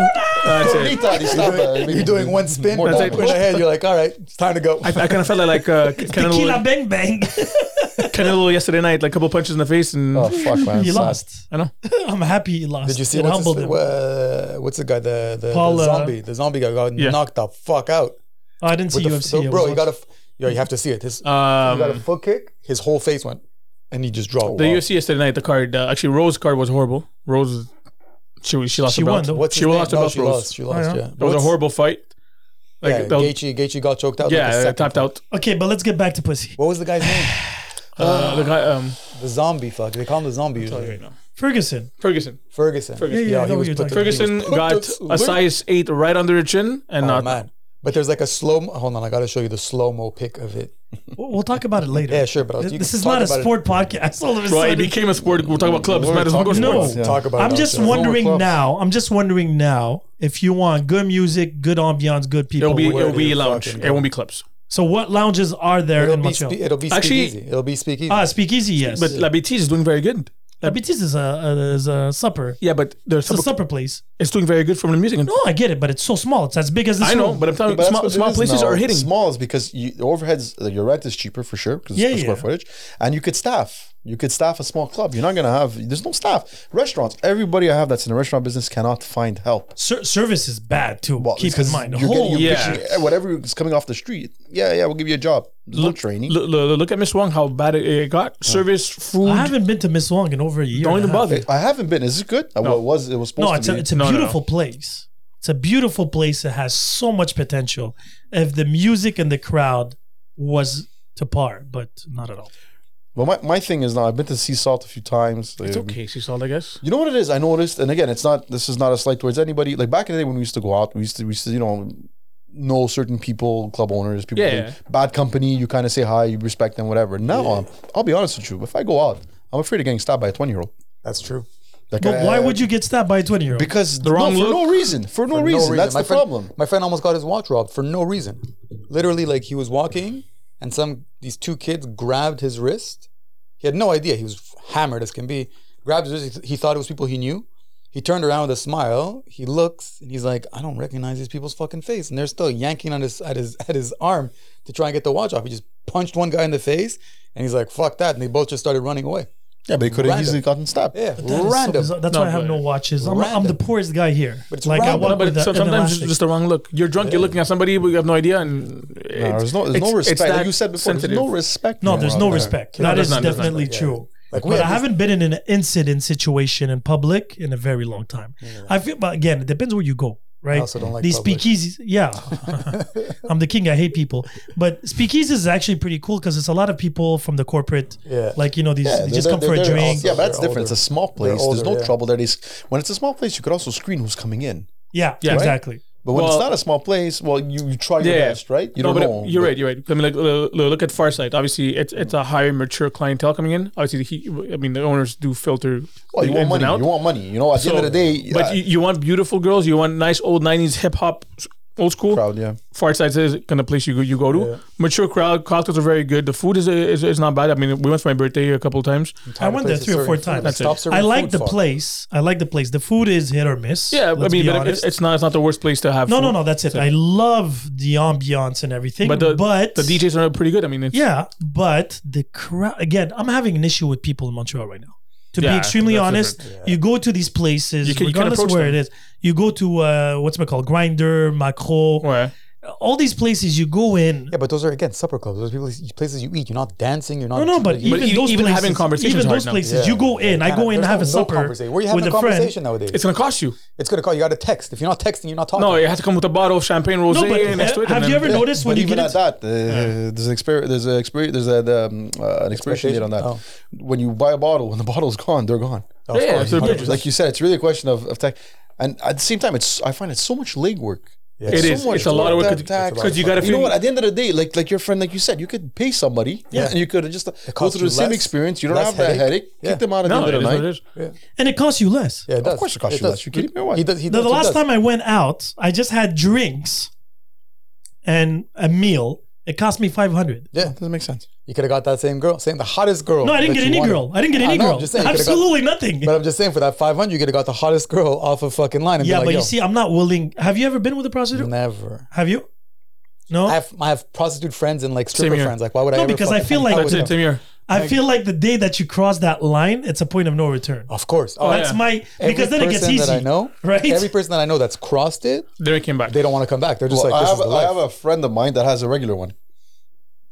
Speaker 4: That's it.
Speaker 2: Cornita, they stop, uh,
Speaker 3: You're,
Speaker 2: maybe-
Speaker 3: doing one spin,
Speaker 2: More
Speaker 3: that's
Speaker 2: than
Speaker 3: it. In
Speaker 2: that.
Speaker 3: the head, you're like, all right, it's time to go.
Speaker 4: I, I kind of felt like uh,
Speaker 1: Tequila
Speaker 4: Canelo,
Speaker 1: Bang Bang.
Speaker 4: Canelo yesterday night, like a couple punches in the face, and
Speaker 2: Oh fuck, man.
Speaker 1: he
Speaker 2: Sad.
Speaker 1: lost.
Speaker 4: I know.
Speaker 1: I'm happy he lost.
Speaker 3: Did you see
Speaker 1: it
Speaker 3: what's,
Speaker 1: humbled
Speaker 3: his,
Speaker 1: him?
Speaker 3: uh, what's the guy? The, the,
Speaker 1: Paul,
Speaker 3: the
Speaker 1: uh,
Speaker 3: zombie. The zombie guy got
Speaker 4: Yeah.
Speaker 3: knocked the fuck out.
Speaker 1: Oh, I didn't see
Speaker 3: With the f-
Speaker 1: UFC. I
Speaker 3: bro,
Speaker 1: was
Speaker 3: he got a.
Speaker 1: watching-
Speaker 3: f- Yo, you have to see it. His, he got a
Speaker 4: Um,
Speaker 3: foot kick. His whole face went, and he just dropped.
Speaker 4: the UFC yesterday night, the card uh, actually Rose card was horrible. Rose, she she lost
Speaker 1: She
Speaker 4: her
Speaker 1: won,
Speaker 4: belt.
Speaker 1: though.
Speaker 3: What's
Speaker 4: she
Speaker 3: his name?
Speaker 4: lost her
Speaker 3: No,
Speaker 4: belt.
Speaker 3: she
Speaker 4: Rose.
Speaker 3: lost. She lost.
Speaker 1: Oh, yeah.
Speaker 3: Yeah,
Speaker 4: It was a horrible fight. Like
Speaker 3: Yeah,
Speaker 4: they'll-
Speaker 3: Gaethje, Gaethje got choked out.
Speaker 4: yeah,
Speaker 3: like the
Speaker 4: they
Speaker 3: second
Speaker 4: tapped
Speaker 3: time.
Speaker 4: out.
Speaker 1: Okay, but let's get back to pussy.
Speaker 3: What was the guy's name?
Speaker 4: Uh, the guy, um,
Speaker 3: The zombie. Fuck, they call him the zombie. Usually.
Speaker 1: Ferguson.
Speaker 4: Ferguson.
Speaker 3: Ferguson.
Speaker 4: Ferguson.
Speaker 1: Yeah, yeah, I know
Speaker 3: he
Speaker 1: what
Speaker 3: was
Speaker 1: you're
Speaker 3: put
Speaker 1: talking
Speaker 3: to-
Speaker 1: about.
Speaker 3: he was
Speaker 4: Ferguson
Speaker 3: put
Speaker 4: got
Speaker 3: to
Speaker 4: a
Speaker 3: sleep.
Speaker 4: size eight right under her chin, and
Speaker 3: Oh
Speaker 4: not
Speaker 3: man. But there's like a slow. Hold on, I gotta show you the slow mo pic of it.
Speaker 1: We'll we'll talk about it later.
Speaker 3: Yeah, sure, but I'll-
Speaker 1: Th-
Speaker 3: you
Speaker 1: this
Speaker 3: can
Speaker 1: is
Speaker 3: talk
Speaker 1: not a
Speaker 3: about it.
Speaker 1: sport podcast. All of a
Speaker 4: Well, it
Speaker 1: sudden,
Speaker 4: became a sport. We're talking about clubs.
Speaker 2: We're
Speaker 4: Might as well go
Speaker 2: talking
Speaker 1: about-
Speaker 4: sports.
Speaker 1: Yeah.
Speaker 3: Talk about.
Speaker 1: I'm
Speaker 3: it
Speaker 1: just
Speaker 3: after.
Speaker 1: wondering
Speaker 2: clubs.
Speaker 1: now. I'm just wondering now if you want good music, good ambiance, good people.
Speaker 4: It'll be
Speaker 1: where-
Speaker 4: it'll be
Speaker 3: Where
Speaker 4: lounge.
Speaker 3: fucking
Speaker 4: It won't be clubs.
Speaker 1: so, what lounges are there
Speaker 3: It'll
Speaker 1: in
Speaker 3: be,
Speaker 1: Montreal?
Speaker 3: spe- it'll be
Speaker 4: Actually-
Speaker 3: speakeasy. It'll be speakeasy.
Speaker 1: ah, Speakeasy, yes.
Speaker 4: But
Speaker 1: But
Speaker 4: La Bétise is doing very good.
Speaker 1: is a, a is a supper.
Speaker 4: Yeah, but there's
Speaker 1: It's a
Speaker 4: some-
Speaker 1: supper place.
Speaker 4: it's doing very good from the music.
Speaker 1: No, I get it, but it's so small. It's as big as this
Speaker 4: I know,
Speaker 1: room.
Speaker 4: but I'm telling
Speaker 2: But
Speaker 4: you,
Speaker 2: that's
Speaker 4: small,
Speaker 2: what it
Speaker 4: small
Speaker 2: is
Speaker 4: places
Speaker 2: now.
Speaker 4: are hitting.
Speaker 2: Small is because you, the overheads, like your rent is cheaper for sure because
Speaker 1: Yeah,
Speaker 2: per square
Speaker 1: yeah.
Speaker 2: footage, and you could staff. You could staff a small club. You're not gonna have. There's no staff. Restaurants. Everybody I have that's in the restaurant business cannot find help.
Speaker 1: Ser- service is bad too.
Speaker 2: Well,
Speaker 1: Keep
Speaker 2: because
Speaker 1: in mind.
Speaker 2: you're getting-
Speaker 1: Holy
Speaker 2: you're
Speaker 4: Yeah.
Speaker 2: pitching- whatever is coming off the street. Yeah, yeah, we'll give you a job. There's no training.
Speaker 4: Look, look, look at Miss Wong, how bad it, it got. Service, food.
Speaker 1: I haven't been to Miss Wong in over a year.
Speaker 4: Don't
Speaker 1: and a
Speaker 4: even
Speaker 1: half.
Speaker 4: bother.
Speaker 2: Eh, I haven't been. Is it good? Uh, What was it was supposed
Speaker 1: No, it's
Speaker 2: to
Speaker 1: a,
Speaker 2: be?
Speaker 1: it's a
Speaker 4: No, no, no.
Speaker 1: beautiful place. It's a beautiful place that has so much potential if the music and the crowd was to par, but not at all.
Speaker 2: but my, my thing is now I've been to Sea Salt a few times.
Speaker 4: It's
Speaker 2: Um,
Speaker 4: okay, she saw, I guess.
Speaker 2: You know what it is? I noticed, and again, it's not. This is not a slight towards anybody. Like back in the day when we used to go out, we used to, we used to, you know, know certain people, club owners, people.
Speaker 4: Yeah.
Speaker 2: think Bad company, you kind of say hi, you respect them, whatever. Now, I'm, I'll be honest with you. If I go out, I'm afraid of getting stabbed by a 20 year old.
Speaker 3: That's true.
Speaker 2: Like,
Speaker 1: But
Speaker 2: I-
Speaker 1: why would you get stabbed by a 20 year old?
Speaker 2: Because the
Speaker 4: wrong
Speaker 2: no, for no
Speaker 4: look?
Speaker 2: reason. For no, reason. That's
Speaker 3: my
Speaker 2: the
Speaker 3: friend,
Speaker 2: problem.
Speaker 3: My friend almost got his watch robbed for no reason. Literally, like he was walking, and some these two kids grabbed his wrist. He had no idea. He was hammered as can be. Grabbed his wrist. He thought it was people he knew. He turned around with a smile. He looks and he's like, "I don't recognize these people's fucking face." And they're still yanking on his at his at his arm to try and get the watch off. He just punched one guy in the face, and he's like, "Fuck that!" And they both just started running away.
Speaker 2: Yeah, but he could have
Speaker 3: Random.
Speaker 2: easily gotten stabbed.
Speaker 3: Yeah,
Speaker 1: That is so
Speaker 3: random.
Speaker 1: bizarre. That's
Speaker 4: No,
Speaker 1: why I have
Speaker 4: but-
Speaker 1: no watches. I'm, I'm the
Speaker 3: Random.
Speaker 1: poorest guy here.
Speaker 3: But it's
Speaker 1: like I
Speaker 3: random.
Speaker 1: walk
Speaker 3: No,
Speaker 4: But
Speaker 1: with
Speaker 4: it's-
Speaker 1: a,
Speaker 4: so-
Speaker 1: an
Speaker 4: sometimes it's
Speaker 1: elastic.
Speaker 4: just the wrong look. You're drunk, you're looking at somebody, but you have no idea. And
Speaker 2: No, there's no, there's no
Speaker 4: it's- it's
Speaker 2: respect. like
Speaker 4: that-
Speaker 2: you said before, there's
Speaker 4: sensitive.
Speaker 2: no respect.
Speaker 1: No,
Speaker 2: now
Speaker 1: there's
Speaker 2: out
Speaker 1: no
Speaker 2: there.
Speaker 1: respect.
Speaker 4: No,
Speaker 1: that
Speaker 4: there's
Speaker 1: is
Speaker 4: none, there's none,
Speaker 1: definitely
Speaker 4: yeah.
Speaker 1: true.
Speaker 3: Like, we
Speaker 1: but
Speaker 3: had
Speaker 1: I
Speaker 3: this-
Speaker 1: haven't been in an incident situation in public in a very long time. I feel, but again, it depends where you go, right?
Speaker 3: also don't like
Speaker 1: These
Speaker 3: public.
Speaker 1: speakeasies, yeah. I'm the king. I hate people, but speakeasies is actually pretty cool because it's a lot of people from the corporate,
Speaker 3: Yeah.
Speaker 1: like you know, these
Speaker 2: Yeah,
Speaker 1: they
Speaker 2: they're-
Speaker 1: just come
Speaker 2: they're-
Speaker 1: for a
Speaker 2: they're
Speaker 1: drink.
Speaker 2: also- yeah, but that's
Speaker 3: They're
Speaker 2: different. It's a small place.
Speaker 3: older,
Speaker 2: There's no
Speaker 3: yeah.
Speaker 2: trouble. That is, when it's a small place, you could also screen who's coming in.
Speaker 1: yeah,
Speaker 4: Yeah.
Speaker 1: exactly.
Speaker 2: But when
Speaker 4: Well-
Speaker 2: it's not a small place, well, you, you try your
Speaker 4: Yeah.
Speaker 2: best, right? You
Speaker 4: no,
Speaker 2: don't
Speaker 4: but
Speaker 2: know.
Speaker 4: You're
Speaker 2: but-
Speaker 4: right. You're right. I mean, like lo- lo- look at Farsight. Obviously, it's it's a higher mature clientele coming in. Obviously, he, I mean, the owners do filter.
Speaker 2: Well, you want
Speaker 4: the ins and
Speaker 2: money.
Speaker 4: outs.
Speaker 2: You want money. You know, at the end
Speaker 4: So-
Speaker 2: of the day,
Speaker 4: But
Speaker 2: uh,
Speaker 4: you, you want beautiful girls. You want nice old '90s hip hop, old school.
Speaker 2: crowd, yeah.
Speaker 4: Farsight is kind of place you go, you go to. Mature crowd. Cocktails are very good. The food is, is is not bad. I mean, we went for my birthday a couple of times.
Speaker 1: I went there three or four times.
Speaker 4: That's it.
Speaker 1: I like the place. I like the place. The food is hit or miss.
Speaker 4: Yeah,
Speaker 1: let's
Speaker 4: I mean,
Speaker 1: be
Speaker 4: but it's,
Speaker 1: honest.
Speaker 4: it's not it's not the worst place to have.
Speaker 1: no,
Speaker 4: food.
Speaker 1: no, no. That's it. I love the ambiance and everything,
Speaker 4: But
Speaker 1: but
Speaker 4: the the DJs are pretty good. I mean, it's,
Speaker 1: Yeah, but the crowd again. I'm having an issue with people in Montreal right now. To be
Speaker 4: Yeah,
Speaker 1: extremely
Speaker 4: that's
Speaker 1: honest, you go to these places,
Speaker 4: You can- you can
Speaker 1: regardless of
Speaker 4: approach
Speaker 1: where
Speaker 4: them.
Speaker 1: it is. You go to uh, what's it called, Grinder, Macro,
Speaker 4: Where?
Speaker 1: all these places. You go in.
Speaker 3: Yeah, but those are again supper clubs. Those people places you eat. You're not dancing. You're not.
Speaker 1: No, no, but
Speaker 3: you-
Speaker 1: even
Speaker 4: e-
Speaker 1: those
Speaker 4: even
Speaker 1: places,
Speaker 4: having conversations
Speaker 1: even
Speaker 4: right
Speaker 1: those
Speaker 4: now.
Speaker 1: places, you go in. I go in
Speaker 3: There's
Speaker 1: and have
Speaker 3: no-
Speaker 1: a
Speaker 3: no
Speaker 1: supper
Speaker 3: conversation. Where you having
Speaker 1: with
Speaker 3: a
Speaker 1: a friend.
Speaker 3: conversation nowadays?
Speaker 4: It's gonna cost you.
Speaker 3: It's gonna call. You got to text. If you're not texting, you're not talking.
Speaker 4: No, it has to come with a bottle of champagne rosé
Speaker 1: No, but
Speaker 4: next to it.
Speaker 1: ha- have
Speaker 4: and
Speaker 1: you ever
Speaker 4: then-
Speaker 1: noticed when
Speaker 2: but
Speaker 1: you get
Speaker 2: even at
Speaker 1: into,
Speaker 2: that, uh, there's an expiry. There's an expiry. There's a, the, um, uh, an expiration date on that.
Speaker 3: Oh.
Speaker 2: When you buy a bottle, when the bottle's gone, they're gone.
Speaker 3: Oh, of
Speaker 4: Yeah,
Speaker 3: course.
Speaker 4: so
Speaker 3: Hundred
Speaker 4: it's
Speaker 3: percent.
Speaker 2: Like you said, it's really a question of, of tech. And at the same time, it's I find it so much legwork.
Speaker 4: It is.
Speaker 2: So much
Speaker 4: It's a lot of
Speaker 2: work,
Speaker 4: work
Speaker 2: that tax.
Speaker 4: because you got to
Speaker 2: You know what? At the end of the day, like like your friend, like you said, you could pay somebody, yeah, and you could just go
Speaker 3: costs
Speaker 2: through the
Speaker 3: you
Speaker 2: same
Speaker 3: less-
Speaker 2: experience. You don't
Speaker 3: less
Speaker 2: have that headache.
Speaker 3: headache. Yeah.
Speaker 2: Kick them out at
Speaker 4: No,
Speaker 2: the
Speaker 4: it
Speaker 2: end
Speaker 4: is
Speaker 2: of the
Speaker 4: what it
Speaker 2: night.
Speaker 4: is.
Speaker 1: and it costs you less.
Speaker 3: Yeah, it does.
Speaker 2: Of course, it costs you
Speaker 3: does.
Speaker 2: less. You kidding me or what?
Speaker 3: He does. He
Speaker 1: the,
Speaker 3: does.
Speaker 1: the
Speaker 3: he
Speaker 1: last
Speaker 3: does.
Speaker 1: time I went out, I just had drinks and a meal. It cost me five hundred.
Speaker 3: Yeah,
Speaker 2: Doesn't make sense.
Speaker 3: you could have got that same girl, same the hottest girl.
Speaker 1: No, I didn't
Speaker 3: that
Speaker 1: get
Speaker 3: you
Speaker 1: any
Speaker 3: wanted.
Speaker 1: girl. I didn't get
Speaker 3: I
Speaker 1: any
Speaker 3: know, I'm
Speaker 1: girl.
Speaker 3: just saying, you could've got-
Speaker 1: Absolutely nothing.
Speaker 3: But I'm just saying, for that 500, you could have got the hottest girl off a fucking line. And
Speaker 1: yeah,
Speaker 3: been
Speaker 1: but
Speaker 3: like,
Speaker 1: you
Speaker 3: Yo,
Speaker 1: see, I'm not willing. Have you ever been with a prostitute?
Speaker 3: never.
Speaker 1: Have you? No.
Speaker 3: I
Speaker 1: i
Speaker 3: have I have prostitute friends and like
Speaker 4: Same
Speaker 3: stripper
Speaker 4: here.
Speaker 3: friends. Like, why would I?
Speaker 1: No,
Speaker 3: ever
Speaker 1: because I
Speaker 3: fucking
Speaker 1: feel
Speaker 3: hang
Speaker 1: like-
Speaker 3: out
Speaker 4: That's
Speaker 3: with
Speaker 4: it,
Speaker 3: them?
Speaker 4: Samir.
Speaker 1: feel like the day that you cross that line, it's a point of no return.
Speaker 3: Of course. Oh,
Speaker 1: That's
Speaker 4: yeah.
Speaker 1: my
Speaker 3: every
Speaker 1: because then it gets
Speaker 3: person
Speaker 1: easy.
Speaker 3: That I know,
Speaker 1: right?
Speaker 3: Every person that I know that's crossed it,
Speaker 4: Then it came back.
Speaker 3: they don't want to come back. They're just
Speaker 2: Well,
Speaker 3: like,
Speaker 2: I,
Speaker 3: this
Speaker 2: have,
Speaker 3: is the
Speaker 2: I
Speaker 3: life.
Speaker 2: have a friend of mine that has a regular one.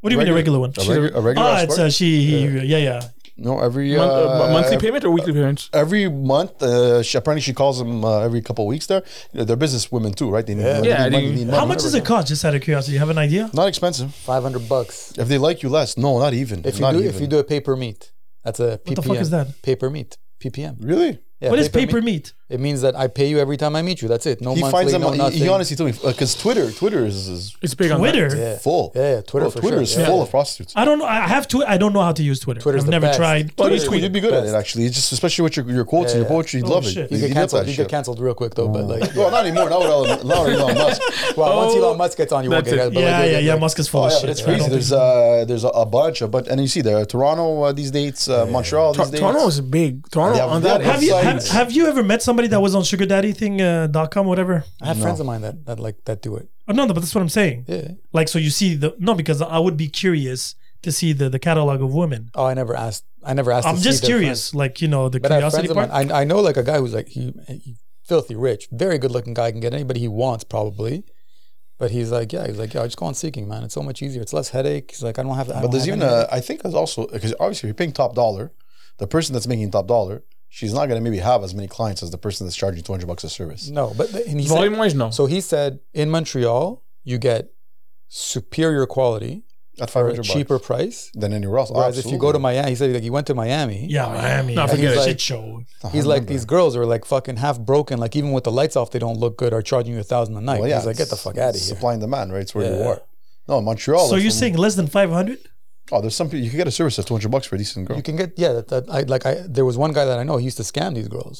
Speaker 1: what do you mean a regular one?
Speaker 2: A, regu- a regular.
Speaker 1: Ah, it's
Speaker 2: escort.
Speaker 1: a she. He, yeah, yeah.
Speaker 2: no, every
Speaker 4: Mon- uh,
Speaker 2: uh,
Speaker 4: mo- monthly payment or weekly payments?
Speaker 2: Every month, uh, she, apparently she calls them uh, every couple of weeks. There, you know, they're business women too, right? They need, money,
Speaker 4: Yeah,
Speaker 2: they need
Speaker 4: they-
Speaker 2: money, they need
Speaker 1: How
Speaker 2: money,
Speaker 1: much does it
Speaker 2: whatever.
Speaker 1: cost? Just out of curiosity, you have an idea?
Speaker 2: Not expensive.
Speaker 3: 500 bucks.
Speaker 2: If they like you less, no, not even.
Speaker 3: If you
Speaker 2: not
Speaker 3: do,
Speaker 2: even.
Speaker 3: if you do a pay per meet, that's a PPM.
Speaker 1: the fuck is that?
Speaker 3: Pay per meet. PPM.
Speaker 2: really,
Speaker 3: Yeah,
Speaker 1: what is
Speaker 3: pay per
Speaker 1: paper
Speaker 3: meet?
Speaker 1: meat?
Speaker 3: It means that I pay you every time I meet you. That's it. No
Speaker 2: he
Speaker 3: monthly,
Speaker 2: finds them.
Speaker 3: no
Speaker 2: he-
Speaker 3: nothing.
Speaker 2: he, honestly told me because Twitter, Twitter is, is
Speaker 4: It's big on that.
Speaker 1: Twitter.
Speaker 3: yeah.
Speaker 2: full.
Speaker 3: Yeah, yeah, Twitter
Speaker 2: Bro,
Speaker 3: for
Speaker 2: Twitter
Speaker 3: sure.
Speaker 2: is
Speaker 3: Yeah.
Speaker 2: full of prostitutes.
Speaker 1: I don't know. I have to. I don't know how to use Twitter.
Speaker 3: Twitter's
Speaker 1: I've
Speaker 3: the
Speaker 1: never
Speaker 3: best.
Speaker 1: tried.
Speaker 4: But
Speaker 2: You'd
Speaker 4: it's
Speaker 2: be-
Speaker 4: cool.
Speaker 2: you'd be good at it
Speaker 3: Best.
Speaker 2: actually. It's just especially with your, your quotes and your poetry, you'd
Speaker 1: Oh,
Speaker 2: love
Speaker 1: shit.
Speaker 2: it.
Speaker 1: You
Speaker 3: You
Speaker 2: You'd
Speaker 3: get
Speaker 2: love
Speaker 3: canceled.
Speaker 2: that
Speaker 3: You get
Speaker 2: shit. Oh.
Speaker 3: canceled real quick though. But like,
Speaker 2: Well, not anymore. Now with Elon, now with Elon Musk.
Speaker 3: well, once
Speaker 4: Oh.
Speaker 3: Elon Musk gets on, you won't
Speaker 4: That's
Speaker 3: get
Speaker 4: it.
Speaker 3: it. But, like,
Speaker 1: yeah,
Speaker 3: you'll
Speaker 1: yeah,
Speaker 3: get,
Speaker 1: yeah.
Speaker 3: like-
Speaker 1: Musk is full
Speaker 2: Oh,
Speaker 1: of
Speaker 2: yeah,
Speaker 1: shit.
Speaker 2: but it's
Speaker 1: I don't
Speaker 2: crazy.
Speaker 1: think-
Speaker 2: There's uh, there's a, a bunch, of, but and you see there, Toronto uh, these dates, uh, Montreal these
Speaker 4: Tor-
Speaker 2: dates.
Speaker 4: Toronto is big. Toronto
Speaker 2: Yeah,
Speaker 4: on
Speaker 2: they
Speaker 4: that.
Speaker 2: have
Speaker 1: have you have,
Speaker 2: Websites.
Speaker 1: have you ever met somebody that was on sugardaddything.com uh, dot com, whatever? Uh,
Speaker 3: I have friends of mine that, that like that do it.
Speaker 1: Oh, no, no, but that's what I'm saying.
Speaker 3: Yeah.
Speaker 1: Like, so you see the no, because I would be curious to see the, the catalog of women?
Speaker 3: Oh, I never asked. I never asked.
Speaker 1: I'm
Speaker 3: to see
Speaker 1: just
Speaker 3: their friends.
Speaker 1: curious, like you know, the
Speaker 3: But I have
Speaker 1: curiosity
Speaker 3: friends of
Speaker 1: part.
Speaker 3: mine. I, I know like a guy who's like he, he filthy rich, very good looking guy, can get anybody he wants probably. But he's like, yeah, he's like, yeah, I just go on seeking, man. It's so much easier. It's less headache. He's like, I don't have to. I
Speaker 2: But
Speaker 3: don't
Speaker 2: there's
Speaker 3: have
Speaker 2: even
Speaker 3: any
Speaker 2: a,
Speaker 3: headache.
Speaker 2: I think there's also because obviously if you're paying top dollar, the person that's making top dollar, she's not gonna maybe have as many clients as the person that's charging 200 bucks a service.
Speaker 3: no. But the- and he
Speaker 4: Volume
Speaker 3: said,
Speaker 4: wise, no.
Speaker 3: so he said in Montreal you get superior quality
Speaker 2: At
Speaker 3: for a
Speaker 2: 500
Speaker 3: cheaper
Speaker 2: bucks
Speaker 3: price.
Speaker 2: than anywhere else.
Speaker 3: Whereas if you go to
Speaker 2: Absolutely.
Speaker 3: Miami, he said like he went to Miami.
Speaker 1: yeah, Miami,
Speaker 4: No,
Speaker 1: yeah,
Speaker 4: forget
Speaker 1: shit
Speaker 3: it.
Speaker 1: show.
Speaker 2: I
Speaker 3: He's like
Speaker 2: remember.
Speaker 3: these girls are like fucking half broken, like even with the lights off, they don't look good. Are charging you a thousand a night?
Speaker 2: Well, yeah,
Speaker 3: He's like, get the
Speaker 2: it's-
Speaker 3: fuck out of
Speaker 2: it's
Speaker 3: here.
Speaker 2: Supply and demand, right? It's where you
Speaker 3: Yeah.
Speaker 2: are. No, Montreal.
Speaker 1: so
Speaker 2: like,
Speaker 1: you're
Speaker 2: from-
Speaker 1: saying less than 500?
Speaker 2: oh, there's some people you can get a service at 200 bucks for a decent girl.
Speaker 3: You can get yeah. That, that I like. I there was one guy that I know. He used to scam these girls.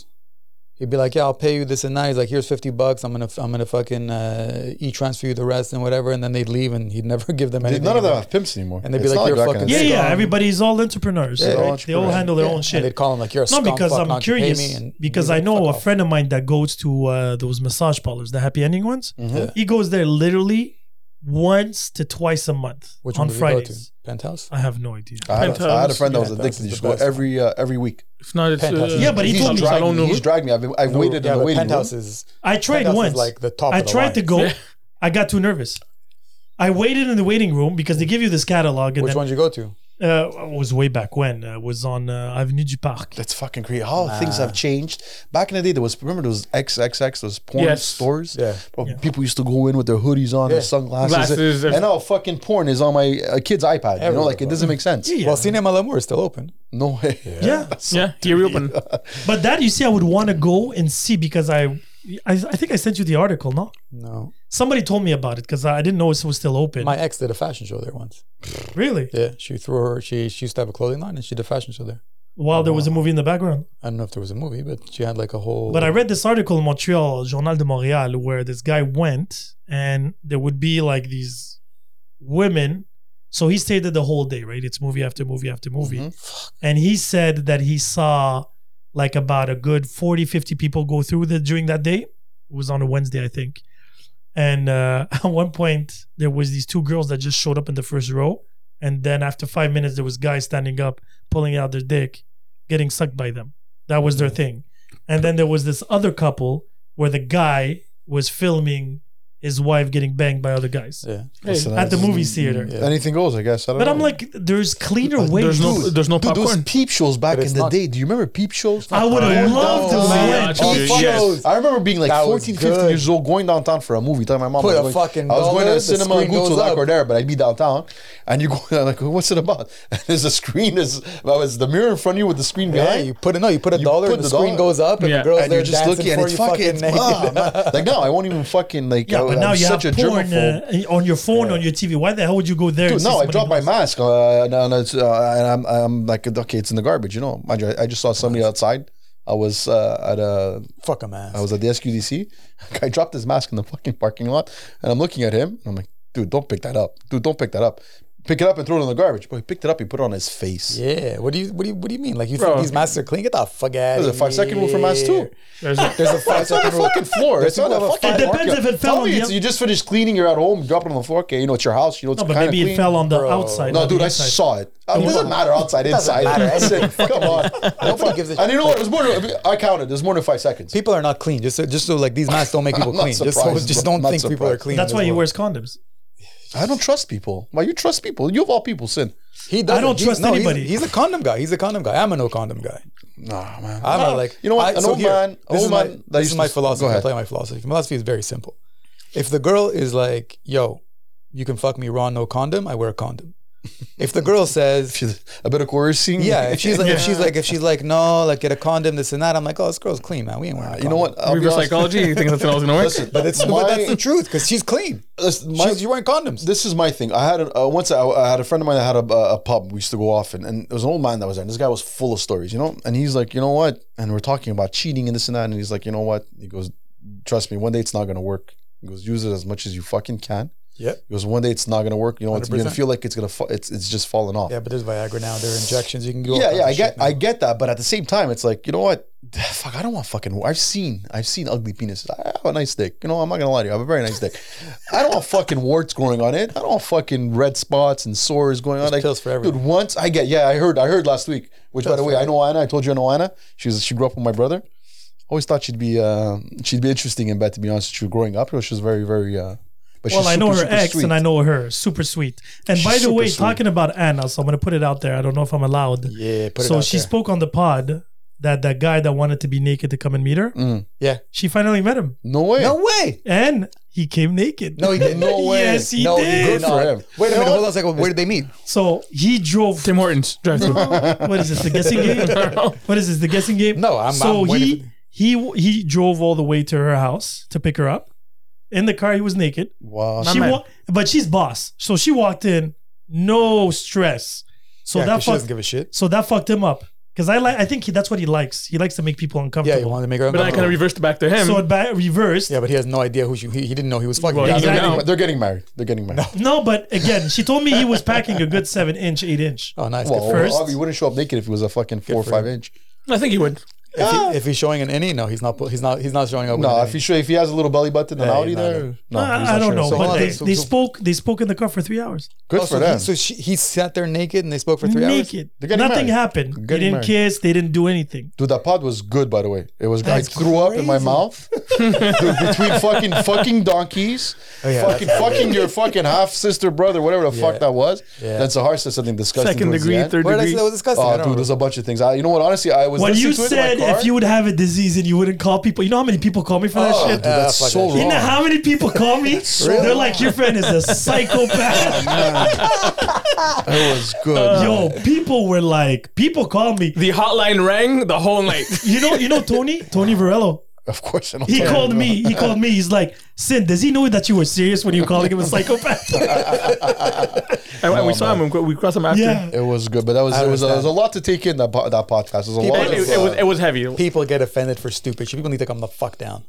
Speaker 3: He'd be like, yeah, I'll pay you this and that. He's like, here's fifty bucks. I'm gonna I'm gonna fucking uh, e transfer you the rest and whatever. And then they'd leave and he'd never give them
Speaker 2: They-
Speaker 3: anything.
Speaker 2: None of them
Speaker 3: about
Speaker 2: have pimps anymore.
Speaker 3: And they'd be
Speaker 2: It's
Speaker 3: like,
Speaker 2: not
Speaker 3: "You're
Speaker 2: back in
Speaker 3: fucking
Speaker 2: the
Speaker 1: Yeah,
Speaker 2: day.
Speaker 1: yeah.
Speaker 3: gone.
Speaker 1: Everybody's all entrepreneurs.
Speaker 2: Yeah,
Speaker 1: right?
Speaker 2: all
Speaker 1: They all
Speaker 2: entrepreneurs.
Speaker 1: handle their
Speaker 3: it."
Speaker 1: own
Speaker 3: And
Speaker 1: shit.
Speaker 3: they'd call him like, you're a
Speaker 1: No,
Speaker 3: scum
Speaker 1: because
Speaker 3: fuck,
Speaker 1: I'm
Speaker 3: not to pay me,
Speaker 1: curious.
Speaker 3: and
Speaker 1: Because
Speaker 3: he'd be
Speaker 1: I
Speaker 3: like,
Speaker 1: know a
Speaker 3: "Fuck off."
Speaker 1: friend of mine that goes to uh, those massage parlors, the happy ending ones.
Speaker 3: Mm-hmm.
Speaker 2: Mhm.
Speaker 1: He goes there literally once to twice a month
Speaker 3: Which
Speaker 1: on
Speaker 3: one did you go to? Uh,
Speaker 1: Fridays.
Speaker 3: Penthouse.
Speaker 1: I have no idea.
Speaker 2: I had, a, I had a friend that was
Speaker 3: Penthouse
Speaker 2: addicted.
Speaker 3: is
Speaker 2: He used to
Speaker 3: the
Speaker 2: go
Speaker 3: best
Speaker 2: every uh, every week.
Speaker 4: It's not. It's, uh,
Speaker 3: Fantastic.
Speaker 1: Yeah, but he
Speaker 2: he's
Speaker 1: told me-
Speaker 2: dragged
Speaker 4: Salon
Speaker 2: me.
Speaker 4: Nouvelle.
Speaker 2: He's dragged me. I've, been, I've waited
Speaker 3: yeah,
Speaker 2: in the
Speaker 3: but
Speaker 2: waiting room.
Speaker 3: Penthouse is
Speaker 1: I tried
Speaker 3: Penthouse
Speaker 1: once.
Speaker 3: Is like the top.
Speaker 1: I
Speaker 3: of the
Speaker 1: tried to
Speaker 3: line.
Speaker 1: go.
Speaker 4: Yeah.
Speaker 1: I got too nervous. I waited in the waiting room because they give you this catalog, and
Speaker 3: Which
Speaker 1: then,
Speaker 3: one did you go to?
Speaker 1: uh, it was way back when. Uh, it was on uh, Avenue du Parc.
Speaker 2: That's fucking crazy. How things have changed. Back in the day, there was remember those XXX those porn
Speaker 4: Yes.
Speaker 2: stores.
Speaker 3: Yeah.
Speaker 2: Bro, people used to go in with their hoodies on, their
Speaker 3: Yeah.
Speaker 2: sunglasses,
Speaker 4: Glasses,
Speaker 2: and
Speaker 4: there's-
Speaker 2: now fucking porn is on my uh, kid's iPad. you know,
Speaker 3: Everywhere,
Speaker 2: like it
Speaker 3: bro.
Speaker 2: doesn't make sense.
Speaker 1: Yeah,
Speaker 3: Well, Cinema L'Amour is still open.
Speaker 2: No way.
Speaker 1: yeah.
Speaker 4: yeah, he reopened.
Speaker 1: But that you see, I would want to go and see because I, I, I think I sent you the article. No,
Speaker 3: No,
Speaker 1: somebody told me about it because I didn't know it was still open.
Speaker 3: my ex did a fashion show there once.
Speaker 1: really?
Speaker 3: Yeah, she threw her. She she used to have a clothing line, and she did fashion show there.
Speaker 1: While there was a movie in the background.
Speaker 3: I don't know if there was a movie, but she had like a whole.
Speaker 1: But I read this article in Montreal, Journal de Montréal, where this guy went and there would be like these women. So he stayed there the whole day, right? It's movie after movie after movie.
Speaker 3: Mm-hmm.
Speaker 2: Mhm.
Speaker 1: And he said that he saw like about a good 40, 50 people go through the during that day. It was on a Wednesday, I think. And uh, at one point, there was these two girls that just showed up in the first row. And then after five minutes, there was guys standing up, pulling out their dick, getting sucked by them. That was their
Speaker 4: Mm.
Speaker 1: thing. And then there was this other couple where the guy was filming his wife getting banged by other guys
Speaker 3: Yeah.
Speaker 2: Listen,
Speaker 1: at the
Speaker 2: that's-
Speaker 1: movie theater.
Speaker 3: Yeah.
Speaker 2: Anything goes, I guess. I don't
Speaker 1: But
Speaker 2: know.
Speaker 1: I'm like, there's cleaner ways.
Speaker 4: Uh, There's no.
Speaker 2: Dude,
Speaker 4: There's no
Speaker 2: Dude, those
Speaker 4: popcorn.
Speaker 2: peep shows back
Speaker 3: But it's
Speaker 2: in the
Speaker 3: not-
Speaker 2: day. Do you remember peep shows?
Speaker 1: I would have
Speaker 3: Oh,
Speaker 1: loved to
Speaker 3: no.
Speaker 1: have
Speaker 4: Oh,
Speaker 1: went.
Speaker 4: yeah. Yes.
Speaker 2: I remember being like
Speaker 3: That was
Speaker 2: 14, 15
Speaker 3: good.
Speaker 2: years old, going downtown for a movie. Telling my mom,
Speaker 3: Put
Speaker 2: I
Speaker 3: a
Speaker 2: was going,
Speaker 3: fucking
Speaker 2: I was going
Speaker 3: dollar,
Speaker 2: to the
Speaker 3: the
Speaker 2: cinema in
Speaker 3: screen goes
Speaker 2: Guzzo,
Speaker 3: up.
Speaker 2: or there, but I'd be downtown, and you go I'm like, what's it about? And there's a screen, is well, it's the mirror in front of you with the screen
Speaker 3: Yeah,
Speaker 2: behind,
Speaker 3: you put it. No, you put a
Speaker 2: You
Speaker 3: dollar,
Speaker 2: put
Speaker 3: and the,
Speaker 2: the dollar.
Speaker 3: screen goes up, and
Speaker 4: Yeah.
Speaker 3: the girls
Speaker 2: and
Speaker 3: there
Speaker 2: you're just
Speaker 3: dancing
Speaker 2: looking, and
Speaker 3: for
Speaker 2: it's
Speaker 3: you, fucking,
Speaker 2: fucking,
Speaker 3: naked.
Speaker 2: ah, man. like now I won't even fucking like.
Speaker 1: Yeah,
Speaker 2: I,
Speaker 1: but now
Speaker 2: am
Speaker 1: you have
Speaker 2: such a
Speaker 1: porn
Speaker 2: germaphobe.
Speaker 1: uh, on your phone, on your TV. Why the hell would you go there? and
Speaker 2: Dude,
Speaker 1: see
Speaker 2: no, I
Speaker 1: somebody
Speaker 2: dropped my
Speaker 1: else?
Speaker 2: mask, uh, and, and, it's, uh, and I'm, I'm like, okay, it's in the garbage, you know. Mind you, I, I just saw somebody outside. I was uh, at a
Speaker 3: Fuck a man.
Speaker 2: I was at the SQDC. I dropped his mask in the fucking parking lot, and I'm looking at him. And I'm like, dude, don't pick that up. Dude, don't pick that up. Pick it up and throw it in the garbage. But he picked it up. He put it on his face.
Speaker 3: Yeah. What do you what do you what do you mean? Like you
Speaker 4: Bro.
Speaker 3: think these masks are clean? Get the fuck out.
Speaker 2: There's a five second rule for masks too.
Speaker 4: There's a-
Speaker 3: There's a five
Speaker 2: It's on the
Speaker 3: second rule.
Speaker 2: fucking floor. It's on
Speaker 3: people
Speaker 2: the
Speaker 3: have a
Speaker 2: fucking
Speaker 1: It depends
Speaker 2: parking lot.
Speaker 1: if it fell
Speaker 2: Tell
Speaker 1: on
Speaker 2: me
Speaker 1: the
Speaker 2: it's-
Speaker 1: out-
Speaker 2: You just finished cleaning. You're at home. You drop it on the floor. Okay, you know it's your house. You know it's
Speaker 1: No, but
Speaker 2: kind
Speaker 1: maybe
Speaker 2: of
Speaker 1: it fell on the
Speaker 3: Bro.
Speaker 1: outside.
Speaker 2: No,
Speaker 1: not the
Speaker 2: dude, I
Speaker 1: inside.
Speaker 2: saw it. Uh, It doesn't matter outside, inside.
Speaker 3: matter.
Speaker 2: I said, Come on.
Speaker 3: Nobody gives a
Speaker 2: And you know
Speaker 3: shit.
Speaker 2: what? It was more. than- I counted. There's more than five seconds.
Speaker 3: People are not clean. Just so, just so like these masks don't make people
Speaker 2: I'm not
Speaker 3: clean. Just so,
Speaker 2: surprised,
Speaker 3: just
Speaker 2: bro.
Speaker 3: don't
Speaker 2: Not
Speaker 3: think people are
Speaker 2: surprised.
Speaker 3: clean.
Speaker 1: That's
Speaker 3: as
Speaker 1: why he
Speaker 3: well.
Speaker 1: wears condoms.
Speaker 2: I don't trust people. Why you trust people? You of all people, sin.
Speaker 3: He doesn't.
Speaker 1: I don't
Speaker 3: He's-
Speaker 1: trust
Speaker 3: no, he's-
Speaker 1: anybody.
Speaker 3: He's, a condom guy. He's a condom guy. I'm a no condom guy.
Speaker 2: Nah, man.
Speaker 3: I'm
Speaker 2: Nah,
Speaker 3: not like
Speaker 2: you know
Speaker 3: I-
Speaker 2: what? An
Speaker 3: so
Speaker 2: old
Speaker 3: here,
Speaker 2: man.
Speaker 3: This
Speaker 2: Old
Speaker 3: is my,
Speaker 2: man. that
Speaker 3: this
Speaker 2: used
Speaker 3: is my
Speaker 2: to-
Speaker 3: philosophy.
Speaker 2: Go
Speaker 3: I'll
Speaker 2: ahead.
Speaker 3: tell you my philosophy. My philosophy is very simple. If the girl is like, "Yo, you can fuck me raw, no condom," I wear a condom. If the girl says,
Speaker 2: She's a bit of coercing.
Speaker 3: "Yeah," if she's like, if she's like, if she's like, "No, like get a condom, this and that," I'm like, "Oh, this girl's clean, man. We ain't wearing." A
Speaker 2: Uh, you know
Speaker 3: condom."
Speaker 2: what? I'll be
Speaker 4: reverse
Speaker 2: honest.
Speaker 4: psychology. You think that's always gonna work?
Speaker 2: Listen,
Speaker 3: But it's
Speaker 2: my-
Speaker 3: but that's the truth because she's clean.
Speaker 2: listen, my-
Speaker 3: She's, you're wearing condoms.
Speaker 2: This is my thing. I had a, uh, once I, I had a friend of mine that had a, a pub. We used to go off, and, and there was an old man that was there. And this guy was full of stories, you know. And he's like, you know what? And we're talking about cheating and this and that. And he's like, you know what? He goes, trust me, one day it's not gonna work. He goes, use it as much as you fucking can.
Speaker 3: Yeah.
Speaker 2: He goes, one day it's not gonna work. You know, it's, you're gonna
Speaker 3: 100%.
Speaker 2: feel like it's gonna, fa- it's it's just falling off.
Speaker 3: Yeah, but there's Viagra now. There are injections you can go.
Speaker 2: yeah, yeah, I get, I get that, but at the same time, it's like you know what? fuck, I don't want fucking. I've seen, I've seen ugly penises. I have a nice dick. You know, I'm not gonna lie to you. I have a very nice dick. I don't want fucking warts growing on it. I don't want fucking red spots and sores going on. Like,
Speaker 3: pills for
Speaker 2: dude,
Speaker 3: everyone.
Speaker 2: once I get, yeah, I heard, I heard last week. Which, by the way, I know Anna. I told you I know Anna. She was, she grew up with my brother. Always thought she'd be, uh, she'd be interesting in bed. To be honest, with you, growing up, she was very, very. Uh, but
Speaker 1: Well,
Speaker 2: she's
Speaker 1: I know
Speaker 2: super,
Speaker 1: her
Speaker 2: super
Speaker 1: ex
Speaker 2: sweet.
Speaker 1: and I know her. Super sweet. And by
Speaker 2: She's
Speaker 1: the way,
Speaker 2: super sweet.
Speaker 1: talking about Anna, so I'm going to put it out there. I don't know if I'm allowed.
Speaker 3: Yeah, put it
Speaker 1: so
Speaker 3: out
Speaker 1: she
Speaker 3: there.
Speaker 1: spoke on the pod that that guy that wanted to be naked to come and meet her.
Speaker 2: Mm.
Speaker 3: Yeah.
Speaker 1: She finally met him
Speaker 2: No way.
Speaker 3: No way.
Speaker 1: and he came naked.
Speaker 3: No, he didn't.
Speaker 2: No way.
Speaker 1: Yes, he
Speaker 3: no,
Speaker 1: did.
Speaker 2: Good for him.
Speaker 3: Wait a minute. Hold on a second. Where did they meet?
Speaker 1: So he drove.
Speaker 4: Tim Hortons drive through.
Speaker 1: What is this? The guessing game? What is this? The guessing game?
Speaker 3: No, I'm-
Speaker 1: So
Speaker 3: I'm
Speaker 1: he
Speaker 3: waiting
Speaker 1: he he drove all the way to her house to pick her up. In the car, he was naked.
Speaker 2: Wow.
Speaker 4: My
Speaker 1: she
Speaker 4: man.
Speaker 1: wa- but she's boss, so she walked in, no stress. So
Speaker 3: yeah, 'cause
Speaker 1: that
Speaker 3: she doesn't
Speaker 1: fucked.
Speaker 3: give a shit.
Speaker 1: So that fucked him up because I like. I think he, that's what he likes. He likes to make people
Speaker 3: Yeah, you
Speaker 1: uncomfortable.
Speaker 3: wanted to make her
Speaker 4: But then I kind
Speaker 3: uncomfortable.
Speaker 4: of reversed it back to him.
Speaker 1: so it ba- reversed.
Speaker 3: yeah, but he has no idea who she. He, he didn't know he was fucking.
Speaker 4: Well,
Speaker 2: Yeah,
Speaker 3: That's
Speaker 2: they're,
Speaker 4: Exactly.
Speaker 2: getting, they're getting married. They're getting married.
Speaker 1: No, but again, she told me he was packing a good seven inch, eight inch.
Speaker 3: Oh, nice.
Speaker 2: Well,
Speaker 3: Good for him.
Speaker 1: first.
Speaker 2: Obvi wouldn't show up naked if it was a fucking four or
Speaker 3: for
Speaker 2: five
Speaker 3: him.
Speaker 2: inch.
Speaker 4: I think he would.
Speaker 3: If, he, if he's showing an any, no, he's not. pu- He's not. He's not showing up. with
Speaker 2: Ah. No,
Speaker 3: an
Speaker 2: if
Speaker 3: innie.
Speaker 2: he show, if he has a little belly button, an
Speaker 3: Yeah,
Speaker 2: Audi
Speaker 3: no, no.
Speaker 2: there. No, he's
Speaker 1: I, I
Speaker 2: not
Speaker 1: don't
Speaker 2: showing
Speaker 1: know,
Speaker 2: up.
Speaker 3: So
Speaker 1: but
Speaker 3: hold on,
Speaker 1: they,
Speaker 3: so-
Speaker 1: they
Speaker 3: so-
Speaker 1: spoke. They spoke in the car for three hours.
Speaker 2: Good
Speaker 3: Oh,
Speaker 2: for
Speaker 3: so
Speaker 2: them.
Speaker 3: He, so she, he sat there naked and they spoke for three hours.
Speaker 1: Naked.
Speaker 2: They're
Speaker 1: Nothing
Speaker 2: getting married.
Speaker 1: happened. They
Speaker 2: getting
Speaker 1: didn't
Speaker 2: married.
Speaker 1: kiss. They didn't do anything.
Speaker 2: Dude, that pod was good, by the way. It was.
Speaker 1: That's
Speaker 2: I threw up in my mouth. Dude, between fucking fucking donkeys,
Speaker 3: yeah,
Speaker 2: fucking fucking your fucking half sister brother, whatever the
Speaker 3: Yeah.
Speaker 2: fuck that was.
Speaker 3: Yeah.
Speaker 2: That's a hard said something disgusting.
Speaker 4: Second
Speaker 2: towards the
Speaker 4: degree,
Speaker 2: end.
Speaker 4: third
Speaker 3: Where did I say
Speaker 4: degree.
Speaker 3: that was disgusting? I
Speaker 2: Oh,
Speaker 3: don't
Speaker 2: dude,
Speaker 3: remember.
Speaker 2: there's a bunch of things. I, you know what? Honestly, I was.
Speaker 1: When
Speaker 2: listening
Speaker 1: you
Speaker 2: to it in my
Speaker 1: said
Speaker 2: car.
Speaker 1: if you would have a disease and you wouldn't call people, you know how many people call me for that
Speaker 2: Oh,
Speaker 1: shit?
Speaker 2: dude, that's
Speaker 3: Ah, fuck
Speaker 2: so
Speaker 3: that shit.
Speaker 1: You
Speaker 2: wrong.
Speaker 1: know how many people call me? They're like, your friend is a psychopath.
Speaker 2: It was good.
Speaker 1: Yo, people were like, people call me.
Speaker 4: The hotline rang the whole night.
Speaker 1: You know, you know Tony, Tony Varello.
Speaker 2: of course, I don't
Speaker 1: He
Speaker 2: care.
Speaker 1: called me. He called me. He's like, Sin, does he know that you were serious when you were calling him a psychopath?
Speaker 4: And
Speaker 2: Oh,
Speaker 4: we saw him. and We crossed him after.
Speaker 1: yeah.
Speaker 2: It was good, but that was it was, it was
Speaker 3: understand.
Speaker 2: a lot to take in that po- that podcast. It was a
Speaker 3: People-
Speaker 2: lot.
Speaker 4: It,
Speaker 2: Of,
Speaker 4: it- it was,
Speaker 2: uh,
Speaker 4: it was heavy.
Speaker 3: People get offended for stupid shit. People need to come the fuck down.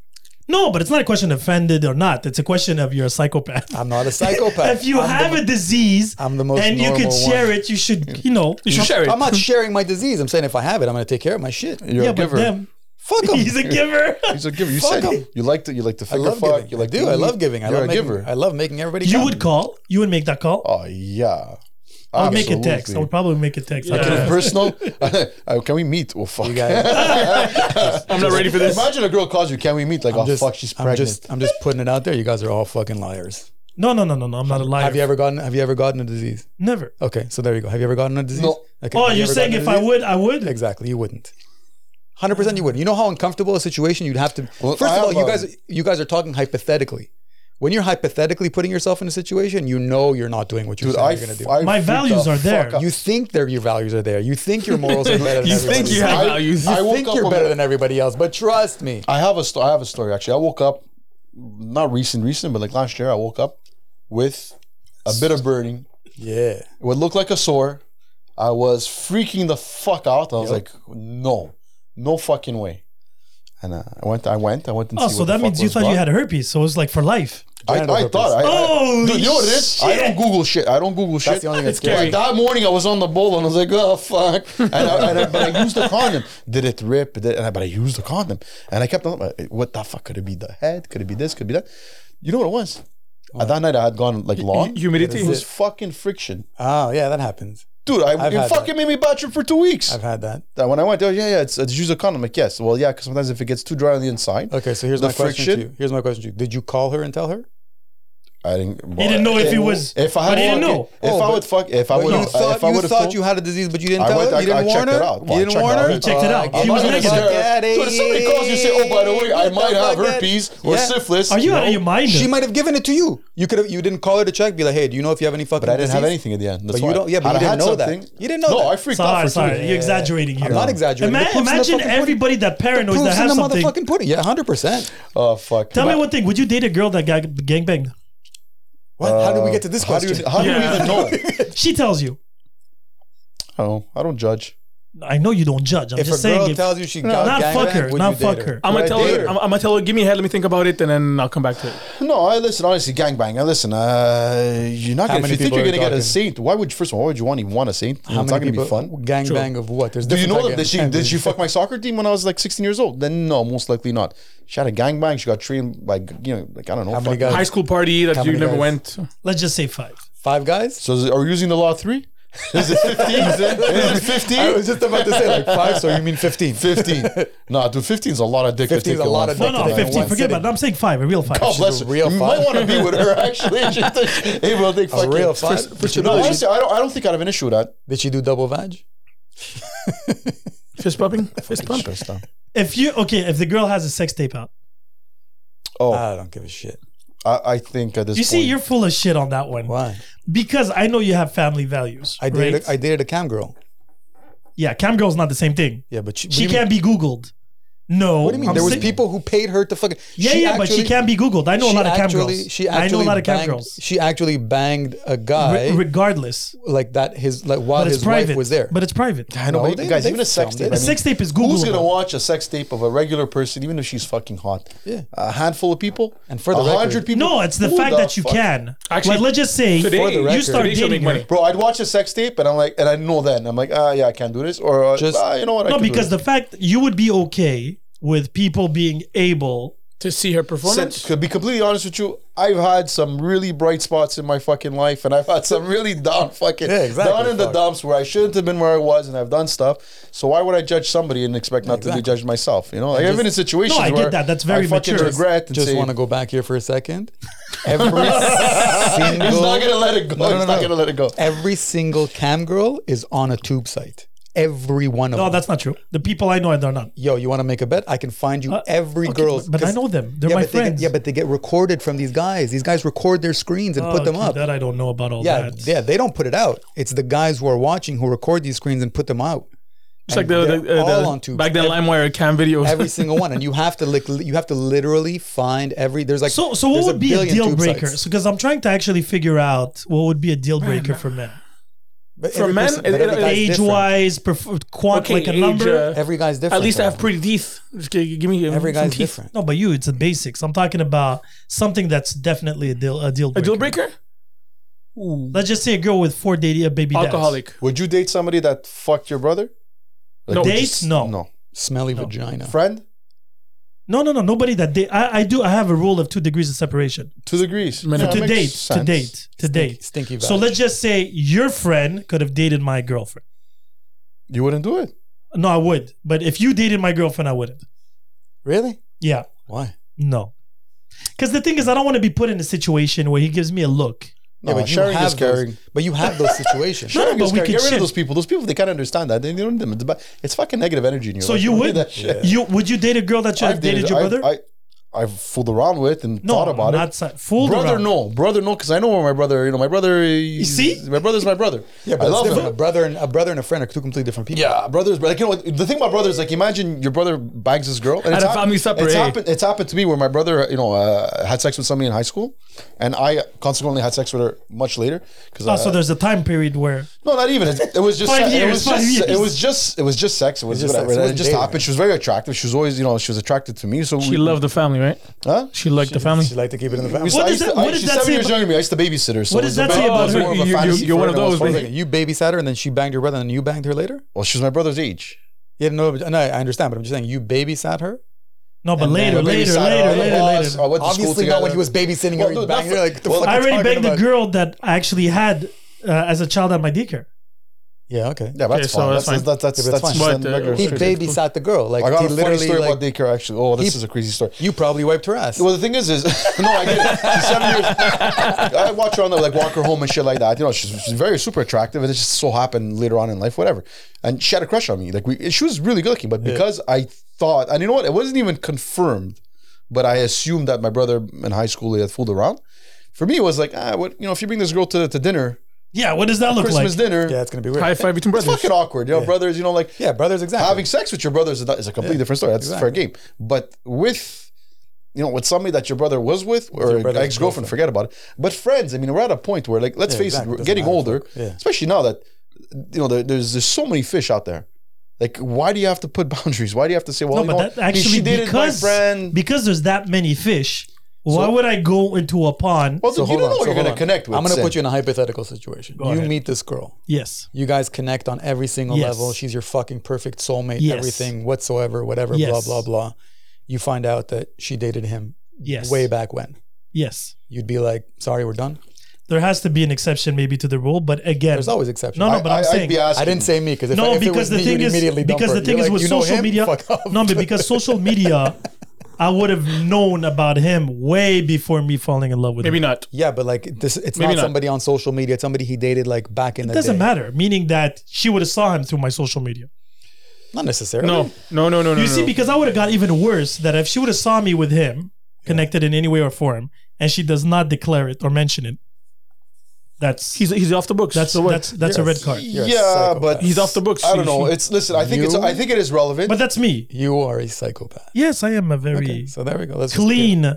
Speaker 1: No, but it's not a question of offended or not. It's a question of you're a psychopath.
Speaker 3: I'm not a psychopath.
Speaker 1: if you
Speaker 3: I'm
Speaker 1: have
Speaker 3: the,
Speaker 1: a disease
Speaker 3: I'm the most
Speaker 1: and you could
Speaker 3: normal
Speaker 1: share
Speaker 3: one.
Speaker 1: it, you should, you know.
Speaker 4: You should share it.
Speaker 3: I'm not sharing my disease. I'm saying if I have it, I'm going to take care of my shit.
Speaker 2: you're
Speaker 1: yeah,
Speaker 2: a
Speaker 1: but
Speaker 2: giver.
Speaker 1: them.
Speaker 3: Fuck him.
Speaker 1: He's a giver.
Speaker 2: He's a giver. You
Speaker 3: Fuck
Speaker 2: said
Speaker 3: 'em.
Speaker 2: you like to you like to
Speaker 3: I
Speaker 2: figure
Speaker 3: love
Speaker 2: fuck.
Speaker 3: giving.
Speaker 2: You
Speaker 3: I
Speaker 2: like
Speaker 3: do.
Speaker 2: To
Speaker 3: I
Speaker 2: eat.
Speaker 3: love giving. I
Speaker 2: You're
Speaker 3: love
Speaker 2: a
Speaker 3: making,
Speaker 2: giver.
Speaker 3: I love making everybody.
Speaker 1: you
Speaker 3: count.
Speaker 1: would call. You would make that call.
Speaker 2: oh yeah.
Speaker 1: I would make a text. I would probably make a text.
Speaker 2: Like
Speaker 1: I
Speaker 2: in a
Speaker 1: don't know.
Speaker 2: personal, Uh, can we meet? Well, fuck.
Speaker 3: You guys,
Speaker 4: I'm not ready for this.
Speaker 2: Imagine a girl calls you, "Can we meet?" Like,
Speaker 3: I'm
Speaker 2: oh
Speaker 3: just,
Speaker 2: fuck, she's
Speaker 3: I'm
Speaker 2: pregnant.
Speaker 3: just, I'm just putting it out there. You guys are all fucking liars.
Speaker 1: No, no, no, no, no. I'm not a liar.
Speaker 3: Have you ever gotten? Have you ever gotten a disease?
Speaker 1: Never.
Speaker 3: Okay, so there you go. Have you ever gotten a disease?
Speaker 2: No.
Speaker 3: Okay,
Speaker 1: Oh,
Speaker 3: have
Speaker 1: you're
Speaker 3: you ever
Speaker 1: saying
Speaker 3: gotten a
Speaker 1: if I
Speaker 3: disease?
Speaker 1: would, I would?
Speaker 3: Exactly, you wouldn't. Hundred percent, you wouldn't. You know how uncomfortable a situation you'd have to.
Speaker 2: Well,
Speaker 3: first
Speaker 2: I
Speaker 3: of all,
Speaker 2: have
Speaker 3: you
Speaker 2: a-
Speaker 3: guys, you guys are talking hypothetically. When you're hypothetically putting yourself in a situation, you know you're not doing what you
Speaker 2: Dude,
Speaker 3: said
Speaker 2: I,
Speaker 3: you're going to do.
Speaker 2: I
Speaker 1: My
Speaker 2: freaked
Speaker 1: values
Speaker 2: the
Speaker 1: are there.
Speaker 2: fuck out.
Speaker 3: you think that your values are there. You think your morals are better. Than
Speaker 4: You
Speaker 3: everybody
Speaker 4: think you
Speaker 3: else.
Speaker 4: have
Speaker 2: I-
Speaker 4: values.
Speaker 2: I
Speaker 4: You
Speaker 2: woke
Speaker 3: think
Speaker 2: up
Speaker 3: you're
Speaker 2: on
Speaker 3: better
Speaker 2: the-
Speaker 3: than everybody else, but trust me.
Speaker 2: I have a sto- I have a story actually. I woke up, not recent, recent, but like last year, I woke up with a bit of burning.
Speaker 3: Yeah,
Speaker 2: It would look like a sore. I was freaking the fuck out. I was like, no, no fucking way. And uh, I went, I went, I went and.
Speaker 1: Oh, so that means you thought you had herpes. So it's like for life.
Speaker 2: I,
Speaker 3: Genital
Speaker 2: I thought. I,
Speaker 1: Holy
Speaker 2: I, dude, you know what it is? I don't Google shit. I don't Google shit.
Speaker 3: the only thing that's
Speaker 2: But
Speaker 4: scary.
Speaker 2: that morning, I was on the bowl and I was like, oh fuck. And I, and I, but I used the condom. Did it rip? Did, and I, but I used the condom, and I kept on. What the fuck could it be? The head? Could it be this? Could it be that? You know what it was? Uh, that night I had gone like long.
Speaker 4: humidity.
Speaker 2: It was fucking friction.
Speaker 3: oh yeah, that happens.
Speaker 2: Dude, I,
Speaker 3: I've
Speaker 2: it
Speaker 3: had
Speaker 2: fucking made me bathroom for two weeks.
Speaker 3: I've had that.
Speaker 2: That when I went, oh yeah, yeah, it's, it's use a condom. Like yes, well yeah, because sometimes if it gets too dry on the inside,
Speaker 3: Okay, so here's
Speaker 2: The
Speaker 3: my question
Speaker 2: friction?
Speaker 3: to you. Here's my question to you. Did you call her and tell her?
Speaker 2: I didn't. Well,
Speaker 1: You didn't know if he was.
Speaker 2: If
Speaker 1: but
Speaker 2: I had,
Speaker 1: he didn't
Speaker 2: fucking-
Speaker 1: know.
Speaker 2: If
Speaker 3: Oh,
Speaker 2: I
Speaker 3: but-
Speaker 2: would fuck, if I would,
Speaker 3: you thought,
Speaker 2: if I
Speaker 3: you,
Speaker 2: would have
Speaker 3: thought
Speaker 2: told,
Speaker 3: you had a disease, but you didn't
Speaker 2: I
Speaker 3: tell
Speaker 2: went-
Speaker 3: her.
Speaker 2: I-
Speaker 3: you didn't
Speaker 2: I checked
Speaker 3: warn
Speaker 2: it
Speaker 3: her.
Speaker 2: out. Well, I
Speaker 3: you didn't
Speaker 2: checked it
Speaker 3: warn her.
Speaker 2: out.
Speaker 1: He checked it out.
Speaker 3: Oh,
Speaker 1: He
Speaker 3: get
Speaker 1: was
Speaker 3: the
Speaker 1: naked.
Speaker 3: fuck
Speaker 1: Dude,
Speaker 3: outta
Speaker 2: Dude, if somebody calls you and say, oh by the way, I
Speaker 3: Get the
Speaker 2: might have
Speaker 3: fuck out.
Speaker 2: herpes or
Speaker 3: Yeah.
Speaker 2: syphilis.
Speaker 1: Are you
Speaker 2: No,
Speaker 1: out of your mind?
Speaker 3: She might have given it to you. You could have. You didn't call her to check. Be like, hey, do you know if you have any fucking?
Speaker 2: But I didn't have
Speaker 3: disease?
Speaker 2: anything at the end. That's
Speaker 3: But you
Speaker 2: why.
Speaker 3: don't- yeah, but
Speaker 2: Had
Speaker 3: you
Speaker 2: I
Speaker 3: didn't
Speaker 2: had
Speaker 3: know that.
Speaker 2: something-
Speaker 3: You didn't know
Speaker 2: No,
Speaker 3: that.
Speaker 2: I freaked out
Speaker 1: Sorry,
Speaker 2: for
Speaker 1: sorry.
Speaker 2: two
Speaker 1: You're
Speaker 2: days.
Speaker 1: exaggerating here.
Speaker 3: I'm not exaggerating.
Speaker 1: Ima-
Speaker 3: The proof's in the
Speaker 1: imagine
Speaker 3: fucking pudding.
Speaker 1: everybody that paranoid
Speaker 3: Proof's
Speaker 1: that
Speaker 3: in
Speaker 1: has
Speaker 3: the
Speaker 1: something.
Speaker 3: motherfucking pudding. Yeah, hundred percent.
Speaker 2: Oh fuck.
Speaker 1: Tell me one thing. Would you date a girl that got gangbanged?
Speaker 3: What? how did we get to this
Speaker 2: How do
Speaker 3: question?
Speaker 2: you? How do you
Speaker 4: Yeah.
Speaker 2: even know?
Speaker 1: She tells you.
Speaker 2: Oh, I don't judge.
Speaker 1: I know you don't judge. I'm
Speaker 3: If
Speaker 1: just
Speaker 3: a girl
Speaker 1: saying. If,
Speaker 3: tells you she
Speaker 2: No,
Speaker 3: got
Speaker 1: not
Speaker 3: gang
Speaker 1: fuck her,
Speaker 3: banged, would
Speaker 1: not
Speaker 3: you date
Speaker 1: fuck
Speaker 3: her?
Speaker 1: her.
Speaker 4: I'm gonna
Speaker 2: Right
Speaker 4: tell
Speaker 2: there.
Speaker 4: her. I'm, I'm gonna tell her. Give me a head. Let me think about it, and then I'll come back to it.
Speaker 2: No, I listen honestly. Gangbang. Now listen, uh, you're not.
Speaker 3: How
Speaker 2: Gonna, if
Speaker 3: many
Speaker 2: you think
Speaker 3: people
Speaker 2: you're
Speaker 3: are
Speaker 2: gonna get a
Speaker 3: talking?
Speaker 2: saint, why would first of all, why would you want to want a saint?
Speaker 3: How
Speaker 2: it's not
Speaker 3: many
Speaker 2: gonna
Speaker 3: people?
Speaker 2: be fun.
Speaker 3: Gang bang of what? There's
Speaker 2: Do you
Speaker 3: different
Speaker 2: know that?
Speaker 3: type
Speaker 2: Did
Speaker 3: of
Speaker 2: she
Speaker 3: gang
Speaker 2: did
Speaker 3: bang.
Speaker 2: she fuck my soccer team when I was like 16 years old? Then no, most likely not. She had a gangbang. She got treated like you know, like I don't know.
Speaker 3: How many
Speaker 2: fucking-
Speaker 3: guys?
Speaker 4: High school party that
Speaker 3: How
Speaker 4: you
Speaker 3: many
Speaker 4: never
Speaker 3: guys?
Speaker 4: went.
Speaker 1: let's just say five.
Speaker 3: Five guys?
Speaker 2: So is it, are we using the law of three? Is it 15? is it 15?
Speaker 3: I was just about to say like five, so you mean 15.
Speaker 2: 15. No, dude, 15 is a lot of dick. to
Speaker 3: 15 is
Speaker 2: take
Speaker 3: a
Speaker 2: in
Speaker 3: lot
Speaker 2: one
Speaker 3: of
Speaker 2: fuck.
Speaker 1: No,
Speaker 3: dick Back to
Speaker 1: no,
Speaker 3: back in
Speaker 1: fifteen.
Speaker 3: one
Speaker 1: Forget
Speaker 3: sitting.
Speaker 1: about. it. I'm saying five, a real five.
Speaker 2: God bless
Speaker 3: a
Speaker 2: her.
Speaker 3: real
Speaker 2: you
Speaker 3: fuck.
Speaker 2: might want to be with her, actually. hey, bro, they
Speaker 3: A
Speaker 2: fucking-
Speaker 3: real five? Did she,
Speaker 2: No,
Speaker 3: do,
Speaker 2: honestly, I don't, I don't think I'd have an issue with that.
Speaker 3: did she do double vag?
Speaker 4: Fist pumping. Fist pump.
Speaker 1: If you okay, if the girl has a sex tape out,
Speaker 2: Oh,
Speaker 3: I don't give a shit.
Speaker 2: I, I think at this
Speaker 1: you see,
Speaker 2: point-
Speaker 1: you're full of shit on that one
Speaker 3: Why?
Speaker 1: because I know you have family values.
Speaker 3: I dated,
Speaker 1: right?
Speaker 3: a, I dated a cam girl.
Speaker 1: yeah, cam girl's not the same thing.
Speaker 3: Yeah, but
Speaker 1: She
Speaker 3: she, what do you mean-
Speaker 1: can't be Googled. No,
Speaker 3: What do you mean?
Speaker 1: I'm
Speaker 3: there was
Speaker 1: saying-
Speaker 3: people who paid her to fucking.
Speaker 1: Yeah, yeah, but she can't be Googled. I know a
Speaker 3: she
Speaker 1: lot of cam
Speaker 3: actually-
Speaker 1: girls.
Speaker 3: She
Speaker 1: I
Speaker 3: actually
Speaker 1: know a lot of cam
Speaker 3: banged-
Speaker 1: girls.
Speaker 3: She actually banged a
Speaker 1: Re-
Speaker 3: guy
Speaker 1: regardless,
Speaker 3: like that. His like while
Speaker 1: but it's
Speaker 3: his
Speaker 1: private.
Speaker 3: wife was there.
Speaker 1: But it's private.
Speaker 2: I know,
Speaker 3: No,
Speaker 2: but
Speaker 3: they-
Speaker 2: guys,
Speaker 3: they
Speaker 2: even a sex
Speaker 3: filmed
Speaker 2: tape.
Speaker 3: it.
Speaker 2: I
Speaker 1: A
Speaker 2: mean,
Speaker 1: sex tape is Google.
Speaker 2: Who's gonna watch a sex tape of a regular person, even if she's fucking hot?
Speaker 3: Yeah.
Speaker 2: a handful of people,
Speaker 3: And for the
Speaker 2: a hundred
Speaker 3: record-
Speaker 2: people.
Speaker 1: No, it's the
Speaker 2: Who
Speaker 1: fact that you
Speaker 2: fuck?
Speaker 1: can.
Speaker 4: Actually,
Speaker 1: Actually, let's just say
Speaker 4: Today,
Speaker 3: For the
Speaker 4: you
Speaker 3: record.
Speaker 4: start
Speaker 1: Today she'll
Speaker 4: dating
Speaker 1: make
Speaker 4: her.
Speaker 1: money.
Speaker 2: Bro, I'd watch a sex tape and I'm like, and I know then I'm like, ah, yeah, I can't do this, or uh,
Speaker 3: Just-
Speaker 2: ah, you know what? I
Speaker 1: no,
Speaker 2: can do
Speaker 1: because
Speaker 2: this.
Speaker 1: the fact you would be okay with people being able.
Speaker 4: to see her performance.
Speaker 2: Sen- to be completely honest with you, I've had some really bright spots in my fucking life, and I've had some really down fucking
Speaker 3: Yeah, exactly,
Speaker 2: down in the
Speaker 3: fuck.
Speaker 2: dumps where I shouldn't have been where I was, and I've done stuff. So why would I judge somebody and expect not to be
Speaker 3: Exactly.
Speaker 2: judged myself? You know, like I've been in situations
Speaker 1: No, I get
Speaker 2: where
Speaker 1: that. That's very
Speaker 2: I fucking
Speaker 1: mature.
Speaker 2: regret and
Speaker 3: just
Speaker 2: say,
Speaker 3: want to go back here for a second. Every single,
Speaker 2: He's not gonna let it go.
Speaker 3: No, no,
Speaker 2: He's
Speaker 3: no,
Speaker 2: not
Speaker 3: no.
Speaker 2: gonna let it go.
Speaker 3: every single cam girl is on a tube site. Every one of
Speaker 1: No,
Speaker 3: them.
Speaker 1: that's not true. The people I know, they're not.
Speaker 3: Yo, you want to make a bet? I can find you
Speaker 1: Uh,
Speaker 3: every
Speaker 1: okay,
Speaker 3: girl.
Speaker 1: but- but I know them. They're my
Speaker 3: but they get-
Speaker 1: friends.
Speaker 3: yeah, but they get recorded from these guys. These guys record their screens and put them
Speaker 1: Okay,
Speaker 3: up.
Speaker 1: Oh, That I don't know about all
Speaker 3: Yeah,
Speaker 1: that.
Speaker 3: yeah, they don't put it out. It's the guys who are watching who record these screens and put them out.
Speaker 4: It's like the, the,
Speaker 3: they're
Speaker 4: uh,
Speaker 3: all
Speaker 4: the-
Speaker 3: on tube.
Speaker 4: back then LimeWire cam videos.
Speaker 3: Every single one, and you have to like li- you have to literally find every. There's like
Speaker 1: So, so what
Speaker 3: there's
Speaker 1: would be a
Speaker 3: billion
Speaker 1: deal
Speaker 3: tube
Speaker 1: breaker?
Speaker 3: sites.
Speaker 1: Because I'm trying to actually figure out what would be a deal breaker for men,
Speaker 3: But
Speaker 4: For
Speaker 3: every
Speaker 4: men,
Speaker 3: person-
Speaker 4: it-
Speaker 3: but every
Speaker 4: it-
Speaker 3: guy's
Speaker 1: age
Speaker 3: different.
Speaker 1: wise, perf- quant
Speaker 4: Okay,
Speaker 1: like a
Speaker 4: age,
Speaker 1: number.
Speaker 4: uh,
Speaker 3: every guy's different.
Speaker 4: At least I have
Speaker 3: though.
Speaker 4: pretty teeth. Just g- give me uh,
Speaker 3: Every
Speaker 4: some
Speaker 3: guy's
Speaker 4: teeth.
Speaker 3: different.
Speaker 1: no, but you, it's the basics. I'm talking about something that's definitely a deal a deal breaker.
Speaker 4: A deal breaker?
Speaker 1: Let's just say a girl with four dating a baby dads.
Speaker 4: Alcoholic.
Speaker 2: Would you date somebody that fucked your brother?
Speaker 4: No.
Speaker 2: would you
Speaker 1: Date?
Speaker 2: s-
Speaker 1: No.
Speaker 2: no.
Speaker 3: Smelly vagina.
Speaker 2: Friend?
Speaker 1: No, no, no. Nobody that date. I, I do. I have a rule of two degrees of separation.
Speaker 2: Two degrees.
Speaker 4: Minimum.
Speaker 2: Yeah,
Speaker 1: to
Speaker 2: makes
Speaker 1: date, to
Speaker 2: sense.
Speaker 1: date, to date.
Speaker 3: Stinky.
Speaker 1: So
Speaker 3: vag.
Speaker 1: let's just say your friend could have dated my girlfriend.
Speaker 2: You wouldn't do it.
Speaker 1: No, I would. But if you dated my girlfriend, I wouldn't.
Speaker 3: really
Speaker 1: Yeah.
Speaker 3: why?
Speaker 1: No. Because the thing is, I don't want to be put in a situation where he gives me a look.
Speaker 2: No, sharing is caring.
Speaker 3: Those, but you have those situations.
Speaker 1: No, no,
Speaker 2: Sharing
Speaker 1: but
Speaker 2: is
Speaker 1: we
Speaker 2: caring.
Speaker 1: could
Speaker 2: Get rid
Speaker 1: shit.
Speaker 2: of those people. Those people, they can't understand that. They, they don't need them. It's, about, it's fucking negative energy in you.
Speaker 1: So
Speaker 2: Like,
Speaker 1: you
Speaker 2: don't
Speaker 1: would,
Speaker 2: need that shit.
Speaker 1: you would you date a girl that you have dated, your brother?
Speaker 2: I've, I, I've fooled around with and
Speaker 1: no,
Speaker 2: thought about
Speaker 1: not
Speaker 2: it.
Speaker 1: si- fooled
Speaker 2: Brother,
Speaker 1: around.
Speaker 2: no. Brother, no. Because I know where my brother, you know, my brother. You
Speaker 1: see?
Speaker 2: My brother's my brother.
Speaker 3: yeah, but
Speaker 2: I
Speaker 3: it's
Speaker 2: love
Speaker 3: different.
Speaker 2: him.
Speaker 3: A brother and a brother and a friend are two completely different people.
Speaker 2: Yeah, brothers. But like, you know, what, the thing about brothers, like, imagine your brother bangs his girl. And
Speaker 4: At a family supper,
Speaker 2: It's
Speaker 4: eh?
Speaker 2: happened. It's happened to me where my brother, you know, uh, had sex with somebody in high school, and I consequently had sex with her much later. Because
Speaker 1: Oh, so there's a time period where
Speaker 2: no, not even. It's- It, was just.
Speaker 1: Five
Speaker 2: se- it
Speaker 1: years,
Speaker 2: was
Speaker 1: five
Speaker 2: just.
Speaker 1: years.
Speaker 2: It was just. It was just sex. It was
Speaker 3: It's just
Speaker 2: whatever.
Speaker 3: sex. It
Speaker 2: It
Speaker 3: wasn't
Speaker 2: just
Speaker 3: dating.
Speaker 2: happened. She was very attractive. She was always, you know, she was attracted to me. So
Speaker 4: She loved the family, right?
Speaker 2: Huh?
Speaker 4: She liked the family.
Speaker 3: She like to keep it in the
Speaker 2: We
Speaker 3: family.
Speaker 2: used to-
Speaker 1: What
Speaker 2: I
Speaker 1: does
Speaker 2: used
Speaker 1: that-
Speaker 2: to- I-
Speaker 1: what does
Speaker 2: she's
Speaker 1: that
Speaker 2: seven
Speaker 1: say
Speaker 2: years
Speaker 1: about-
Speaker 2: younger than me. I used to babysit her. So
Speaker 1: What
Speaker 2: it
Speaker 1: does
Speaker 2: was a
Speaker 1: that
Speaker 2: bit-
Speaker 1: say
Speaker 2: it
Speaker 1: about
Speaker 2: was
Speaker 1: her?
Speaker 2: more of a
Speaker 4: You- you-
Speaker 2: fantasy
Speaker 4: you're
Speaker 2: for
Speaker 4: one
Speaker 2: her
Speaker 4: of
Speaker 2: than it was
Speaker 4: those,
Speaker 2: for
Speaker 4: man.
Speaker 2: me.
Speaker 3: Wait a second, You babysat her and then she banged your brother and you banged her later.
Speaker 2: Well, she was my brother's age.
Speaker 3: Yeah, no, but- no, I understand, but I'm just saying you babysat her.
Speaker 1: no, but
Speaker 3: And then-
Speaker 1: later,
Speaker 3: But
Speaker 1: later,
Speaker 2: Babysat her.
Speaker 1: later, later,
Speaker 2: Well,
Speaker 1: later.
Speaker 2: I went to school
Speaker 3: Obviously not
Speaker 2: together.
Speaker 3: when he was babysitting
Speaker 2: Well,
Speaker 3: her.
Speaker 2: dude,
Speaker 3: he banged
Speaker 2: that-
Speaker 3: her like the
Speaker 2: well,
Speaker 3: fuck
Speaker 1: I
Speaker 3: you
Speaker 1: already
Speaker 3: talking
Speaker 1: banged the
Speaker 3: about?
Speaker 1: girl that I actually had uh, as a child at my daycare.
Speaker 3: Yeah, okay.
Speaker 2: Yeah,
Speaker 4: Okay,
Speaker 2: that's
Speaker 4: so
Speaker 2: fine. That's that's that's
Speaker 4: that's fine.
Speaker 2: that's,
Speaker 3: Yeah, but it's
Speaker 2: just
Speaker 4: fine.
Speaker 2: an
Speaker 4: But, uh,
Speaker 2: regular
Speaker 3: He
Speaker 4: Sure,
Speaker 2: story.
Speaker 3: babysat the girl. Like
Speaker 2: I got
Speaker 3: he
Speaker 2: a funny
Speaker 3: literally
Speaker 2: story
Speaker 3: like,
Speaker 2: about daycare. Actually, oh, this
Speaker 3: he-
Speaker 2: is a crazy story.
Speaker 3: you probably wiped her ass.
Speaker 2: Well, the thing is, is no, I get it. She's seven years. I watch her on the like walk her home and shit like that. You know, she's, she's very super attractive, and it just so happened later on in life, whatever. And she had a crush on me. Like we, she was really good looking, but because I thought, and you know what, it wasn't even confirmed, but I assumed that my brother in high school he had fooled around. For me, it was like, ah, what you know, if you bring this girl to, to dinner,
Speaker 1: Yeah, what does that look
Speaker 2: Christmas
Speaker 1: like?
Speaker 2: dinner,
Speaker 3: yeah, it's gonna be
Speaker 4: High
Speaker 3: weird.
Speaker 4: five between
Speaker 2: it's
Speaker 4: brothers.
Speaker 2: fucking awkward. You know, brothers, you know, like
Speaker 3: Yeah, brothers, exactly.
Speaker 2: having sex with your brother is a, is a completely different story. That's a fair
Speaker 3: exactly.
Speaker 2: game. But with you know, with somebody that your brother was with or
Speaker 3: your brother's
Speaker 2: ex girlfriend, forget about it. But friends, I mean, we're at a point where, like, let's
Speaker 3: Yeah,
Speaker 2: face
Speaker 3: exactly.
Speaker 2: it, we're
Speaker 3: Doesn't
Speaker 2: getting
Speaker 3: matter,
Speaker 2: older,
Speaker 3: fuck. Yeah.
Speaker 2: especially now that you know there, there's there's so many fish out there. Like, why do you have to put boundaries? Why do you have to say, well,
Speaker 1: No,
Speaker 2: you
Speaker 1: but
Speaker 2: know
Speaker 1: that
Speaker 2: what?
Speaker 1: actually
Speaker 2: she dated
Speaker 1: because
Speaker 2: my friend.
Speaker 1: because there's that many fish. Why would I go into a pond?
Speaker 2: well, dude, you don't
Speaker 3: hold
Speaker 2: know
Speaker 3: on,
Speaker 2: what you're going
Speaker 3: hold
Speaker 2: to
Speaker 3: on.
Speaker 2: connect with.
Speaker 3: I'm going to
Speaker 2: Sin.
Speaker 3: put you in a hypothetical situation.
Speaker 1: Go
Speaker 3: you
Speaker 1: ahead.
Speaker 3: meet this girl.
Speaker 1: Yes.
Speaker 3: You guys connect on every single
Speaker 1: Yes.
Speaker 3: level. She's your fucking perfect soulmate,
Speaker 1: Yes.
Speaker 3: everything whatsoever, whatever,
Speaker 1: Yes.
Speaker 3: blah, blah, blah. You find out that she dated him
Speaker 1: Yes.
Speaker 3: way back when.
Speaker 1: Yes.
Speaker 3: You'd be like, sorry, we're done.
Speaker 1: There has to be an exception maybe to the rule, but again,
Speaker 3: There's always exceptions.
Speaker 1: No, no,
Speaker 2: I,
Speaker 1: but I'm
Speaker 2: I,
Speaker 1: saying-
Speaker 2: would be asking,
Speaker 3: I didn't say me because if,
Speaker 1: no,
Speaker 3: if it
Speaker 1: because
Speaker 3: was
Speaker 1: the
Speaker 3: me,
Speaker 1: thing
Speaker 3: you'd
Speaker 1: is
Speaker 3: immediately dump
Speaker 1: because
Speaker 3: her.
Speaker 1: the thing
Speaker 3: You're
Speaker 1: is with
Speaker 3: like, "You know
Speaker 1: social
Speaker 3: him?
Speaker 1: media.
Speaker 3: Fuck off."
Speaker 1: No, but because social media, I would have known about him way before me falling in love with
Speaker 4: Maybe
Speaker 1: him.
Speaker 4: not.
Speaker 3: Yeah, but like this, it's
Speaker 4: Maybe
Speaker 3: not,
Speaker 4: not.
Speaker 3: somebody on social media. It's somebody he dated like back in
Speaker 1: It
Speaker 3: the
Speaker 1: doesn't
Speaker 3: day.
Speaker 1: matter. Meaning that she would have saw him through my social media.
Speaker 3: Not necessarily.
Speaker 4: No, no, no, no, no.
Speaker 1: you see,
Speaker 4: no.
Speaker 1: because I would have got even worse that if she would have saw me with him, connected in any way or form, and she does not declare it or mention it, that's
Speaker 4: he's he's off the books.
Speaker 1: that's
Speaker 4: so what?
Speaker 1: that's that's a
Speaker 3: Yes.
Speaker 1: red card.
Speaker 3: You're a
Speaker 2: yeah, but
Speaker 3: psychopath.
Speaker 4: He's off the books.
Speaker 2: I don't
Speaker 4: You-
Speaker 2: know.
Speaker 4: you-
Speaker 2: It's listen. I think it's.
Speaker 3: You-
Speaker 2: I think it is relevant.
Speaker 1: But that's me.
Speaker 3: You are a psychopath.
Speaker 1: Yes, I am a very
Speaker 3: Okay, so there we go. Let's just get-
Speaker 1: clean.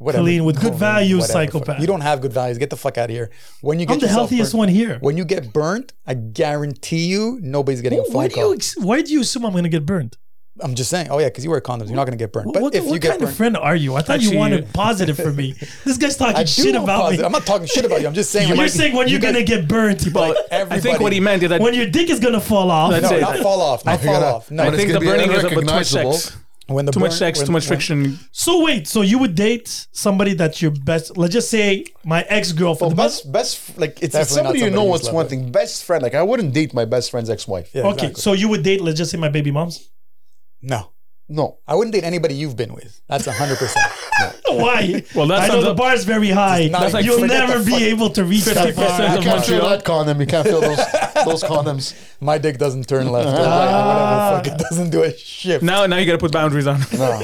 Speaker 3: whatever.
Speaker 1: clean with good
Speaker 3: Whatever,
Speaker 1: values,
Speaker 3: whatever, fuck.
Speaker 1: psychopath.
Speaker 3: You don't have good values. Get the fuck out of here. When you get
Speaker 1: I'm the
Speaker 3: yourself
Speaker 1: healthiest
Speaker 3: burnt-
Speaker 1: one here.
Speaker 3: When you get burnt, I guarantee you nobody's getting a
Speaker 1: Why do
Speaker 3: phone
Speaker 1: you
Speaker 3: call.
Speaker 1: ex- why do you assume I'm gonna get burned?
Speaker 3: I'm just saying. Oh yeah, because you wear condoms, you're not gonna get burnt. But
Speaker 1: what
Speaker 3: if
Speaker 1: what
Speaker 3: you get
Speaker 1: kind
Speaker 3: burnt,
Speaker 1: of friend are you? I thought
Speaker 4: Actually,
Speaker 1: you
Speaker 4: you-
Speaker 1: wanted positive for me. This guy's talking
Speaker 3: I do
Speaker 1: shit
Speaker 3: want
Speaker 1: about
Speaker 3: positive. I'm
Speaker 1: me.
Speaker 3: not talking shit about you. I'm just saying.
Speaker 1: You're
Speaker 3: when you-
Speaker 1: saying when
Speaker 3: you
Speaker 1: you're
Speaker 3: guys-
Speaker 1: gonna get burnt,
Speaker 3: Like,
Speaker 4: I
Speaker 3: everybody.
Speaker 4: think what he meant is that
Speaker 1: when your dick is gonna fall off.
Speaker 4: That's
Speaker 3: No,
Speaker 4: it.
Speaker 3: not fall off. Not fall
Speaker 2: gotta-
Speaker 3: off. No.
Speaker 4: I
Speaker 2: But it's
Speaker 4: think the
Speaker 2: gonna be
Speaker 4: burning is a bit too much
Speaker 2: unrecognizable.
Speaker 4: sex.
Speaker 3: when the
Speaker 4: Too much
Speaker 3: burn-
Speaker 4: sex,
Speaker 3: when-
Speaker 4: too much
Speaker 3: when-
Speaker 4: friction.
Speaker 1: So wait, so you would date somebody that's your best? Let's just say my ex
Speaker 2: Well,
Speaker 1: girlfriend.
Speaker 2: best best like it's, it's
Speaker 3: Definitely not
Speaker 2: somebody you
Speaker 3: somebody
Speaker 2: know.
Speaker 3: who's
Speaker 2: What's one
Speaker 3: lovely.
Speaker 2: thing? Best friend. Like I wouldn't date my best friend's ex-wife.
Speaker 3: Yeah,
Speaker 1: okay,
Speaker 3: exactly.
Speaker 1: so you would date? Let's just say my baby mom's.
Speaker 3: no,
Speaker 2: No.
Speaker 3: I wouldn't date anybody you've been with. That's hundred percent.
Speaker 1: Why?
Speaker 4: Well, that
Speaker 1: I know
Speaker 4: sounds
Speaker 1: the
Speaker 4: up-
Speaker 1: bar's very high.
Speaker 3: It's not- That's like-
Speaker 1: You'll
Speaker 3: forget
Speaker 1: never
Speaker 3: the
Speaker 1: be
Speaker 3: fuck-
Speaker 1: able to reach that
Speaker 4: 50%
Speaker 1: bar.
Speaker 2: You
Speaker 4: of
Speaker 2: can't feel
Speaker 4: Montreal.
Speaker 2: that condom. You can't feel those those condoms.
Speaker 3: My dick doesn't turn left or right or
Speaker 1: Ah.
Speaker 3: whatever. Fuck, it doesn't do a shift.
Speaker 4: Now, now you got to put boundaries on.
Speaker 2: No,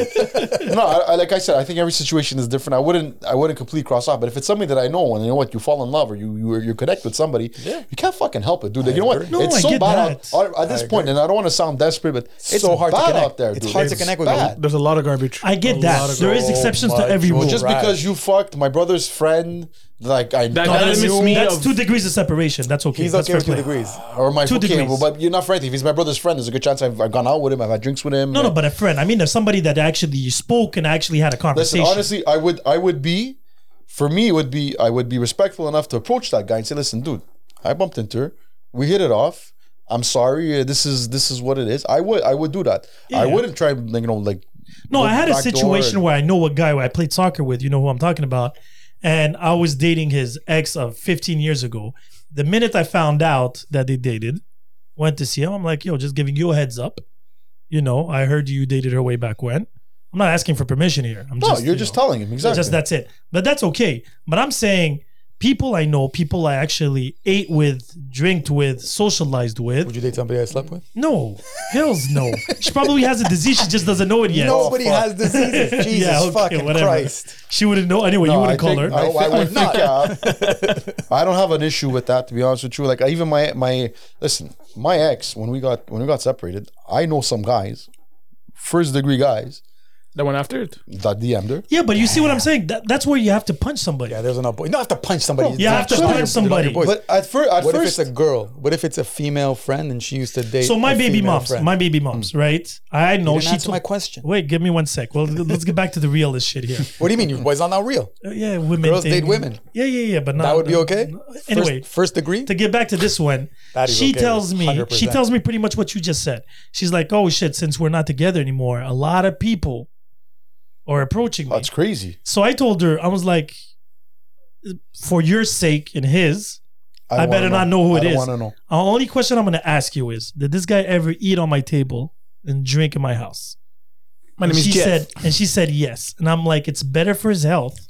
Speaker 2: no. I, I, like I said, I think every situation is different. I wouldn't, I wouldn't completely cross off. But if it's somebody that I know, and you know what, you fall in love or you you, you connect with somebody, you can't fucking help it, dude. you know what?
Speaker 3: agree.
Speaker 1: No,
Speaker 2: it's
Speaker 1: I
Speaker 2: so
Speaker 1: get
Speaker 2: bad
Speaker 1: that.
Speaker 2: out, out- at this point, and I don't want to sound desperate, but it's
Speaker 3: so hard to
Speaker 2: bad
Speaker 3: connect.
Speaker 2: out there.
Speaker 3: It's
Speaker 2: dude.
Speaker 3: hard to connect with
Speaker 2: bad.
Speaker 4: There's a lot of garbage.
Speaker 1: I get
Speaker 4: A lot
Speaker 1: that.
Speaker 4: of
Speaker 1: There
Speaker 4: garbage.
Speaker 1: is
Speaker 3: Oh
Speaker 1: exceptions
Speaker 3: my
Speaker 1: to every
Speaker 3: God.
Speaker 1: rule.
Speaker 2: Just
Speaker 3: Right.
Speaker 2: because you fucked my brother's friend, like I
Speaker 4: That-
Speaker 1: No,
Speaker 4: that
Speaker 1: that's,
Speaker 4: limits me
Speaker 1: that's
Speaker 4: of-
Speaker 1: two degrees of separation. That's okay.
Speaker 3: He's
Speaker 1: that's
Speaker 3: okay
Speaker 1: fair
Speaker 3: with two
Speaker 1: play.
Speaker 3: degrees.
Speaker 2: or my
Speaker 1: Two
Speaker 2: okay,
Speaker 1: degrees.
Speaker 2: well, but you're not friends. If he's my brother's friend, there's a good chance I've, I've gone out with him, I've had drinks with him.
Speaker 1: No,
Speaker 2: and-
Speaker 1: no, but a friend. I mean, if somebody that actually you spoke and actually had a
Speaker 2: Listen,
Speaker 1: conversation.
Speaker 2: honestly, I would I would be for me it would be I would be respectful enough to approach that guy and say, listen, dude, I bumped into her. We hit it off. I'm sorry. uh, This is this is what it is. I would I would do that.
Speaker 1: Yeah.
Speaker 2: I wouldn't try like you know like
Speaker 1: No,
Speaker 2: go
Speaker 1: I had a
Speaker 2: back door
Speaker 1: situation
Speaker 2: and-
Speaker 1: where I know a guy where I played soccer with, you know who I'm talking about, and I was dating his ex of 15 years ago. The minute I found out that they dated, went to see him, I'm like, yo, just giving you a heads up. You know, I heard you dated her way back when. I'm not asking for permission here. I'm
Speaker 2: no,
Speaker 1: just,
Speaker 2: you're
Speaker 1: you
Speaker 2: just
Speaker 1: know,
Speaker 2: telling him exactly.
Speaker 1: Just that's it. But that's okay. But I'm saying people I know, people I actually ate with, drinked with, socialized with.
Speaker 3: Would you date somebody I slept with?
Speaker 1: No, hills no. she probably has a disease. She just doesn't know it yet.
Speaker 4: Oh,
Speaker 3: Nobody has diseases. Jesus
Speaker 1: okay,
Speaker 3: fucking
Speaker 1: whatever.
Speaker 3: Christ.
Speaker 1: She wouldn't know anyway. you
Speaker 2: No,
Speaker 1: wouldn't
Speaker 2: I
Speaker 1: call
Speaker 2: think-
Speaker 1: her.
Speaker 2: I,
Speaker 3: No, I
Speaker 2: think-
Speaker 3: would not.
Speaker 2: yeah. I don't have an issue with that, to be honest with you. Like I- even my my listen, my ex when we got when we got separated, I know some guys, first degree guys
Speaker 4: That one after it.
Speaker 2: that DM'd her.
Speaker 1: Yeah, but you see what I'm saying? That, that's where you have to punch somebody.
Speaker 3: Yeah, there's an boy. You don't have to punch somebody.
Speaker 1: you have to
Speaker 3: You're not
Speaker 1: punch
Speaker 3: your-
Speaker 1: somebody.
Speaker 3: you're not your boys.
Speaker 2: But at, fir- at
Speaker 3: what
Speaker 2: first,
Speaker 3: if it's a girl? What if it's a female friend and she used to date?
Speaker 1: so my
Speaker 3: a
Speaker 1: baby
Speaker 3: female
Speaker 1: moms,
Speaker 3: friend?
Speaker 1: my baby moms, right? I know
Speaker 3: You didn't
Speaker 1: she
Speaker 3: answer
Speaker 1: told
Speaker 3: my question.
Speaker 1: Wait, give me one sec. Well, let's get back to the realest shit here.
Speaker 3: What do you mean? Your boy's not now real.
Speaker 1: Uh, yeah, women.
Speaker 3: Girls date
Speaker 1: thing.
Speaker 3: women.
Speaker 1: Yeah, yeah, yeah. But not,
Speaker 3: That would be okay.
Speaker 1: Anyway,
Speaker 3: first, first degree.
Speaker 1: to get back to this one,
Speaker 3: That is
Speaker 1: she
Speaker 3: okay,
Speaker 1: tells me
Speaker 3: 100%.
Speaker 1: she tells me pretty much what you just said. She's like, "Oh shit, since we're not together anymore, a lot of people are approaching me."
Speaker 2: that's crazy.
Speaker 1: So I told her, I was like, "For your sake and his, I
Speaker 2: don't
Speaker 1: better
Speaker 2: wanna
Speaker 1: not know who
Speaker 2: I
Speaker 1: it
Speaker 2: don't
Speaker 1: is.
Speaker 2: wanna know.
Speaker 1: The only question I'm going to ask you is, did this guy ever eat on my table and drink in my house?
Speaker 4: My name
Speaker 1: and
Speaker 4: is
Speaker 1: she
Speaker 4: Jeff.
Speaker 1: said, and she said yes. And I'm like, it's better for his health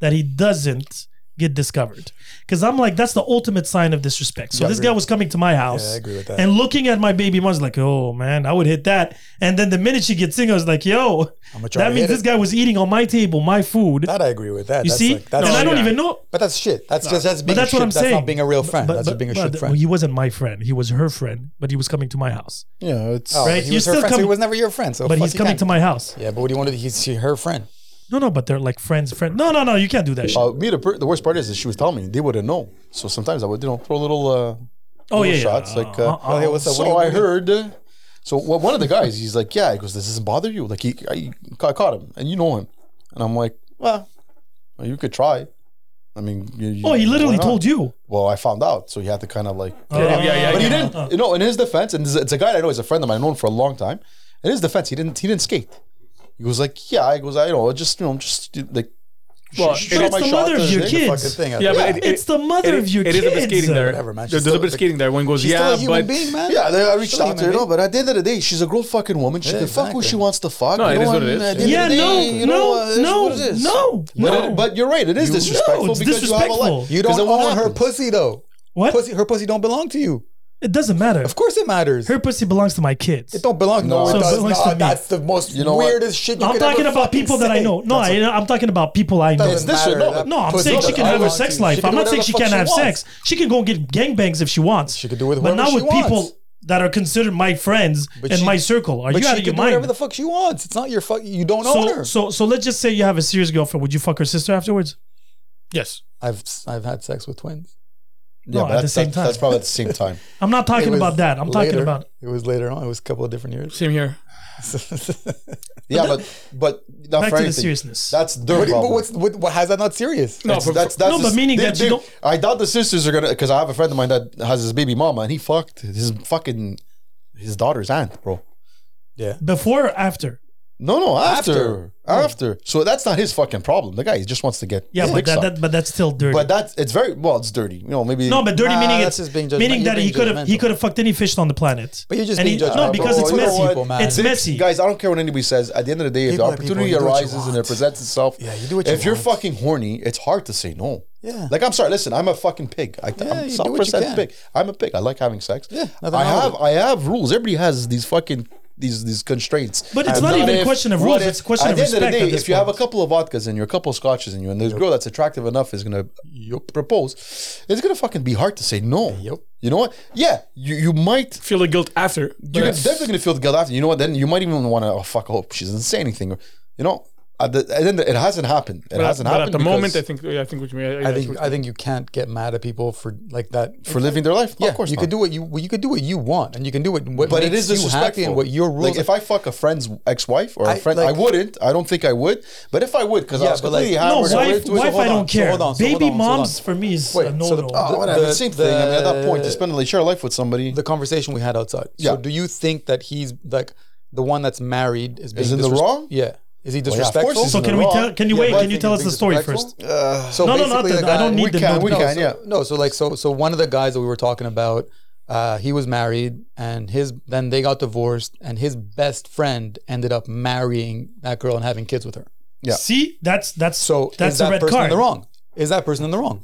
Speaker 1: that he doesn't get discovered, because I'm like, that's the ultimate sign of disrespect. So
Speaker 3: Yeah, I
Speaker 1: this
Speaker 3: agree.
Speaker 1: guy was coming to my house.
Speaker 3: Yeah, I agree with that.
Speaker 1: And looking at my baby mom's like, oh man, I would hit that. And then the minute she gets in, I was like, yo,
Speaker 3: I'm gonna try
Speaker 1: that
Speaker 3: to
Speaker 1: means
Speaker 3: hit
Speaker 1: this
Speaker 3: it.
Speaker 1: guy was eating on my table, my food.
Speaker 3: That I agree with. That
Speaker 1: you
Speaker 3: that's
Speaker 1: see?
Speaker 3: like, that's
Speaker 1: and I don't
Speaker 3: shit.
Speaker 1: even know.
Speaker 3: But that's shit. That's just that's being
Speaker 1: But that's
Speaker 3: a shit.
Speaker 1: what I'm
Speaker 3: that's
Speaker 1: saying.
Speaker 3: not being a real friend.
Speaker 1: But-
Speaker 3: that's
Speaker 1: but-
Speaker 3: just being a
Speaker 1: but
Speaker 3: shit friend.
Speaker 1: He wasn't my friend. He was her friend, but he was coming to my house.
Speaker 2: Yeah, it's
Speaker 3: Oh,
Speaker 1: right?
Speaker 3: He
Speaker 1: You're
Speaker 3: was
Speaker 1: still
Speaker 3: her friend. so he
Speaker 1: coming-
Speaker 3: was never your friend. So
Speaker 1: But
Speaker 3: fuck
Speaker 1: he's
Speaker 3: you
Speaker 1: coming
Speaker 3: can't-
Speaker 1: to my house.
Speaker 3: Yeah, but what do you want to do? He's she- her friend.
Speaker 1: No, no, but they're like friends, friend. No, no, no, you can't do that shit.
Speaker 2: Uh, me, the, per- the worst part is that she was telling me they wouldn't know. So sometimes I would, you know, throw little, uh,
Speaker 1: Oh
Speaker 2: little
Speaker 1: yeah, yeah.
Speaker 2: shots like. Uh,
Speaker 1: Uh, uh,
Speaker 3: hey, what's up?
Speaker 2: so
Speaker 3: What do you-
Speaker 2: I heard. So well, one of the guys, he's like, yeah, he goes, does this bother you? Like he, I, I caught him, and you know him, and I'm like, well, you could try. I mean, you, you-
Speaker 1: Oh, he
Speaker 2: why
Speaker 1: literally
Speaker 2: not?
Speaker 1: told you.
Speaker 2: Well, I found out, so he had to kind of like
Speaker 3: Oh,
Speaker 4: yeah, yeah, yeah.
Speaker 2: but he
Speaker 4: yeah.
Speaker 2: didn't. You know, in his defense, and this- it's a guy I know. He's a friend of mine. I've known for a long time. In his defense, he didn't. He didn't skate. He was like, yeah. I goes, I know. Just you know, just like.
Speaker 4: Well,
Speaker 2: sh-
Speaker 4: it
Speaker 2: shot
Speaker 4: is
Speaker 2: my
Speaker 1: the
Speaker 2: shot
Speaker 1: mother
Speaker 2: to
Speaker 1: of your
Speaker 2: shake.
Speaker 1: kid.
Speaker 3: Fucking
Speaker 1: Kids.
Speaker 3: thing. I
Speaker 4: Yeah,
Speaker 3: think.
Speaker 4: but it,
Speaker 1: It's the mother
Speaker 4: it-
Speaker 1: of your
Speaker 4: It is a bit
Speaker 1: kids.
Speaker 4: skating there.
Speaker 3: Whatever, man.
Speaker 4: There's
Speaker 3: She's
Speaker 4: a bit
Speaker 3: still-
Speaker 4: skating there. One goes,
Speaker 3: She's
Speaker 4: yeah,
Speaker 3: still a human
Speaker 4: but
Speaker 3: being, man.
Speaker 2: Yeah, they- I reached
Speaker 3: Still a
Speaker 2: out to her. No,
Speaker 3: human
Speaker 2: but at the end of the day, she's a grown fucking woman. She
Speaker 3: Yeah,
Speaker 2: can fuck who
Speaker 3: exactly.
Speaker 2: she wants to fuck.
Speaker 4: No,
Speaker 2: you
Speaker 4: it
Speaker 2: know,
Speaker 4: is what it
Speaker 2: and
Speaker 4: is.
Speaker 2: at the end
Speaker 1: Yeah,
Speaker 2: of the
Speaker 1: no,
Speaker 2: day, you know, uh,
Speaker 1: no,
Speaker 2: it's
Speaker 1: no,
Speaker 2: what it is.
Speaker 1: no,
Speaker 2: But,
Speaker 1: no.
Speaker 2: but you're right. It is disrespectful
Speaker 1: No, it's
Speaker 2: because you have a life.
Speaker 1: disrespectful.
Speaker 3: You don't
Speaker 2: 'Cause then what
Speaker 3: own her
Speaker 2: happens?
Speaker 3: pussy though.
Speaker 1: what?
Speaker 3: Pussy, her pussy don't belong to you.
Speaker 1: It doesn't matter.
Speaker 3: Of course it matters.
Speaker 1: Her pussy belongs to my kids.
Speaker 3: it don't belong. No,
Speaker 2: No.
Speaker 3: it
Speaker 2: So it
Speaker 3: does
Speaker 1: belongs
Speaker 3: not.
Speaker 1: to me.
Speaker 3: That's the most
Speaker 2: You know what?
Speaker 3: weirdest shit. You
Speaker 1: I'm
Speaker 3: could
Speaker 1: talking
Speaker 3: ever
Speaker 1: about
Speaker 3: fucking
Speaker 1: people that I
Speaker 3: say.
Speaker 1: know. No, I, I'm talking about people I know.
Speaker 2: It's this shit, no,
Speaker 3: That
Speaker 1: No, I'm
Speaker 3: pussy
Speaker 1: saying she
Speaker 3: doesn't
Speaker 1: can have her
Speaker 3: belong to
Speaker 1: sex
Speaker 3: you.
Speaker 1: life.
Speaker 3: She can
Speaker 1: I'm
Speaker 3: do
Speaker 1: not saying
Speaker 3: whatever
Speaker 1: she
Speaker 3: the fuck
Speaker 1: can't have
Speaker 3: wants.
Speaker 1: sex. She can go get gangbangs if she wants. She
Speaker 3: can do with
Speaker 1: But
Speaker 3: whoever
Speaker 1: not
Speaker 3: she
Speaker 1: with
Speaker 3: wants.
Speaker 1: people that are considered my friends
Speaker 3: But
Speaker 1: and
Speaker 3: she-
Speaker 1: my circle. Are
Speaker 3: But
Speaker 1: you
Speaker 3: she
Speaker 1: out of
Speaker 3: can
Speaker 1: your
Speaker 3: do whatever
Speaker 1: mind?
Speaker 3: the fuck she wants. It's not your fuck. You don't own
Speaker 1: So,
Speaker 3: her.
Speaker 1: so, so let's just say you have a serious girlfriend. Would you fuck her sister afterwards?
Speaker 4: yes.
Speaker 3: I've I've had sex with twins.
Speaker 1: No,
Speaker 2: but
Speaker 1: at the
Speaker 2: that's-
Speaker 1: same
Speaker 2: that's-
Speaker 1: time.
Speaker 2: That's probably at the same time.
Speaker 1: I'm not talking
Speaker 3: It was
Speaker 1: about that. I'm talking
Speaker 3: later.
Speaker 1: about
Speaker 3: it was later on. It was a couple of different years.
Speaker 4: Same here.
Speaker 2: Yeah, but but not
Speaker 1: back to the
Speaker 2: for anything.
Speaker 1: seriousness.
Speaker 2: That's their
Speaker 3: What do you- but
Speaker 2: problem.
Speaker 3: what's what, what? How's that not serious?
Speaker 4: No,
Speaker 2: That's,
Speaker 4: for-
Speaker 2: that's,
Speaker 4: for-
Speaker 2: that's
Speaker 1: No,
Speaker 2: the-
Speaker 1: but meaning
Speaker 2: they-
Speaker 1: that you
Speaker 2: they-
Speaker 1: don't-
Speaker 2: I doubt the sisters are gonna. Because I have a friend of mine that has his baby mama, and he fucked his fucking his daughter's aunt, bro.
Speaker 3: Yeah.
Speaker 1: before or after.
Speaker 2: No, no, after,
Speaker 3: After.
Speaker 2: after. So that's not his fucking problem. The guy he just wants to get.
Speaker 1: Oh. Yeah,
Speaker 2: his
Speaker 1: but
Speaker 2: dick
Speaker 1: that,
Speaker 2: sucked.
Speaker 1: that, but that's still dirty.
Speaker 2: but that's it's very well. It's dirty. You know, maybe
Speaker 1: no, but dirty
Speaker 3: Nah,
Speaker 1: meaning
Speaker 3: that's
Speaker 1: it's
Speaker 3: just being judgment-
Speaker 1: meaning
Speaker 3: you're
Speaker 1: that he
Speaker 3: being
Speaker 1: could have he
Speaker 3: judgmental.
Speaker 1: could have fucked any fish on the planet.
Speaker 3: But you're just
Speaker 1: And
Speaker 3: being
Speaker 1: he-
Speaker 3: judgmental. Oh,
Speaker 1: No, because
Speaker 2: Bro,
Speaker 1: it's
Speaker 2: you know
Speaker 1: messy.
Speaker 2: what?
Speaker 3: People, man.
Speaker 1: It's messy.
Speaker 2: guys. I don't care what anybody says. At the end of the day, if
Speaker 3: People
Speaker 2: the
Speaker 3: are people.
Speaker 2: opportunity
Speaker 3: You do what you
Speaker 2: arises and it
Speaker 3: want.
Speaker 2: presents itself,
Speaker 3: Yeah, you do what you
Speaker 2: If you're
Speaker 3: want.
Speaker 2: fucking horny, it's hard to say no.
Speaker 3: Yeah.
Speaker 2: Like I'm sorry. Listen, I'm a fucking pig. I,
Speaker 3: Yeah,
Speaker 2: I'm
Speaker 3: you do
Speaker 2: self
Speaker 3: what you
Speaker 2: percent
Speaker 3: can.
Speaker 2: pig. I'm a pig. I like having sex.
Speaker 3: Yeah, nothing
Speaker 2: I
Speaker 3: wrong with
Speaker 2: have.
Speaker 3: it.
Speaker 2: I have rules. Everybody has these fucking. These, these constraints,
Speaker 1: But it's
Speaker 2: And
Speaker 1: not
Speaker 2: what
Speaker 1: even a
Speaker 2: if-
Speaker 1: question of
Speaker 2: what
Speaker 1: rules,
Speaker 2: if-
Speaker 1: it's a question
Speaker 2: at
Speaker 1: of
Speaker 2: the end of the
Speaker 1: respect
Speaker 2: day,
Speaker 1: at this
Speaker 2: if you have a
Speaker 1: point.
Speaker 2: couple of vodkas in you, a couple of scotches in you, and this girl that's attractive enough is gonna propose, it's gonna fucking be hard to say no.
Speaker 3: Yep.
Speaker 2: You know what? Yeah, you you might
Speaker 4: Feel the guilt after.
Speaker 2: you're
Speaker 4: but-
Speaker 2: definitely gonna feel the guilt after. You know what? Then you might even want to. Oh fuck! I hope she doesn't say anything. Or, you know, at the, and then it hasn't happened. It
Speaker 4: but at-
Speaker 2: hasn't
Speaker 4: but
Speaker 2: happened
Speaker 4: at the
Speaker 2: because-
Speaker 4: moment, I think I think what you mean.
Speaker 3: I think I think you can't get mad at people for like that.
Speaker 2: for living their life. No,
Speaker 3: yeah,
Speaker 2: of course
Speaker 3: you
Speaker 2: not.
Speaker 3: could do what you well, you could do what you want, and you can do what what
Speaker 2: but it is
Speaker 3: makes you
Speaker 2: disrespectful.
Speaker 3: happy and what your rules.
Speaker 2: Like if I fuck a friend's ex-wife or a
Speaker 3: I-
Speaker 2: friend,
Speaker 3: like-
Speaker 2: I wouldn't. I don't think I would. But if I would, because I
Speaker 3: Yeah,
Speaker 2: was
Speaker 3: but like-
Speaker 2: completely
Speaker 1: No,
Speaker 2: hammered.
Speaker 3: so
Speaker 1: wife,
Speaker 3: wait, so
Speaker 1: wife,
Speaker 3: hold
Speaker 1: I
Speaker 3: on,
Speaker 1: don't
Speaker 3: so
Speaker 1: care.
Speaker 3: hold on, so
Speaker 1: Baby
Speaker 3: hold on, so hold
Speaker 1: moms
Speaker 3: on.
Speaker 1: for me is
Speaker 3: Wait,
Speaker 1: a no
Speaker 3: so the-
Speaker 1: no.
Speaker 2: Oh, whatever.
Speaker 3: the-
Speaker 2: Same thing. I mean, at that point, to
Speaker 3: the-
Speaker 2: spend the share life with somebody
Speaker 3: the conversation we had outside.
Speaker 2: Yeah.
Speaker 3: So do you think that he's like the one that's married is being
Speaker 2: in the
Speaker 3: disres-
Speaker 2: wrong?
Speaker 3: Yeah. Is
Speaker 2: yeah,
Speaker 3: he
Speaker 2: of course
Speaker 3: disrespectful?
Speaker 2: he's
Speaker 1: so
Speaker 2: in the
Speaker 1: can we
Speaker 2: wrong.
Speaker 1: tell? Can you
Speaker 3: Yeah,
Speaker 1: wait?
Speaker 3: but
Speaker 1: Can
Speaker 3: I
Speaker 1: you
Speaker 3: think
Speaker 1: tell us
Speaker 3: he's
Speaker 1: the story
Speaker 3: disrespectful?
Speaker 1: first?
Speaker 3: so
Speaker 1: No, no,
Speaker 3: basically
Speaker 1: not
Speaker 3: the
Speaker 1: that. I don't
Speaker 3: guy-
Speaker 1: need
Speaker 2: we
Speaker 1: the
Speaker 2: can,
Speaker 1: no,
Speaker 2: we
Speaker 1: no.
Speaker 2: can, yeah.
Speaker 3: So- No, so like so so one of the guys that we were talking about, uh, he was married and his then they got divorced and his best friend ended up marrying that girl and having kids with her.
Speaker 2: Yeah.
Speaker 1: See, that's that's
Speaker 3: So
Speaker 1: that's
Speaker 3: is that
Speaker 1: a red
Speaker 3: person
Speaker 1: card.
Speaker 3: in the wrong? Is that person in the wrong?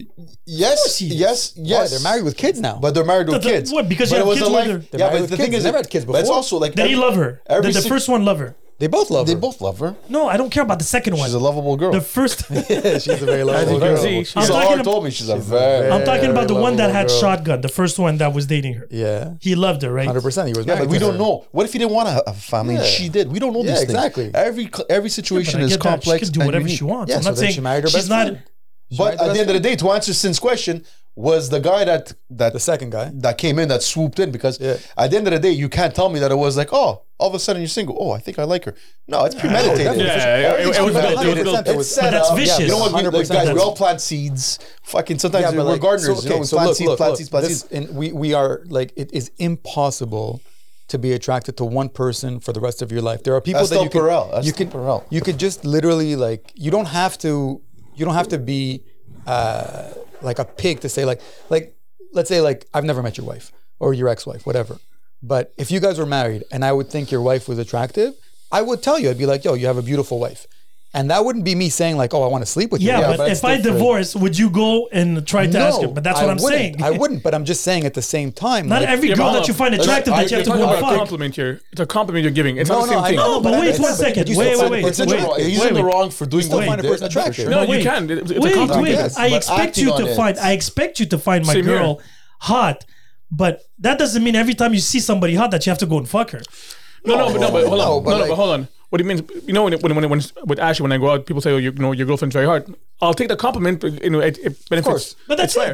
Speaker 2: Yes,
Speaker 1: he is.
Speaker 2: yes,
Speaker 3: Why?
Speaker 2: yes.
Speaker 3: They're married with kids now.
Speaker 2: But they're married with
Speaker 1: Th- th-
Speaker 2: kids.
Speaker 1: what, because
Speaker 2: But
Speaker 1: you
Speaker 2: it
Speaker 1: have
Speaker 2: was
Speaker 1: kids
Speaker 2: a
Speaker 1: with
Speaker 2: life-
Speaker 1: her? They're
Speaker 2: Yeah,
Speaker 3: married
Speaker 2: but
Speaker 3: with
Speaker 2: the thing
Speaker 3: kids.
Speaker 2: is,
Speaker 3: Never had kids
Speaker 2: But it's
Speaker 3: before.
Speaker 2: also like
Speaker 1: They
Speaker 2: every-
Speaker 1: love her. The,
Speaker 2: every
Speaker 1: the
Speaker 2: sing-
Speaker 1: first one love her.
Speaker 3: they both love
Speaker 2: They
Speaker 3: her.
Speaker 2: both love her.
Speaker 1: No, I don't care about the second
Speaker 2: She's
Speaker 1: one.
Speaker 2: a lovable girl.
Speaker 1: the first.
Speaker 3: She's a very
Speaker 4: As
Speaker 3: lovable
Speaker 4: you can
Speaker 3: girl.
Speaker 4: see,
Speaker 2: She's
Speaker 4: she's
Speaker 1: I'm
Speaker 2: a
Speaker 1: talking
Speaker 2: hard
Speaker 1: about-
Speaker 2: told me she's a very.
Speaker 1: I'm talking about the
Speaker 3: Very
Speaker 1: one that
Speaker 3: lovable
Speaker 1: had
Speaker 3: girl.
Speaker 1: shotgun. The first one that was dating her.
Speaker 3: Yeah.
Speaker 1: He loved her, right?
Speaker 3: Hundred percent. He was
Speaker 2: yeah,
Speaker 3: married.
Speaker 2: but we
Speaker 3: to
Speaker 2: don't
Speaker 3: her.
Speaker 2: know. What if he didn't want a, a family? and
Speaker 3: Yeah.
Speaker 2: She did. We don't know
Speaker 3: Yeah,
Speaker 2: these things.
Speaker 3: exactly.
Speaker 2: Every co- every
Speaker 1: But
Speaker 2: situation
Speaker 1: I
Speaker 2: is
Speaker 1: get that.
Speaker 2: complex.
Speaker 1: She can do
Speaker 2: and
Speaker 1: whatever
Speaker 2: unique.
Speaker 1: she wants.
Speaker 3: Yeah,
Speaker 1: I'm
Speaker 3: so
Speaker 1: not
Speaker 3: then
Speaker 1: saying
Speaker 3: she married her
Speaker 1: she's
Speaker 3: best
Speaker 1: not.
Speaker 3: friend. She
Speaker 2: But
Speaker 3: married
Speaker 2: at the
Speaker 3: best
Speaker 2: end of the
Speaker 3: friend.
Speaker 2: day, to answer Sin's question, was the guy that that
Speaker 3: the second guy.
Speaker 2: that came in that swooped in because
Speaker 3: Yeah.
Speaker 2: at the end of the day, you can't tell me that it was like, oh, all of a sudden you're single. Oh, I think I like her. No, it's premeditated.
Speaker 4: Yeah, yeah, yeah.
Speaker 2: Everything's
Speaker 4: It- it was built- it was
Speaker 2: premeditated.
Speaker 4: built-
Speaker 2: It's set
Speaker 1: But that's
Speaker 2: up.
Speaker 1: vicious.
Speaker 2: You know what? we- Like,
Speaker 3: 100%
Speaker 2: guys, we
Speaker 3: that's-
Speaker 2: all plant seeds. Fucking sometimes
Speaker 3: Yeah,
Speaker 2: we're
Speaker 3: but like,
Speaker 2: gardeners.
Speaker 3: so, okay,
Speaker 2: you know, we
Speaker 3: so
Speaker 2: plant
Speaker 3: look,
Speaker 2: seeds,
Speaker 3: look,
Speaker 2: plant
Speaker 3: look,
Speaker 2: seeds, plant
Speaker 3: this-
Speaker 2: seeds.
Speaker 3: and we we are like it is impossible to be attracted to one person for the rest of your life. There are people
Speaker 2: That's
Speaker 3: that you
Speaker 2: still
Speaker 3: can
Speaker 2: Perel. That's
Speaker 3: you
Speaker 2: still
Speaker 3: can
Speaker 2: Perel.
Speaker 3: you could just literally like you don't have to you don't have to be uh, like a pig to say like like let's say like I've never met your wife or your ex-wife whatever. But if you guys were married and I would think your wife was attractive, I would tell you I'd be like, "Yo, you have a beautiful wife." And that wouldn't be me saying like, "Oh, I want to sleep with you."
Speaker 1: Yeah,
Speaker 2: Yeah,
Speaker 1: but,
Speaker 2: but
Speaker 1: if
Speaker 2: it's
Speaker 1: I
Speaker 2: different.
Speaker 1: divorce, would you go and try to ask him? But that's what
Speaker 3: I
Speaker 1: am
Speaker 3: wouldn't.
Speaker 1: saying.
Speaker 3: I wouldn't, but I'm just saying at the same time.
Speaker 1: Not
Speaker 3: like-
Speaker 1: every
Speaker 4: Yeah, but
Speaker 1: girl
Speaker 4: hold
Speaker 1: that you
Speaker 4: on.
Speaker 1: find attractive
Speaker 2: I-
Speaker 1: that you have to
Speaker 2: I-
Speaker 1: go
Speaker 4: Talking
Speaker 1: and
Speaker 4: about a
Speaker 1: fuck.
Speaker 4: compliment here. It's a compliment you're giving. It's
Speaker 3: No,
Speaker 4: not the
Speaker 3: no,
Speaker 4: same
Speaker 3: I
Speaker 4: thing.
Speaker 3: know.
Speaker 1: No, but
Speaker 3: But
Speaker 1: wait
Speaker 3: I-
Speaker 1: one
Speaker 3: but
Speaker 1: second.
Speaker 3: you
Speaker 1: Wait, wait,
Speaker 3: still find
Speaker 1: wait.
Speaker 3: a
Speaker 2: It's in
Speaker 1: wait,
Speaker 2: the wrong- He's in the
Speaker 1: wait.
Speaker 2: wrong for doing
Speaker 3: still
Speaker 2: what he
Speaker 3: find a
Speaker 2: did.
Speaker 3: person
Speaker 2: that's for
Speaker 3: attractive.
Speaker 2: sure.
Speaker 4: No,
Speaker 1: wait.
Speaker 4: you can. It- It's a
Speaker 1: Wait,
Speaker 4: compliment.
Speaker 1: wait.
Speaker 2: Yes,
Speaker 1: I
Speaker 2: but
Speaker 1: expect
Speaker 2: acting
Speaker 1: you
Speaker 2: on
Speaker 1: to
Speaker 2: it.
Speaker 1: find. I expect you to find my
Speaker 4: Same here.
Speaker 1: girl hot, but that doesn't mean every time you see somebody hot that you have to go and fuck her.
Speaker 4: No, no, but no, but hold on.
Speaker 3: No,
Speaker 4: No,
Speaker 3: but
Speaker 4: no,
Speaker 3: like-
Speaker 4: but hold on. What do you mean? You know, when when when, when with Ashley, when I go out, people say, "Oh, you, you know, your girlfriend's very hard." I'll take the compliment. but, You know, it, it benefits.
Speaker 3: course.
Speaker 1: But that's
Speaker 4: it's fair.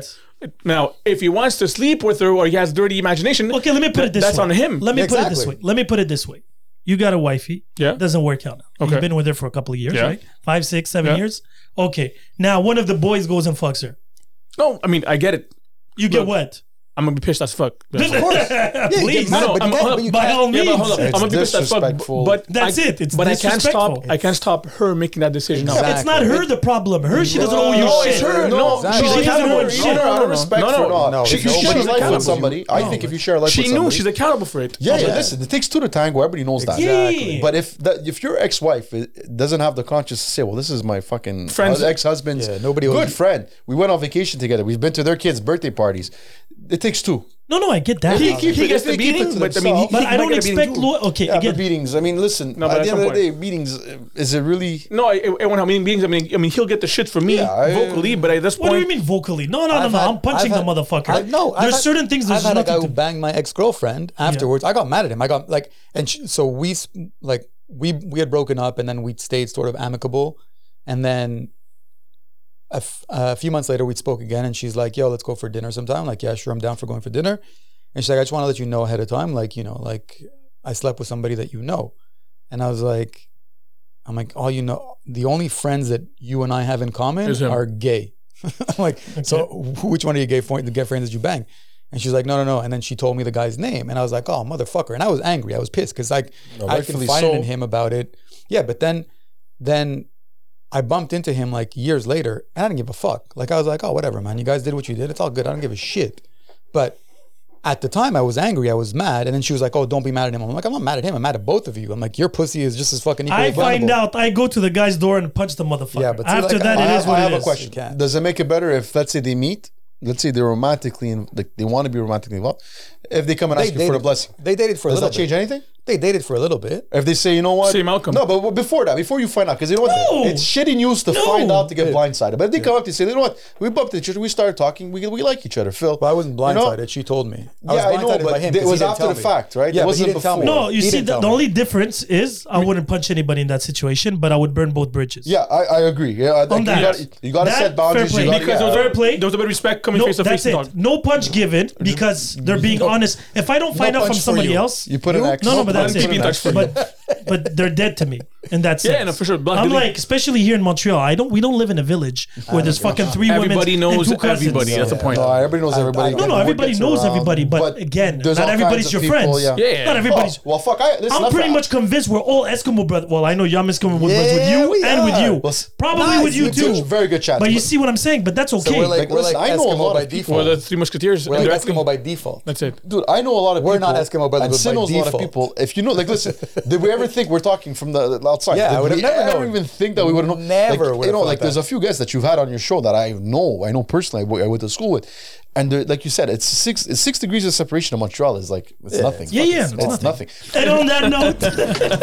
Speaker 1: it.
Speaker 4: Now, if he wants to sleep with her or he has dirty imagination,
Speaker 1: Okay, let me put
Speaker 4: th-
Speaker 1: it this
Speaker 4: That's
Speaker 1: way.
Speaker 4: on him.
Speaker 1: Let me put it this way.
Speaker 3: Exactly.
Speaker 1: Let me put it this way. You got a wifey.
Speaker 4: Yeah.
Speaker 1: Doesn't work out now.
Speaker 4: Okay.
Speaker 1: You've been with her for a couple of years,
Speaker 4: Yeah.
Speaker 1: right? Five, six, seven
Speaker 4: Yeah.
Speaker 1: years. Okay. Now one of the boys goes and fucks her.
Speaker 4: no, I mean, I get it.
Speaker 1: You get
Speaker 4: Look,
Speaker 1: what?
Speaker 4: I'm gonna be pissed as fuck.
Speaker 1: Of
Speaker 3: course. you
Speaker 1: Please.
Speaker 3: get mad,
Speaker 4: No, no,
Speaker 3: but
Speaker 4: I'm-
Speaker 3: you
Speaker 4: hold
Speaker 3: can't-
Speaker 4: up.
Speaker 3: but you
Speaker 1: By
Speaker 3: can't-
Speaker 1: all means.
Speaker 4: Yeah, but hold up. I'm
Speaker 2: It's
Speaker 4: gonna be pissed as fuck.
Speaker 2: disrespectful.
Speaker 4: But
Speaker 1: That's
Speaker 4: I,
Speaker 1: it. It's
Speaker 4: but I can't
Speaker 1: disrespectful.
Speaker 4: stop. I can't stop her making that decision. now.
Speaker 1: No, It's not her the problem. Her, she doesn't owe you
Speaker 4: No,
Speaker 1: shit.
Speaker 4: it's her.
Speaker 2: No,
Speaker 4: No,
Speaker 2: exactly.
Speaker 1: She
Speaker 4: she's
Speaker 1: doesn't
Speaker 4: accountable.
Speaker 1: owe shit.
Speaker 4: No, no,
Speaker 2: Out
Speaker 4: no,
Speaker 2: of
Speaker 4: no.
Speaker 2: respect
Speaker 4: No, no.
Speaker 2: for not.
Speaker 3: no,
Speaker 2: she,
Speaker 3: it's
Speaker 2: she
Speaker 3: nobody
Speaker 2: shares life
Speaker 4: accountable.
Speaker 2: with somebody. I think if you share life
Speaker 4: She
Speaker 2: with
Speaker 4: knew
Speaker 2: somebody,
Speaker 4: she's accountable for it.
Speaker 2: yeah,
Speaker 3: yeah.
Speaker 2: yeah. Listen, it takes two to tango. Everybody knows that.
Speaker 1: Exactly. Yeah.
Speaker 2: But if that, if your ex-wife i- doesn't have the conscience to say, "Well, this is my fucking
Speaker 4: Friends-
Speaker 2: hus- ex-husband's
Speaker 3: Yeah, nobody will-
Speaker 2: good friend. We went on vacation together. We've been to their kids' birthday parties." It takes two.
Speaker 1: No, no, I get that.
Speaker 2: He- he-
Speaker 4: He gets
Speaker 2: They
Speaker 4: the
Speaker 2: keep it
Speaker 4: beating,
Speaker 2: to
Speaker 4: but I mean, he,
Speaker 2: themselves.
Speaker 1: but
Speaker 4: he
Speaker 1: I
Speaker 4: might
Speaker 1: don't
Speaker 4: get a beating
Speaker 1: expect
Speaker 4: too.
Speaker 1: lo- okay,
Speaker 2: Yeah,
Speaker 1: again.
Speaker 2: but beatings. I mean, listen.
Speaker 4: No, but
Speaker 2: at
Speaker 4: at
Speaker 2: the end
Speaker 4: some
Speaker 2: of the day,
Speaker 4: point-
Speaker 2: beatings uh, is it really?
Speaker 4: No, I, I, when I mean beings, I mean, I mean, he'll get the shit from me
Speaker 2: Yeah, I-
Speaker 4: vocally, but at this
Speaker 1: what do you
Speaker 4: point,
Speaker 1: mean vocally? No, no, no,
Speaker 3: I've
Speaker 1: no.
Speaker 3: had-
Speaker 1: I'm punching
Speaker 3: I've
Speaker 1: the
Speaker 3: had-
Speaker 1: motherfucker.
Speaker 3: I- no, I've
Speaker 1: there's
Speaker 3: had-
Speaker 1: certain things there's
Speaker 3: I've had a guy
Speaker 1: nothing
Speaker 3: who
Speaker 1: to
Speaker 3: banged my ex girlfriend. Afterwards, I got mad at him. I got like, and sh so we s- like we we had broken up, and then we stayed sort of amicable, and then a, f- a few months later we spoke again, and she's like, "Yo, let's go for dinner sometime." I'm like, yeah, sure, I'm down for going for dinner. And she's like, "I just want to let you know ahead of time, like you know, like I slept with somebody that you know," and I was like. I'm like, all you know, the only friends that you and I have in common
Speaker 4: Is him.
Speaker 3: are gay. I'm like, so wh- which one of your gay friends, the gay friends did you bang? And she's like, no, no, no. And then she told me the guy's name, and I was like, oh, motherfucker. And I was angry. I was pissed because like I
Speaker 2: rightfully
Speaker 3: confided
Speaker 2: so.
Speaker 3: in him about it. Yeah, but then, then I bumped into him like years later, and I didn't give a fuck. Like I was like, oh, whatever, man. You guys did what you did. It's all good. I don't give a shit. But at the time, I was angry. I was mad. And then she was like, oh, don't be mad at him. I'm like, I'm not mad at him. I'm mad at both of you. I'm like, your pussy is just as fucking equally
Speaker 1: I find out.
Speaker 3: vulnerable."
Speaker 1: I go to the guy's door and punch the motherfucker.
Speaker 3: Yeah, but see,
Speaker 1: after
Speaker 3: like,
Speaker 1: that,
Speaker 3: I
Speaker 1: it
Speaker 2: I
Speaker 1: is
Speaker 2: have,
Speaker 1: what it
Speaker 2: I have a
Speaker 1: is.
Speaker 2: question.
Speaker 3: can't.
Speaker 2: Does it make it better if, let's say, they meet? Let's say they're romantically and like they want to be romantically involved. If they come and ask you for
Speaker 3: dated-
Speaker 2: the blessing,
Speaker 3: They dated for a
Speaker 2: does
Speaker 3: little
Speaker 2: that change
Speaker 3: bit.
Speaker 2: anything?
Speaker 3: They dated for a little bit.
Speaker 2: If they say, you know what,
Speaker 4: Same outcome.
Speaker 2: No, but before that, before you find out, because you know what,
Speaker 1: No.
Speaker 2: it's shitty news to
Speaker 1: No.
Speaker 2: find out to get blindsided. But if they come up, they say, you know what, we bumped into each other, we started talking, we, we like each other, Phil.
Speaker 3: But I wasn't
Speaker 2: You know?
Speaker 3: blindsided. she told me. I
Speaker 2: Yeah, I
Speaker 3: was
Speaker 2: know,
Speaker 3: blindsided
Speaker 2: but
Speaker 3: by him
Speaker 2: it
Speaker 3: 'cause he
Speaker 2: was
Speaker 3: didn't
Speaker 2: after
Speaker 3: tell
Speaker 2: the
Speaker 3: me.
Speaker 2: fact, right? It
Speaker 3: Yeah, but he
Speaker 2: wasn't
Speaker 3: didn't tell me.
Speaker 2: before.
Speaker 1: No, you
Speaker 3: He
Speaker 1: see,
Speaker 3: didn't
Speaker 1: the,
Speaker 3: tell
Speaker 1: the
Speaker 3: me.
Speaker 1: only difference is I wouldn't punch anybody in that situation, but I would burn both bridges.
Speaker 2: Yeah, I, I agree. Yeah, I think
Speaker 1: On
Speaker 2: you
Speaker 1: that.
Speaker 2: got you got to
Speaker 1: That, fair
Speaker 2: set boundaries.
Speaker 1: play.
Speaker 2: You gotta,
Speaker 1: Yeah.
Speaker 4: because there was
Speaker 1: Fair
Speaker 4: a,
Speaker 1: play.
Speaker 4: there was uh, a bit of respect coming
Speaker 1: No,
Speaker 4: face to face
Speaker 1: that's
Speaker 4: and
Speaker 1: it.
Speaker 4: talk.
Speaker 1: No punch given because they're being honest. If I don't find out from
Speaker 3: punch for
Speaker 1: somebody
Speaker 3: you.
Speaker 1: else,
Speaker 2: You put an X.
Speaker 1: No, no, but that's
Speaker 4: punch
Speaker 1: it.
Speaker 4: for you. That's for
Speaker 1: But but they're dead to me in that sense.
Speaker 4: Yeah, no, for sure. Black
Speaker 1: I'm
Speaker 4: delete.
Speaker 1: like, especially here in Montreal, I don't. We don't live in a village where there's fucking three women.
Speaker 4: Everybody knows
Speaker 1: and two cousins.
Speaker 4: everybody. That's the point.
Speaker 2: No, everybody knows
Speaker 3: I-
Speaker 2: everybody.
Speaker 3: I- No,
Speaker 1: no,
Speaker 2: Word
Speaker 1: everybody
Speaker 2: gets
Speaker 1: knows
Speaker 3: uh,
Speaker 2: around,
Speaker 1: everybody, but again,
Speaker 2: there's
Speaker 1: not
Speaker 2: all kinds
Speaker 1: everybody's
Speaker 2: of
Speaker 1: your
Speaker 2: people,
Speaker 1: friends.
Speaker 2: Yeah.
Speaker 4: Yeah.
Speaker 1: Not everybody's.
Speaker 2: Oh, well, fuck. I, listen,
Speaker 1: I'm
Speaker 2: that's
Speaker 1: pretty
Speaker 2: not-
Speaker 1: much convinced we're all Eskimo brothers. Well, I know you're Eskimo brothers with
Speaker 3: Yeah,
Speaker 1: you
Speaker 3: we
Speaker 1: and with
Speaker 3: are.
Speaker 1: you.
Speaker 2: Well, s-
Speaker 1: Probably
Speaker 3: nice,
Speaker 1: with you
Speaker 3: we
Speaker 1: too.
Speaker 2: do. Very good chance,
Speaker 1: But you
Speaker 2: but-
Speaker 1: see what I'm saying? But that's okay.
Speaker 3: So we're like,
Speaker 2: Like,
Speaker 3: we're like
Speaker 2: listen, I know a
Speaker 3: Eskimo
Speaker 2: lot
Speaker 3: by
Speaker 2: of people.
Speaker 3: default.
Speaker 4: Well, the three musketeers.
Speaker 3: we're like
Speaker 4: indirectly.
Speaker 3: Eskimo by default.
Speaker 4: That's it.
Speaker 2: Dude, I know a lot of
Speaker 3: We're
Speaker 2: people.
Speaker 3: not Eskimo, but
Speaker 2: and
Speaker 3: by
Speaker 2: Sin knows a lot of
Speaker 3: default.
Speaker 2: people. If you know, like, listen, did we ever think we're talking from the the outside?
Speaker 3: Yeah, I
Speaker 2: did
Speaker 3: would've
Speaker 2: we
Speaker 3: never
Speaker 2: ever
Speaker 3: known.
Speaker 2: even think that we would have known.
Speaker 3: Never
Speaker 2: Like, you
Speaker 3: would've
Speaker 2: know,
Speaker 3: thought
Speaker 2: like, there's
Speaker 3: that.
Speaker 2: a few guys that you've had on your show that I know, I know personally, I w- I went to school with, and they're- like you said, it's six it's six degrees of separation in Montreal is like it's nothing.
Speaker 1: Yeah, yeah,
Speaker 2: It's,
Speaker 1: it's
Speaker 2: it's nothing.
Speaker 1: and on that note,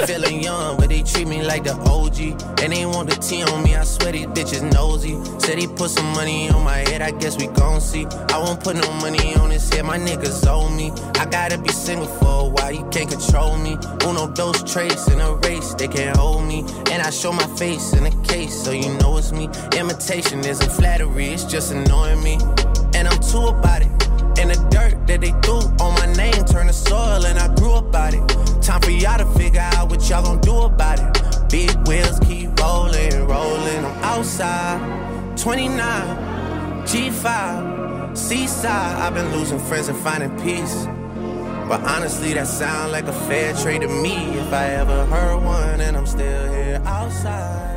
Speaker 5: Feeling young, but they treat me like the OG. And they want the T on me, I swear these bitches nosy. Said he put some money on my head, I guess we gon' see. I won't put no money on his head, my niggas owe me. I gotta be single for a while, you can't control me. Uno, those traits in a race, they can't hold me. And I show my face in a case, so you know it's me. Imitation isn't flattery, it's just annoying me. And I'm too about it. And the dirt that they threw on my name turned to soil, and I grew up out it. Time for y'all to figure out what y'all gonna do about it. Big wheels keep rolling, rolling. I'm outside, 29, G5, seaside. I've been losing friends and finding peace. But honestly, that sound like a fair trade to me. If I ever heard one, and I'm still here outside.